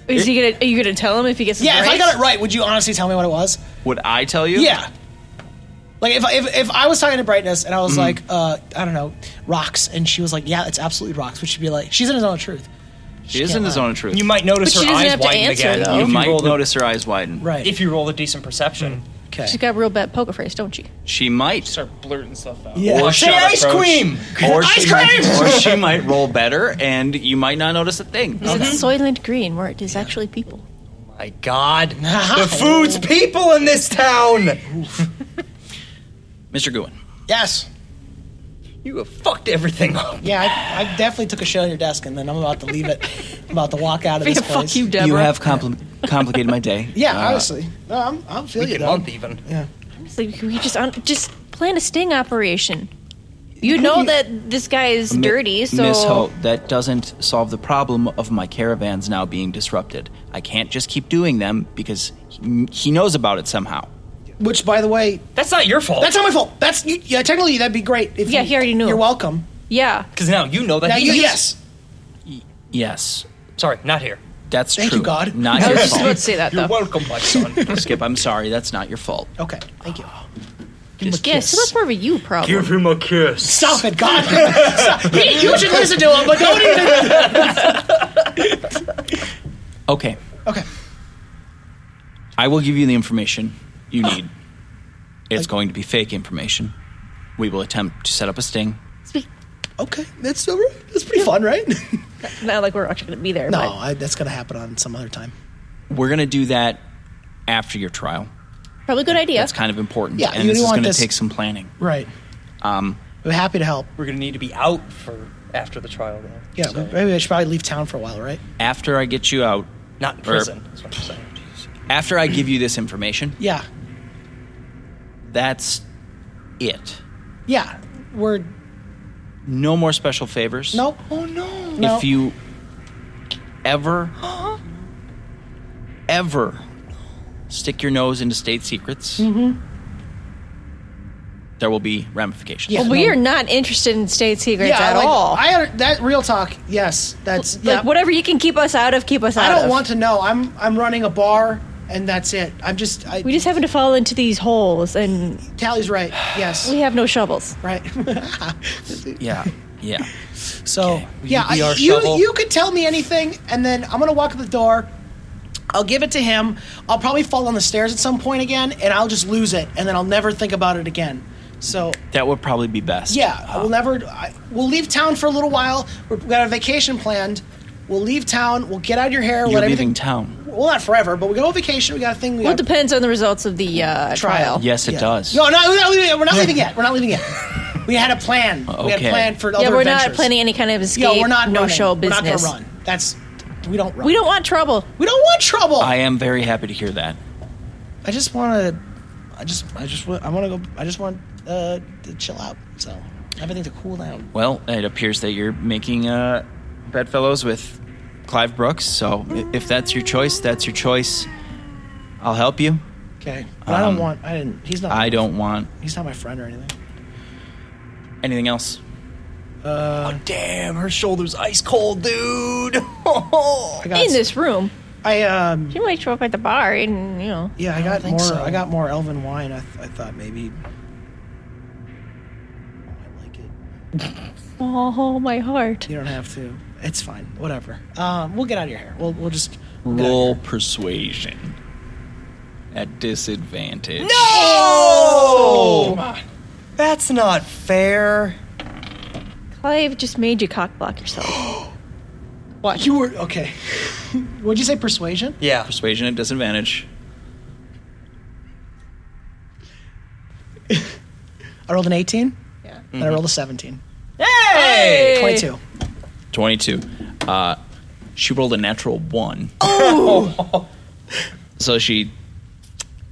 Is he gonna? Are you gonna tell him if he gets?
Yeah, if I
right?
got it right, would you honestly tell me what it was?
Would I tell you?
Yeah. Like if, if if I was talking to Brightness and I was like, uh, I don't know, rocks, and she was like, yeah, it's absolutely rocks, which should be like, she's in his own truth,
She is in the
can't
zone of truth.
You might notice
But she
her
doesn't
eyes
have to
widen
answer,
again.
though.
if
You might
roll the-
notice her eyes widen.
right?
If you roll a decent perception.
okay,
She's got real bad poker face, don't she?
She might.
Start blurting stuff out.
yeah.
Or
Say
shot
ice
approach.
cream!
Or
Ice
she might-
cream!
or she might roll better, and you might not notice a thing.
Is it
Mm-hmm.
Soylent Green, where it is actually people?
My god. the food's people in this town!
Mr. Goodwin.
yes,
You have fucked everything up.
yeah, I, I definitely took a shit on your desk, and then I'm about to leave it, I'm about to walk out of this place.
Fuck you, Deborah.
You have compli- complicated my day.
Yeah,
Uh,
honestly, no, I'm I'm feeling
Good
you.
month,
dog.
even.
It's like, can we just un- just plan a sting operation? You know that this guy is
Mi-
dirty, so
Miss Holt, that doesn't solve the problem of my caravans now being disrupted. I can't just keep doing them because he, he knows about it somehow.
Which, by the way,
That's not your fault.
that's not my fault. That's you, yeah. Technically, that'd be great. If
Yeah,
you,
he already knew.
You're welcome.
yeah.
Because now you know that
Now,
he
you,
is.
yes,
Yes,
Sorry, not here.
that's
Thank
true.
you, God.
Not
I
your
was just about
fault.
to say that though.
welcome, my son.
Skip, I'm sorry. That's not your fault.
okay, thank you.
Yeah, so that's more of a you problem.
him a kiss.
Stop it, God. Stop. You should listen to him, but don't even.
Okay,
Okay.
I will give you the information you need. It's going to be fake information. We will attempt to set up a sting.
Speak-
Okay. That's all right. That's pretty fun, right?
Not like we're actually gonna be there.
no,
but
I, that's going to happen on some other time.
We're going to do that after your trial.
probably a good idea.
That's kind of important.
Yeah,
and
you
this is
want
going to
this-
take some planning.
Right.
Um,
We're happy to help.
We're gonna need to be out for after the trial, though.
Yeah,
So,
maybe I should probably leave town for a while, right?
after I get you out,
not in
or-
prison. That's what I'm saying.
after I give you this information,
Yeah.
that's it.
Yeah. We're.
No more special favors.
No. Oh, no. no.
If you ever,
Uh-huh.
ever stick your nose into state secrets,
Mm-hmm.
there will be ramifications.
Yeah.
well, we are not interested in state secrets
Yeah,
at
like,
all.
I under- that real talk. Yes, that's
like
yeah.
whatever you can keep us out of, keep us out
I don't
of.
want to know. I'm I'm running a bar, and that's it. I'm just. I,
we just happen to fall into these holes, and
Tally's right. Yes.
we have no shovels.
Right.
Yeah. Yeah.
So
Will
yeah,
you be
I,
our
you
shovel?
you could tell me anything, and then I'm gonna walk up the door. I'll give it to him. I'll probably fall on the stairs at some point again, and I'll just lose it, and then I'll never think about it again. So
That would probably be best.
yeah, I we'll never. I, we'll leave town for a little while. We're- We've got a vacation planned. We'll leave town. We'll get out of your hair.
You're
let
leaving
everything.
town.
well, not forever, but we go on vacation. We got a thing. We
Well, it
got
depends on the results of the uh,
Trial.
trial.
Yes, it does.
No, no, we're not leaving yet. We're not leaving yet. We're not leaving yet. We had a plan. We had a
Okay.
plan for
Yeah,
other
we're
adventures.
not planning any kind of escape.
Yeah, we're not
no
running.
show
We're not gonna
business.
run. That's we don't run.
We don't want trouble.
We don't want trouble.
I
I,
am very happy to hear that.
just want to. I just. I just. wa- I want to go. I just want uh, to chill out. So everything to cool down.
Well, it appears that you're making uh, bedfellows with Clive Brooks, so i- if that's your choice, that's your choice. I'll help you.
Okay. But I don't
Um,
want. I didn't. He's not.
I don't want
He's not my friend or anything. Uh,
anything else.
Oh, damn, her shoulder's ice cold, dude.
I got.
In this room,
I um.
you might show up at the bar, and you know.
Yeah, I, got
think
more.
so.
I got more elven wine. I, th- I thought maybe. I like it.
Oh, my heart.
You don't have to. It's fine. Whatever. Um, we'll get out of your hair. We'll we'll just we'll get out of your
Roll persuasion at disadvantage.
oh! That's not fair.
Clive just made you cockblock yourself.
hair. You were okay. What'd you say? Persuasion.
Yeah.
Persuasion at disadvantage.
I rolled an 18. Yeah. And
Mm-hmm.
I rolled a 17.
Hey!
22.
22. Uh, She rolled a natural one. so she
Oh.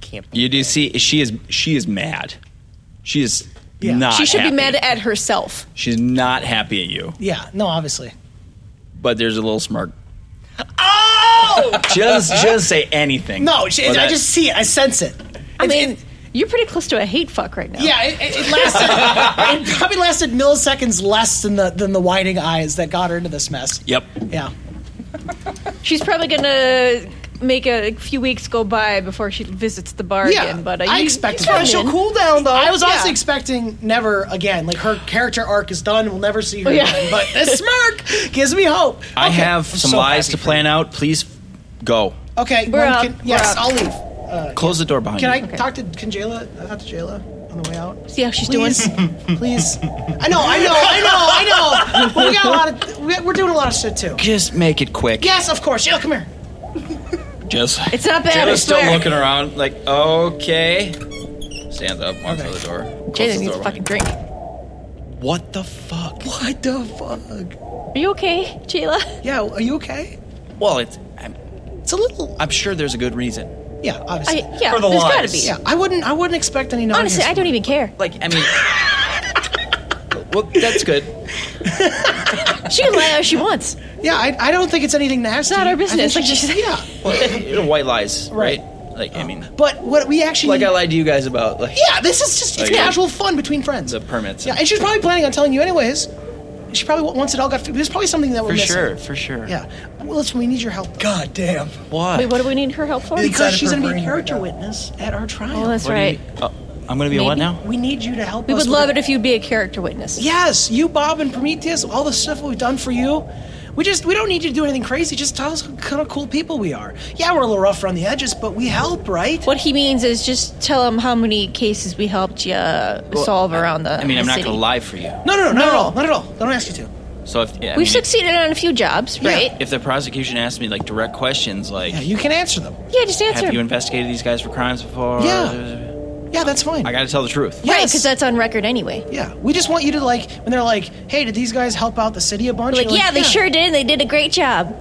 Can't be.
you do see she is she is mad. She is not
She should
happy.
be mad at herself.
She's not happy at you.
Yeah, no, obviously.
But there's a little smirk. Oh! she doesn't she doesn't say anything.
No, she,
Or
I
that-
just see it. I sense it.
I mean, you're pretty close to a hate fuck right now.
Yeah, it, it, it lasted. it probably lasted milliseconds less than the than the whining eyes that got her into this mess.
Yep.
Yeah.
She's probably gonna make a few weeks go by before she visits the bar
Yeah,
again. But uh,
I
you-
expected
you got
that.
it.
She'll
Special cooldown though.
I was honestly
yeah.
expecting never again. Like her character arc is done. We'll never see her
yeah.
again. But this smirk gives me hope.
I
Okay,
have
I'm
some
so
lies
happy
to
for
plan out. Please go.
you. Okay.
We're
one
up,
Can,
we're
yes,
up.
I'll leave. Uh,
Close the door behind
can
you.
I talk to can Jayla? Not to Jayla on the way out.
See how she's
Please, please. I know, I know, I know, I know. But we got a lot of. we- We're doing a lot of shit too.
Just make it quick.
Yes, of course. Jayla, come here.
Just
It's not bad. I
Jayla's still
swear.
looking around, like, okay. Stands up, walks
Okay.
out the door. closes
Jalen
the
needs
door
a
behind
fucking drink.
her. What the fuck?
What the fuck?
Are you okay, Jayla?
Yeah, are you okay?
Well, it's. I'm,
It's a little.
I'm sure there's a good reason.
Yeah, obviously.
I, yeah,
For the
there's gotta
lies.
be.
yeah, I wouldn't. I wouldn't expect any. non-
Honestly, I don't even care.
Like, I mean. well, that's good.
She can lie all she wants.
Yeah, I, I don't think it's anything nasty.
not our
I think
business,
she
like you
just-
said.
yeah.
Well, you know, white lies, right?
Right.
Like, I mean.
But what we actually
Like I lied to you guys about, like,
Yeah, this is just it's
Like, yeah.
casual fun between friends.
the permits.
yeah, and she's probably planning on telling you anyways. She probably wa- once it all got fi- there's probably something that we're
for
missing.
sure, for sure.
Yeah. Well, listen, we need your help.
God damn.
Why?
Wait, what do we need her help for?
Because
Inside of
she's
her
going to be a
brain right
character
now.
witness at our trial.
Oh, that's
What do
right.
you- oh, I'm gonna be a what
Maybe.
now?
we need you to help
we
us.
would love it if you'd be a character witness.
Yes, you, Bob, and Prometheus, all the stuff we've done for you. We just we don't need you to do anything crazy. Just tell us what kind of cool people we are. Yeah, we're a little rough around the edges, but we help, right?
What he means is just tell him how many cases we helped you uh, solve around the.
I mean, I'm
the
not
city.
gonna lie for you.
No, no, no, not at all. Not at all. Don't ask you to.
So if yeah, I
We've
mean,
succeeded on a few jobs, right?
if the prosecution asked me like direct questions, like,
Yeah, you can answer them.
Yeah, just answer.
have you
him.
investigated these guys for crimes before?
Yeah. Yeah, that's fine.
I gotta tell the truth.
Right,
Yes.
because that's on record anyway.
Yeah, we just want you to like when they're like, "Hey, did these guys help out the city a bunch?"
Like,
You're
yeah, they sure did. and They did a great job.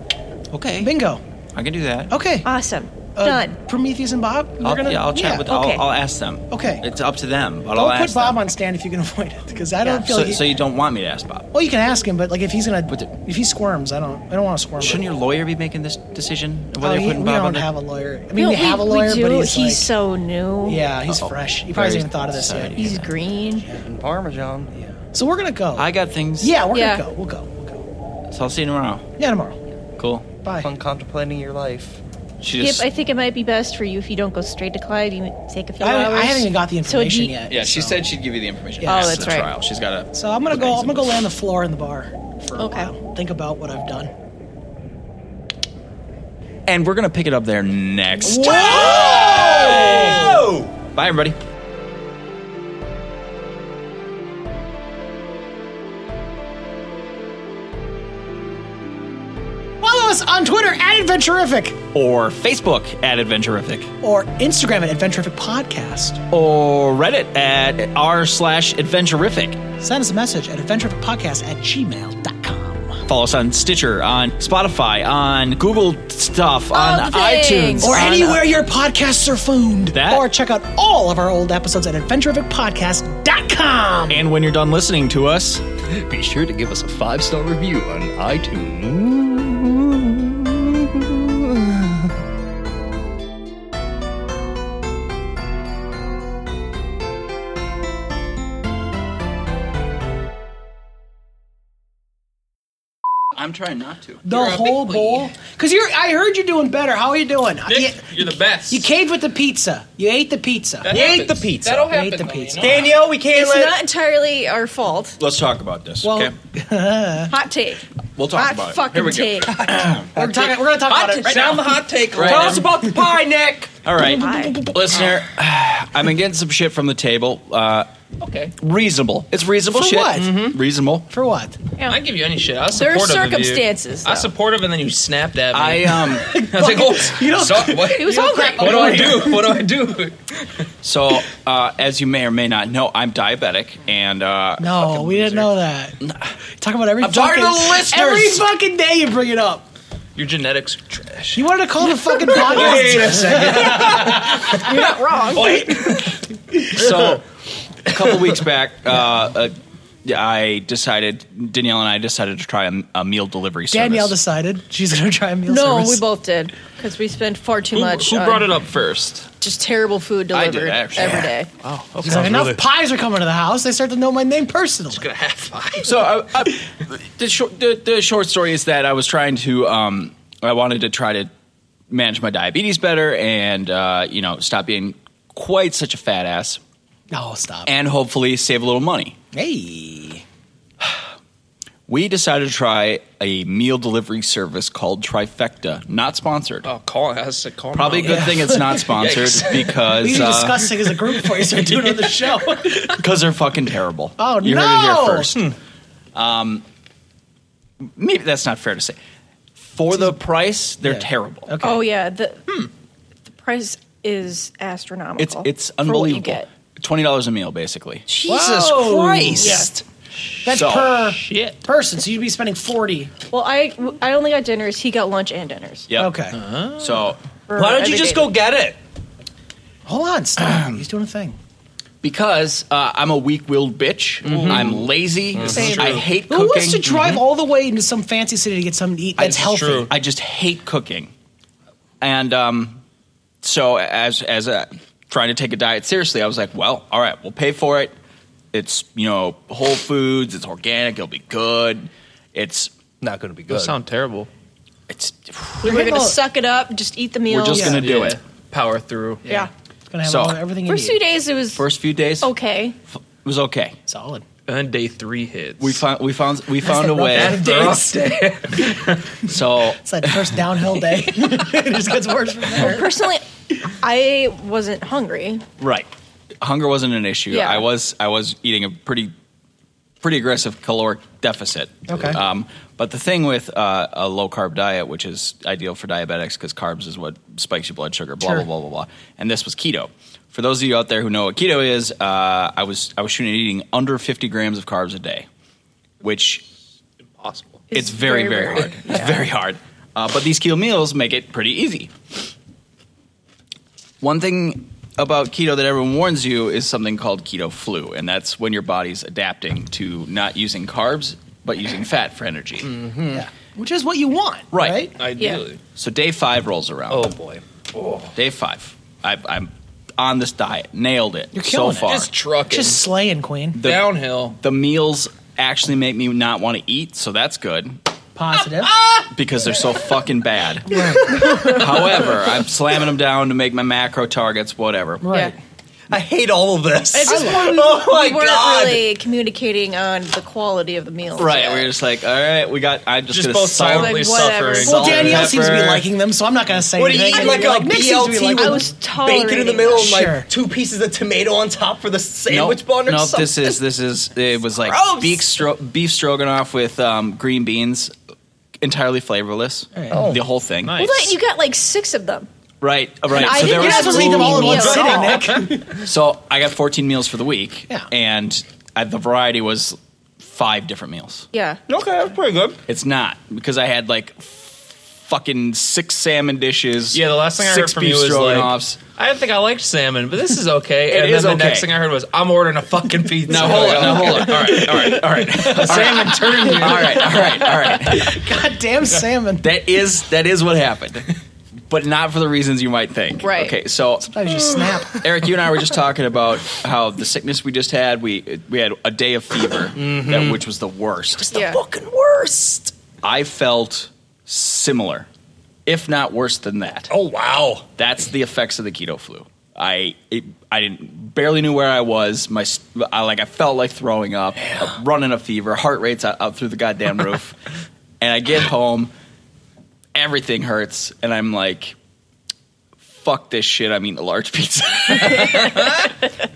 Okay.
Bingo.
I can do that.
Okay.
Awesome.
Uh,
Done.
Prometheus and Bob. we're
I'll,
gonna-
yeah, I'll chat
yeah.
with.
okay.
I'll, I'll ask them.
Okay.
It's up to them, but I'll
Don't
ask
put Bob
them.
on stand if you can avoid it, because I don't feel
So,
like he-
so you don't want me to ask Bob?
well, you can ask him, but like if he's gonna,
But the-
if he squirms, I don't, I don't want to squirm.
Shouldn't your lawyer be making this decision? of
Oh,
Whether
he-
you're
we
putting Bob on
don't
the-
have a lawyer. I mean, we have a lawyer,
do.
but he's, like-
so new.
yeah, he's
Uh-oh.
fresh. He probably
Very
hasn't even thought of this
society.
yet.
He's green.
Parmesan.
So we're gonna go.
I got things.
yeah, we're
Yeah.
gonna go. We'll go. We'll go.
So I'll see you tomorrow.
Yeah, tomorrow.
Cool.
Bye.
Fun contemplating your life.
She
Yep,
just.
I think it might be best for you if you don't go straight to Clyde. You take a few
I,
hours.
I haven't even got the
So it'd
information
be-
yet.
yeah, she
so.
said she'd give you the information.
Yeah. Oh,
after
that's
the
right.
Trial. She's got to.
So I'm gonna go. I'm gonna go lay on
land
the floor in the bar for a
Okay.
while. Think about what I've done.
And we're gonna pick it up there next.
Whoa!
Bye, everybody.
Follow us on Twitter at Adventurific
Or Facebook at Adventurific.
or Instagram at Adventurific Podcast.
Or Reddit at r slash Adventurific.
Send us a message at adventurificpodcast at gmail.com.
Follow us on Stitcher, on Spotify, on Google stuff, on
the things.
iTunes,
Or
on-
anywhere your podcasts are found.
That-
Or check out all of our old episodes at adventurificpodcast.com.
And when you're done listening to us,
Be sure to give us a five star review on iTunes.
I'm trying not to.
The whole bowl. Because you're I heard you're doing better. How are you doing? You,
You're the best.
you caved with the pizza. You ate the pizza.
That
you ate the
happens.
pizza.
That'll
You ate
happen,
the
though, you
pizza.
know?
Danielle, we can't
It's
let.
not entirely our fault.
Let's talk about this.
Well-
okay,
Hot take.
we'll talk
Hot
about it. Here
fucking
we
take.
go.
We're, talking, we're gonna talk about it right now.
Sound the hot take.
Right.
Tell us about the pie, Nick.
All right,
Bye.
listener, I've been getting some shit from the table. Uh,
Okay.
reasonable. It's reasonable
For
shit. Mm-hmm.
what? Mm-hmm.
Reasonable.
For what?
I give you any shit. I was
There are
supportive of you.
circumstances,
I
though.
supportive, and then you snapped at me.
I um.
I was like, oh, you know, what,
He was hungry.
what do I do? What do I do?
So, uh, as you may or may not know, I'm diabetic, and uh,
No, we didn't know that. Talk about every
I'm talking
fucking
to the listeners.
every fucking day you bring it up.
Your genetics are trash.
You wanted to call it a fucking podcast? Wait a second.
so a couple weeks back, uh, uh, I decided Danielle and I decided to try a, a meal delivery service.
Danielle decided she's going to try a meal
No,
service.
we both did because we spent far too
Who,
much. uh,
who
on
brought it up first?
Just terrible food
I did,
delivered
actually.
every day.
She's like, enough pies are coming to the house. They start to know my name personally.
So I, I, the, short, the, the short story is that I was trying to, um, I wanted to try to manage my diabetes better and, uh, you know, stop being quite such a fat ass
No, stop.
and hopefully save a little money.
hey.
We decided to try a meal delivery service called Trifecta, not sponsored.
Oh, call us. Call 'em
Probably a
out.
good thing it's not sponsored
Yikes.
because
We should
uh,
discuss it as a group before you start doing it on the show.
Because they're fucking terrible.
Oh,
you
no! Hmm.
heard it here first. Um, maybe that's not fair to say. For the price, they're
Yeah.
terrible.
Okay.
Oh yeah, the
Hmm.
the price is astronomical.
It's it's
for what you
unbelievable.
get.
Twenty dollars a meal, basically.
Jesus
Whoa.
Christ.
That's
So-
per
Shit.
person, so you'd be spending 40
Well, I I only got dinners. He got lunch and dinners.
Yep.
Okay.
So
for
Why don't you
every
just
day.
go get it?
Hold on, stop. He's doing a thing.
because uh, I'm a weak-willed bitch, I'm lazy.
Same.
I hate
Mm-hmm. Who
cooking.
wants to drive all the way into some fancy city to get something to eat that's
I,
healthy?
true.
I just hate cooking, and um, so as as a, trying to take a diet seriously, I was like, well, all right, we'll pay for it. It's you know Whole Foods, it's organic, it'll be good. It's
Not going to be good.
Those sound terrible.
it's
We're
We're
gonna
gonna-
suck it up. Just eat the meal.
we're just gonna do it.
Power through.
Yeah.
It's gonna have
So-
all, everything you
First few
need.
days it was
First few days,
okay.
it was okay.
Solid.
And day three hits.
We found we found we found
the
a way.
rough
days.
So
It's that first downhill day. it just gets worse from there.
Personally, I wasn't hungry.
right, hunger wasn't an issue.
Yeah.
I was I was eating a pretty pretty aggressive caloric deficit.
Okay.
Um, but the thing with uh, a low carb diet, which is ideal for diabetics because carbs is what spikes your blood sugar, blah
Sure.
blah blah blah blah. And this was keto. For those of you out there who know what keto is, uh, I was I was shooting at eating under 50 grams of carbs a day, which
Impossible.
it's, very very,
rare.
hard. It's very hard. Uh, but these keto meals make it pretty easy. One thing about keto that everyone warns you is something called keto flu, and that's when your body's adapting to not using carbs but using fat for energy.
Yeah. Which is what you want, right?
Ideally.
So day five rolls around.
Oh boy.
Day five. I, I'm on this diet. Nailed it.
You're
so
killing it.
far.
Just trucking.
Just slaying, queen.
the,
downhill.
the meals actually make me not want to eat, so that's good.
Positive.
because they're so fucking bad. However, I'm slamming them down to make my macro targets, whatever.
right.
Yeah.
I hate all of this.
At this point, we,
oh my
we weren't
god.
really communicating on the quality of the meal.
Right, we're just like, all right, we got. I'm just,
Just
gonna
both
solve
silently
Like, whatever.
suffering.
Well,
Salt and
Danielle seems to be
pepper.
liking them, so I'm not gonna say
What do you
anything.
eat like
You're
a
Nick seems to be
BLT
liking
with
I
them.
was
bacon in the
tolerating
middle and
that.
like
Sure.
two pieces of tomato on top for the sandwich
nope,
bun or
nope,
something?
this is this is it was like
Gross.
beef, stro- beef stroganoff with um, green beans, entirely flavorless.
All right. Oh.
The whole thing,
Nice.
Well, then you got like six of them.
right? uh, Right.
I
so there
didn't
You're not
was
supposed to eat them all in one
Meals.
sitting, Nick.
so I got 14 meals for the week,
Yeah.
and I, the variety was five different meals.
Yeah.
Okay, that's pretty good.
It's not because I had like f- fucking six salmon dishes.
Yeah, the last thing I heard
six
from
beef
you was like,
stroganoffs.
I didn't think I liked salmon, but this is okay. and
is
then
okay.
the next thing I heard was, I'm ordering a fucking pizza.
now hold on, now hold on. All right, all right, all right. salmon turned All right, all right, all right.
Goddamn salmon.
That is that is what happened, but not for the reasons you might think.
Right.
Okay, so
I was just snap.
Eric, you and I were just talking about how the sickness we just had. We we had a day of fever,
Mm-hmm.
that, which was the worst.
yeah.
Fucking worst.
I felt similar, if not worse than that.
Oh wow.
That's the effects of the keto flu. I it, I didn't barely knew where I was. My s- I, like I felt like throwing up, running a fever, heart rates out, out through the goddamn roof. and I get home, everything hurts, and I'm like, "Fuck this shit! I'm eating a large pizza."
Yeah,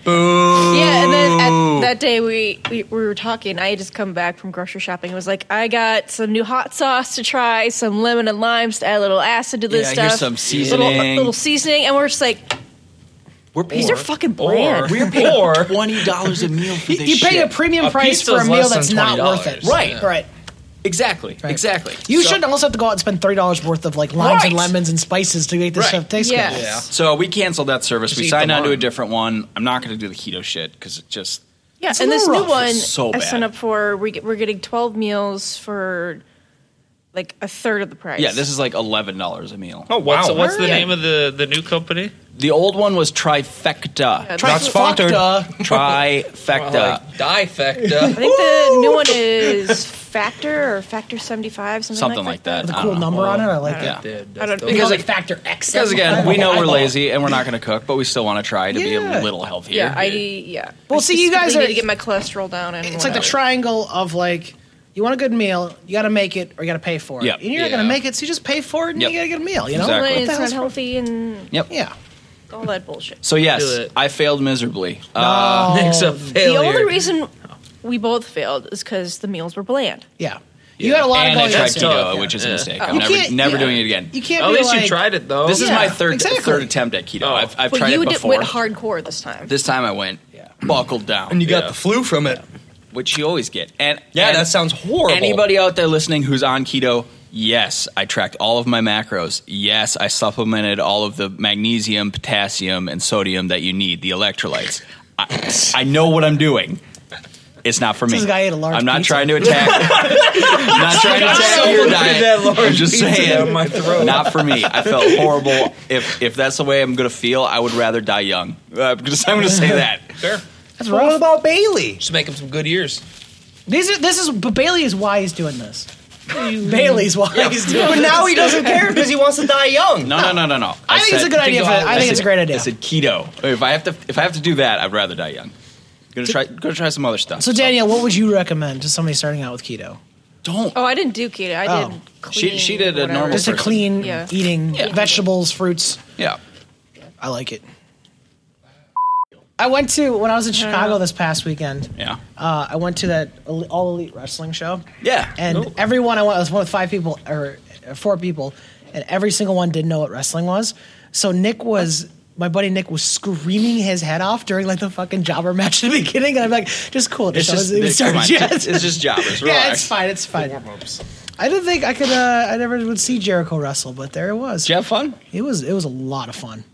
and then at that day we, we, we were talking. I had just come back from grocery shopping. It was like, I got some new hot sauce to try, some lemon and limes to add a little acid to this
Yeah,
stuff.
here's some seasoning.
Little, little seasoning. And we're just like,
We're
these are fucking bland.
We're paying twenty dollars a meal for
You
this
pay a
shit.
premium
A
price for a
pizza's
meal
less than
that's not worth it.
$20. Right.
Right.
Exactly. Exactly.
You
So-
shouldn't also have to go out and spend thirty dollars worth of like limes and
Right.
lemons and spices to make this
Right.
stuff taste
Yes.
good.
Yeah.
So we canceled that service. we
eat
signed
the
on to a
lime.
different one. I'm not going to do the keto shit because it just
Yeah, and this new one
It's so
I
bad.
signed up for. We get, we're getting twelve meals for like a third of the price.
yeah. This is like eleven dollars a meal.
Oh wow.
What's, what's the
Yeah.
name of the, the new company?
The old one was trifecta.
Yeah,
Not sponsored.
Trifecta.
Like, difecta.
I think the new one is Factor or Factor seventy five, something,
something like that.
With a
I
cool
don't know.
number on it, I like
Ah. Yeah.
that.
I don't
Because
Because
know.
it-
Factor X.
Because
I
again,
don't
we
know.
know
I
we're
don't-
lazy and we're not going to cook, but we still want to try to be a little healthier.
yeah, I yeah.
Well,
I
see,
specifically
you guys are-
need to get my cholesterol down, and
It's like the
whatnot.
triangle of like, you want a good meal, you got to make it, or you got to pay for it.
Yep.
And you're not
Yeah.
going to make it, so you just pay for it, and
Yep.
you got to get a meal. You know,
Exactly.
Well,
What
it's
the hell's
not healthy and
Yep.
yeah.
all that bullshit.
So yes,
Do it.
I failed miserably. Uh,
it's
Oh,
a
The
failure.
only reason we both failed is because the meals were bland.
Yeah. You got a lot
and
of
I
going.
tried
that's
keto,
tough.
which is a
Yeah.
mistake.
Uh, You
I'm never,
can't-
never
yeah.
doing it again.
You can't.
At
be
least
like,
you tried it though.
This is
Yeah,
my third
exactly.
third attempt at keto.
Oh.
I've, I've
But
tried
you
it
did-
before.
went hardcore this time.
This time I went buckled down,
and you got
Yeah.
the flu from it.
which you always get. And
Yeah,
and
that sounds horrible.
Anybody out there listening who's on keto? Yes, I tracked all of my macros. Yes, I supplemented all of the magnesium, potassium, and sodium that you need, the electrolytes. I, I know what I'm doing. It's not for me.
This guy ate a large
I'm not
pizza.
trying to attack. I'm not trying to attack your diet. I'm just saying,
my throat.
not for me. I felt horrible. If if that's the way I'm gonna feel, I would rather die young. Uh, I'm just- I'm gonna say that.
Sure.
That's
What
rough.
about Bailey?
Just make them some good years.
These are, this is, but Bailey is why he's doing this. Bailey's why he's doing.
But now he doesn't care because he wants to die young.
No, no, no, no, no.
I think it's a good idea. For, I think it's a great idea.
I said keto. If I have to, if I have to do that, I'd rather die young. Gonna try, gonna try some other stuff.
So Danielle, what would you recommend to somebody starting out with keto?
don't.
Oh, I didn't do keto. I
Oh.
did.
She-
Clean,
she did a
whatever.
normal
Just a
person.
clean
Yeah.
eating,
Yeah.
vegetables, fruits.
Yeah.
I like it. I went to when I was in Chicago
know.
this past weekend.
Yeah.
Uh, I went to that Ele- all elite wrestling show.
Yeah.
And everyone I went I was one with five people or uh, four people, and every single one didn't know what wrestling was. So Nick was my buddy Nick was screaming his head off during like the fucking jobber match at the beginning, and I'm like, just cool.
it's
show
just,
hasn't even
come on,
started yet.
it's it's just jobbers. Relax.
yeah, it's fine. It's fine. I didn't think I could. Uh, I never would see Jericho wrestle, but there it was.
Did you have fun?
It was it was a lot of fun.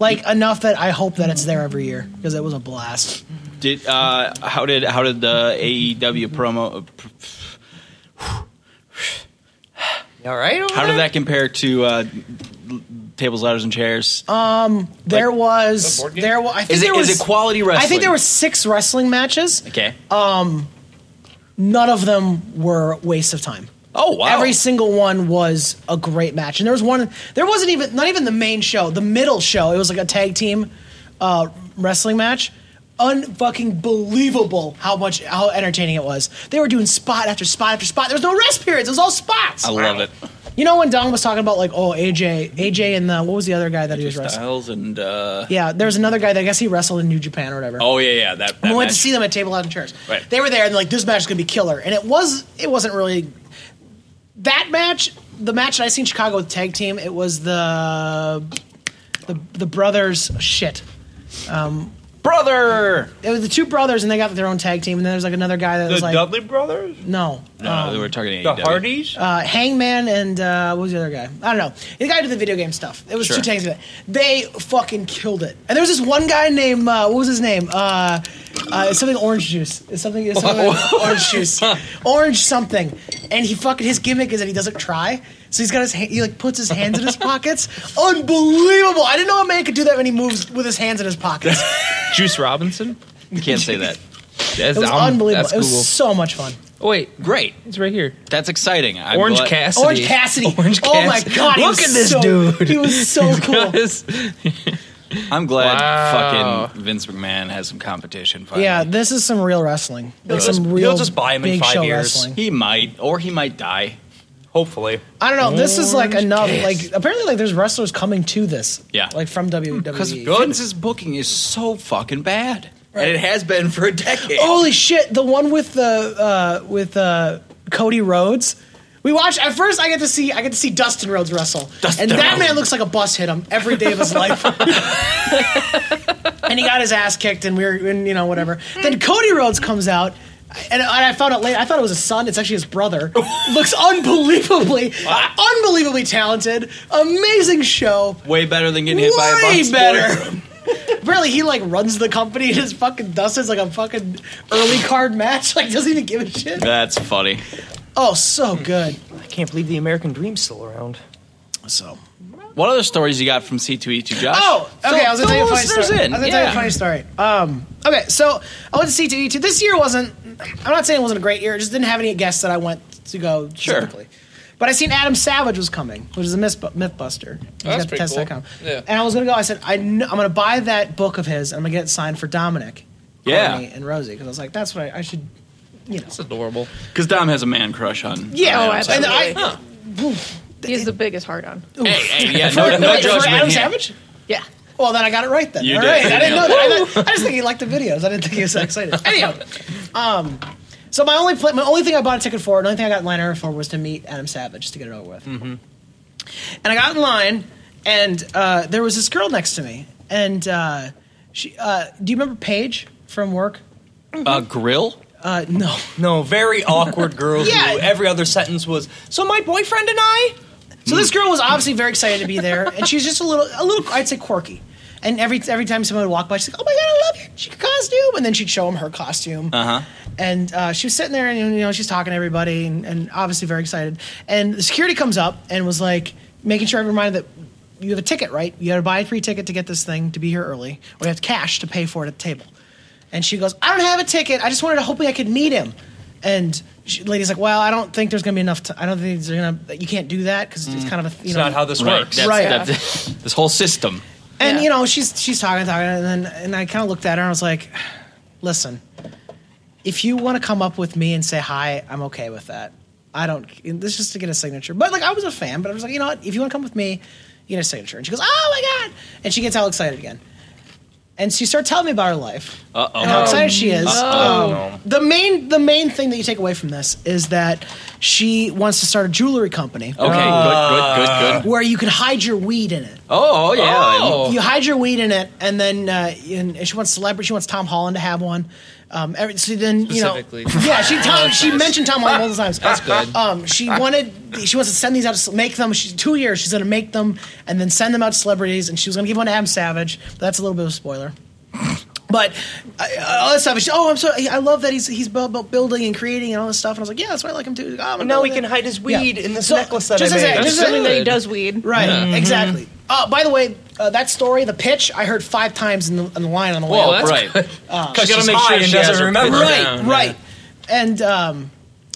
Like enough that I hope that it's there every year because it was a blast.
Did uh, how did how did the AEW promo?
All right.
How did that compare to uh, tables, ladders, and chairs?
Um, There was
a board game?
there was I think
is it
there was
is it quality wrestling?
I think there were six wrestling matches.
Okay.
uh, None of them were waste of time.
oh wow.
Every single one was a great match, and there was one. There wasn't even not even the main show. The middle show. It was like a tag team uh, wrestling match. Unfucking believable how much how entertaining it was. They were doing spot after spot after spot. There was no rest periods. It was all spots.
I love it.
You know when Don was talking about like oh AJ AJ and the, what was the other guy that he was wrestling?
Styles and uh,
Yeah, there was another guy that I guess he wrestled in New Japan or whatever.
oh yeah yeah that. that
we went to
match.
see them at Table Out and Chairs.
Right.
They were there and like this match is gonna be killer, and it was. It wasn't really that match. The match that I seen in Chicago with tag team. It was the the the brothers shit. Um,
brother.
It was the two brothers and they got their own tag team, and then there's like another guy that
The
was like
Dudley brothers?
no.
No,
um,
we were talking E
The
AEW.
Hardys?
uh, Hangman and uh, what was the other guy? I don't know. The guy who did the video game stuff. It was
Sure.
two tags. of it. They fucking killed it. And there was this one guy named uh, what was his name? Uh, uh, it's something orange juice. It's something, it's something orange juice. Orange something. And he fucking his gimmick is that he doesn't try. So he's got his hand, he like puts his hands in his pockets. Unbelievable! I didn't know a man could do that many moves with his hands in his pockets.
Juice Robinson.
You can't say that.
That's,
It was
I'm-
unbelievable.
that's
It
cool.
was so much fun.
oh, wait,
Great.
it's right here.
That's exciting. I'm
Orange
glad-
Cassidy.
Orange Cassidy.
Orange
Oh my
Cassidy.
god! he
Look
was
at this
so-
dude.
He was so cool.
Guys,
I'm glad
Wow.
fucking Vince McMahon has some competition. Finally.
Yeah, this is some real wrestling. Like
just-
some
he'll
real
just buy 'em in
big
five
show
years.
wrestling.
he might, or he might die.
Hopefully.
I don't know. This is like enough. Like apparently, like there's wrestlers coming to this.
Yeah.
like from E.
Because
WWE.
Vince's booking is so fucking bad, and it has been for a decade.
Holy shit! The one with the uh, with uh, Cody Rhodes. We watch at first. I get to see I get to see Dustin Rhodes wrestle,
Dustin
and that man
Rhodes.
looks like a bus hit him every day of his life. and he got his ass kicked, and we were and you know whatever. Then Cody Rhodes comes out. and, and I found out later. I thought it was his son. It's actually his brother. Looks unbelievably, unbelievably talented. Amazing show.
Way better than getting hit by a
Way
box.
better. Apparently, he like runs the company and his fucking dust is like a fucking early card match. Like doesn't even give a shit.
That's funny.
Oh, so good.
I can't believe the American Dream's still around.
So, what other stories you got from C2E2, Josh?
Oh, okay. I was gonna tell you a funny story.
In.
I was gonna
yeah.
tell you a funny story. Um, okay, so I went to C2E2. This year wasn't. I'm not saying it wasn't a great year. It just didn't have any guests that I went to go
Sure.
typically. But I seen Adam Savage was coming, which is a myth, MythBuster. He's
that's
got the
pretty cool.
test.com.
Yeah.
And I was gonna go. I said I kn- I'm gonna buy that book of his. and I'm gonna get it signed for Dominic,
Yeah.
Courtney, and Rosie because I was like, that's what I, I should. You know.
It's adorable.
Because Dom has a man crush on.
Yeah,
on
oh,
Adam
and
Savage.
I,
He has the biggest heart on.
Hey, hey, yeah, no,
for,
no
for
judgment
Adam
here.
Savage.
Yeah.
Well, then I got it right then.
You
All
did,
right. I
didn't
didn't
you?
know that. I, thought- I just think he liked the videos. I didn't think he was that excited. Anyhow, um, so my only pla my only thing I bought a ticket for, and the only thing I got in line ever for was to meet Adam Savage just to get it over with.
Mm-hmm.
And I got in line, and uh, there was this girl next to me, and uh, she. Uh, do you remember Paige from work?
Uh, grill?
Uh, no.
No, very awkward girls.
Yeah.
who every other sentence was. So my boyfriend and I.
So this girl was obviously very excited to be there, and she's just a little, a little, I'd say quirky. And every every time someone would walk by, she's like, "Oh my god, I love your chic costume!" And then she'd show them her costume. Uh-huh. And uh, she was sitting there, and you know, she's talking to everybody, and, and obviously very excited. And the security comes up and was like, making sure everyone reminded that you have a ticket, right? You got to buy a free ticket to get this thing to be here early, or you have cash to pay for it at the table. And she goes, I don't have a ticket. I just wanted to hopefully I could meet him. And she, the lady's like, Well, I don't think there's going to be enough. T- I don't think there's going to. You can't do that because it's kind of a. You
Mm. It's
know,
not how this
Right.
works.
That's,
Right.
that- this whole system.
and
Yeah.
you know, she's she's talking, talking, and then and I kind of looked at her and I was like, "Listen, if you want to come up with me and say hi, I'm okay with that. I don't. and This is just to get a signature. But like, I was a fan, but I was like, you know what? If you want to come with me, you get a signature. And she goes, "Oh my god!" And she gets all excited again. And she started telling me about her life
Uh-oh.
and how excited she is. Um, the main the main thing that you take away from this is that she wants to start a jewelry company
Okay, good, good, good, good.
where you can hide your weed in it.
Oh, yeah.
You hide your weed in it, and then uh, and she wants celebrity. She wants Tom Holland to have one. Um, every, so then you know,
Specifically.
yeah, she Tom, she mentioned Tom Holland multiple times. That's
good.
Um, she wanted she wants to send these out to make them. She's two years. She's going to make them and then send them out to celebrities. And she was going to give one to Adam Savage. But that's a little bit of a spoiler. But uh, all this stuff. and she- oh, I'm so I love that he's he's bu- bu- building and creating and all this stuff. And I was like, yeah, that's why I like him too. Oh, I'm gonna
Now
build
he
it.
can hide his
Yeah.
weed in this
So,
necklace that
just
I
as
made.
a- just
Assuming that he
Good.
does weed.
Right, exactly. Uh, by the way, uh, that story, the pitch, I heard five times in the, in the line on the way.
Well,
out.
that's
right. Because you got
she's
to make
high
sure
and
she
doesn't
has her
remember.
picture.
right,
down,
right. And um,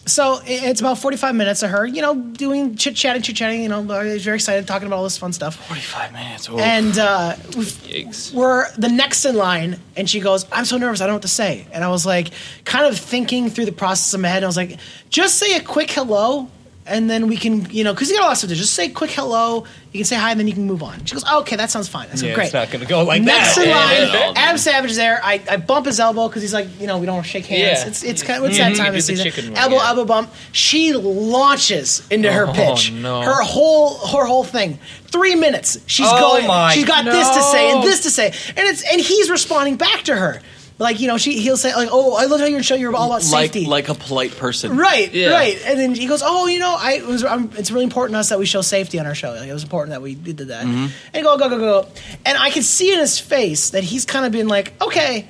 so i- it's about forty-five minutes of her, you know, doing chit chatting, chit chatting. You know, uh, very excited, talking about all this fun stuff.
45 minutes. Oh.
And uh, we've-
Yikes.
we're the next in line, and she goes, "I'm so nervous, I don't know what to say." And I was like, kind of thinking through the process in my head, and I was like, "Just say a quick hello, and then we can, you know, because you got a lot of stuff. to do. Just say quick hello. You can say hi, and then you can move on." She goes, "Okay, that sounds fine." I said,
yeah,
"Great."
it's not gonna go like
Next
that.
in line,
Yeah.
Adam Savage is there. I, I bump his elbow because he's like, you know, we don't shake hands.
Yeah.
It's it's kind of it's
Yeah,
that
you
time
do
of
the
season.
chicken one,
elbow
yeah.
elbow bump. She launches into her
Oh,
pitch.
no.
Her whole her whole thing. Three minutes. She's
Oh,
going.
my
she's got this to say and this to say, and it's and he's responding back to her. Like you know, she he'll say like, oh, I love how you're showing you're all about
Like,
safety.
like a polite person.
Right,
Yeah.
right. And then he goes, "Oh, you know, I it was. i it's really important to us that we show safety on our show. Like, it was important that we did that."
Mm-hmm.
And go, go, go, go. And I can see in his face that he's kind of been like, "Okay,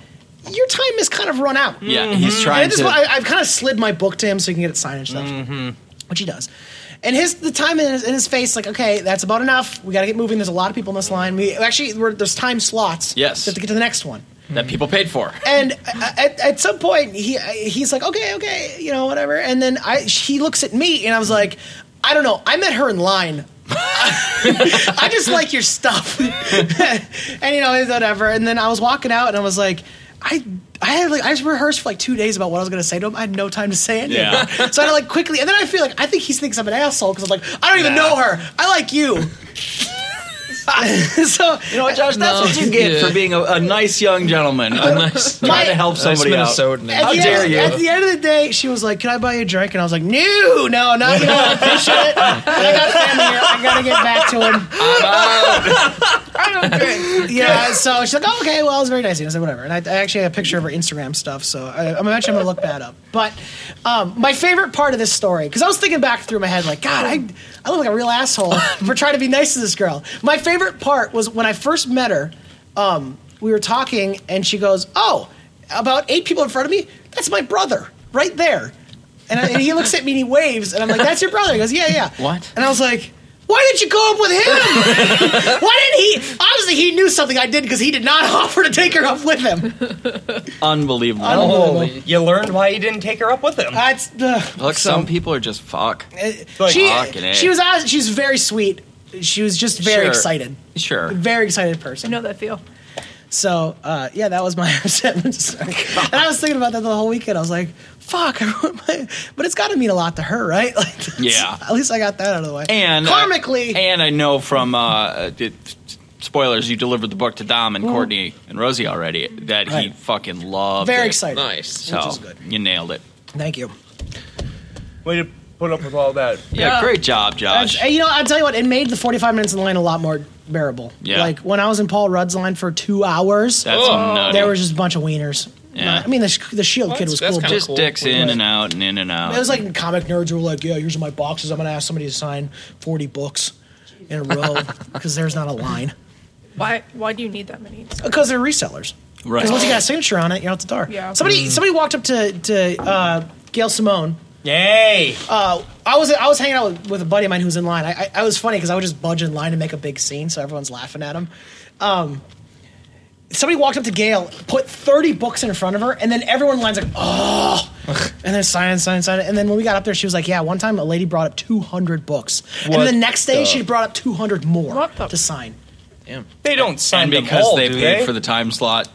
your time is kind of run out."
Yeah, he's
And
trying
at this
to. Mm-hmm.
point, I, I've kind of slid my book to him so he can get it signed and stuff, which he does. And his the time in his, in his face, like, okay, that's about enough. We got to get moving. There's a lot of people in this line. We actually we're, there's time slots.
Yes.
we have to get to the next one
that people paid for.
and uh, at, at some point he he's like okay okay you know whatever and then i he looks at me and i was like i don't know i met her in line i just like your stuff and you know it's whatever and then i was walking out and i was like i I had like I just rehearsed for like two days about what I was gonna say to him. I had no time to say it.
Yeah.
So I had to, like quickly, and then I feel like I think he thinks I'm an asshole because I'm like I don't even know her. I like you. so
You know what, Josh? That's what you get for being a, a nice young gentleman.
A nice,
Trying to help
nice
somebody out.
Minnesotan.
at
How
the
dare
end,
you.
At the end of the day, she was like, "Can I buy you a drink?" And I was like, "No, no, not you. I appreciate it. But I got family here. I gotta get back to him." Yeah, so she's like, oh, okay, well, it was very nice. And I said, whatever. And I, I actually have a picture of her Instagram stuff, so I, I'm actually going to look that up. But um, my favorite part of this story, because I was thinking back through my head, like, God, I, I look like a real asshole for trying to be nice to this girl. My favorite part was when I first met her, um, we were talking, and she goes, oh, about eight people in front of me? That's my brother right there. And, I, and he looks at me and he waves, and I'm like, that's your brother. He goes, yeah, yeah.
What?
And I was like, why didn't you go up with him? Why didn't he? Obviously, he knew something I did because he did not offer to take her up with him.
Unbelievable.
Unbelievable.
You learned why you didn't take her up with him.
That's uh,
Look, some people are just fuck.
she.
Fucking A.
She was. honest- She's very sweet. She was just very
Sure.
excited.
Sure.
Very excited
I
person.
know that feel.
So uh, yeah, that was my upset. and I was thinking about that the whole weekend. I was like, "Fuck!" I wrote my, but it's got to mean a lot to her, right? Like, that's-
Yeah.
At least I got that out of the way.
And uh,
karmically,
and I know from uh, it, spoilers, you delivered the book to Dom and Courtney and Rosie already. That he
Mm-hmm. Right.
fucking loved.
very
it.
excited.
nice.
So
which is good.
you nailed it.
Thank you.
Way to put up with all that.
Yeah,
Yeah.
great job, Josh.
That's- you know, I'll tell you what, it made the 45 minutes in line a lot more bearable.
Yeah.
Like when I was in Paul Rudd's line for two hours,
That's nutty.
Oh. there was just a bunch of wieners.
Yeah.
I mean, the, sh- the shield kid was
that's
cool.
kinda
but
just dicks in and out and in and out.
It was like comic nerds who were like, yeah, here's my boxes. I'm going to ask somebody to sign 40 books in a row because there's not a line.
Why? Why do you need that many?
Because they're resellers.
right.
Because once you got a signature on it, you're out the door.
Yeah.
Somebody, somebody walked up to, to uh, Gail Simone
Yay!
uh, I was I was hanging out with, with a buddy of mine who's in line. I, I, I was funny because I would just budge in line and make a big scene, so everyone's laughing at him. Um, somebody walked up to Gail, put thirty books in front of her, and then everyone in lines like, oh, and then sign, sign, sign, and then when we got up there, she was like, yeah. One time, a lady brought up two hundred books, and
What
the next day,
the-
she brought up two hundred more
What the-
to sign.
They don't sign
and
them
because
all,
they
do
paid
eh?
they?
for the time slot.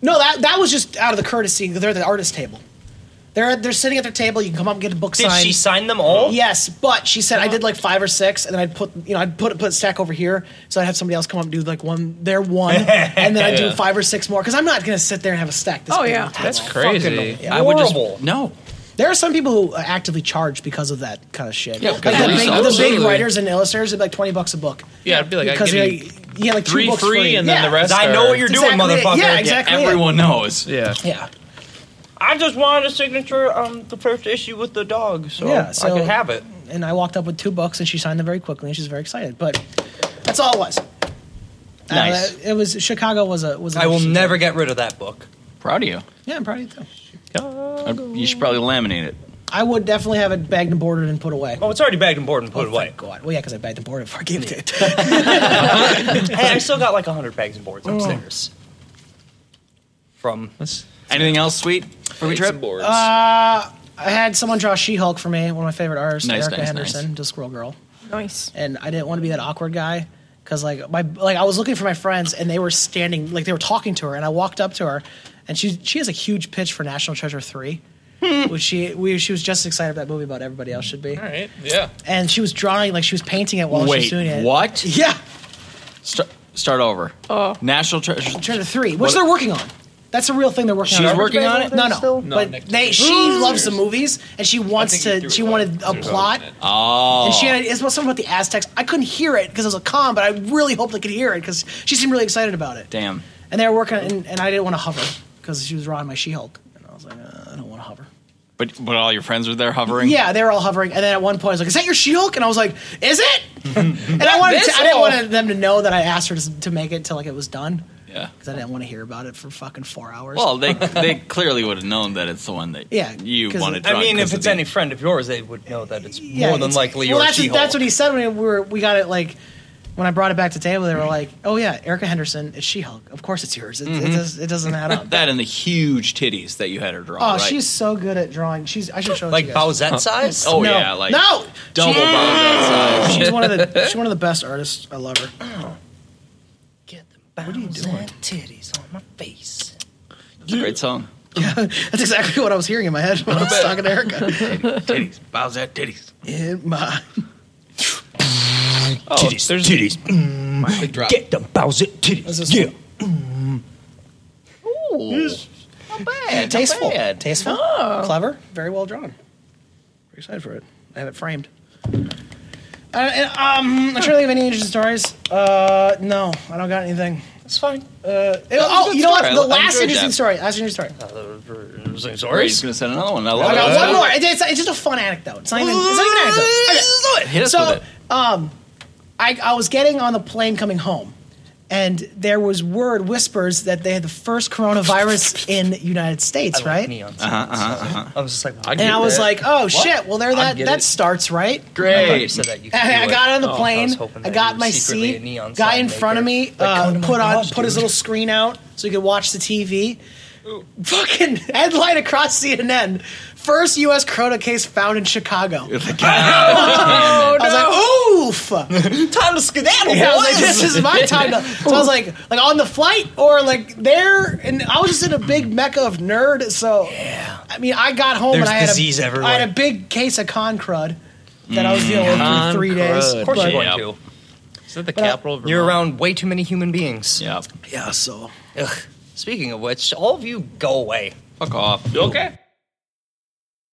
No, that that was just out of the courtesy. They're at the artist table. They're they're sitting at their table. You can come up and get a book
Did
signed.
she sign them all?
Yes, but she
Oh.
said I did like five or six, and then I'd put you know I'd put put a stack over here, so I'd have somebody else come up and do like one their one, and then I'd do five or six more because I'm not gonna sit there and have a stack. This
Oh,
big
yeah.
on the
That's
table.
crazy.
I would just
Horrible.
no.
There are some people who uh, actively charge because of that kind of shit.
Yeah,
like
because
the
of
big,
resale.
the big
Absolutely.
writers and illustrators are like twenty bucks a book.
Yeah, I'd be like, I
because you
give you
you get like two
three
books
free, and then
Yeah.
the rest.
'Cause I know
are-
what you're doing,
Exactly it.
motherfucker.
Yeah, exactly. it.
Everyone knows.
Yeah.
Yeah.
I just wanted a signature on the first issue with the dog, so,
Yeah, so-
I could have it.
And I walked up with two books, and she signed them very quickly, and she's very excited. But that's all it was. Uh,
Nice.
it was Chicago was a was. an
I will
interesting
never
trip.
get rid of that book.
Proud of you.
Yeah, I'm proud of you too.
I- You should probably laminate it.
I would definitely have it bagged and boarded and put away.
Oh, it's already bagged and boarded and put
Oh,
away.
thank God. Well, yeah, because I bagged and boarded before I gave it to it.
Hey, I still got like 100 bags and
Oh.
boards upstairs. From
That's
Anything else sweet from your trip?
boards.
I had someone draw She-Hulk for me, one of my favorite artists,
Nice,
Erica
nice,
Henderson,
nice.
just Squirrel Girl,
Nice.
and I didn't want to be that awkward guy because like my like I was looking for my friends and they were standing like they were talking to her, and I walked up to her, and she she has a huge pitch for National Treasure Three.
Hmm.
which she we, she was just excited about that movie about everybody else should be,
All right. Yeah.
and she was drawing like she was painting it while she was
Wait,
doing it.
what?
Yeah,
St- start over.
Oh.
National Treasure.
Treasure Three, which
What-
they're working on. That's a real thing they're working
She's
on.
working on it?
No, no.
No,
but
next
they, she loves the movies, and she wants
think he
to.
threw
She
it out.
wanted a plot,
Oh.
and she had it's about something about the Aztecs. I couldn't hear it because it was a con, but I really hoped I could hear it because she seemed really excited about it.
Damn.
And they were working, and, and I didn't want to hover because she was drawing my She-Hulk, and I was like, uh, I don't want to hover.
But but all your friends are there hovering.
Yeah, they were all hovering, and then at one point I was like, "Is that your She-Hulk?" And I was like, "Is it?" and I wanted, to, I didn't want them to know that I asked her to, to make it till like it was done
Yeah.
because I didn't want to hear about it for fucking four hours.
Well, they they clearly would have known that it's the one that
Yeah,
you
'cause
wanted.
it-
I
drawn
mean,
'cause
if
of
it's
the-
any friend of yours, they would know that it's
Yeah,
more than
it's-
likely
well,
your
that's,
she
that's what he said when we were we got it like when I brought it back to table. They were like, "Oh yeah, Erica Henderson, it's She-Hulk. Of course, it's yours. It, it, does, it doesn't add up."
that and the huge titties that you had her draw.
oh,
right?
she's so good at drawing. She's I should show it
Like
to you guys.
Bowsette size?
Oh
no.
yeah, like
no,
double
She-
bottom
she's one of the she's one of the best artists. I love her.
Get them what are you doing? titties on my face.
Great song.
That's exactly what I was hearing in my head when I was talking to Erica.
Titties, bows at titties.
In my
Oh,
titties,
there's-
titties. Mm.
Big drop.
Get them Bowser
What's
titties.
this
Yeah.
one?
Bad,
Tasteful.
bad.
Tasteful.
Oh.
Clever. Very well drawn. Very excited for it. I have it framed. I, I- um, I'm trying to think of any interesting stories. Uh, no, I don't got anything.
It's fine.
Uh, oh,
good
you
story.
know
I
what? The
enjoyed
last
that.
interesting story. Last interesting story.
Sorry, he's gonna send another one. I love
I
it.
got one more. It's, it's, it's just a fun anecdote. It's not even, it's not even an anecdote. Okay.
Hit us
so,
with it.
um, I, I was getting on the plane coming home, and there was word whispers that they had the first coronavirus in the United States, right?
Neon.
Uh-huh, uh-huh, uh-huh.
I was just like, wow.
and I was like, oh shit! Well, there that
get
that
it.
starts right.
I thought
Great.
you said that. You could
And I
do
got
it.
on the
Oh, I,
plane.
was hoping
I
that you
got
were
my
secretly
seat.
a neon
guy
sign
in front of me
maker. Like,
uh,
oh my
put on
gosh,
put his
dude.
little screen out so he could watch the TV. Fucking headline across CNN: First U.S. corona case found in Chicago. I was like, oof.
Time to skedaddle,
Yeah, I was
boys.
like, this is my time. To, so I was like, like on the flight or like there, and I was just in a big mecca of nerd. So I mean, I got home
There's
and I had
disease
a,
everywhere.
I had a big case of con crud that I was dealing with for three days.
Of
Mm, Of course
But-
you're going
Yeah.
to.
Is that the capital of Vermont?
You're around way too many human beings.
Yeah.
yeah, so
Ugh. Speaking of which, all of you go away.
Fuck off.
Okay.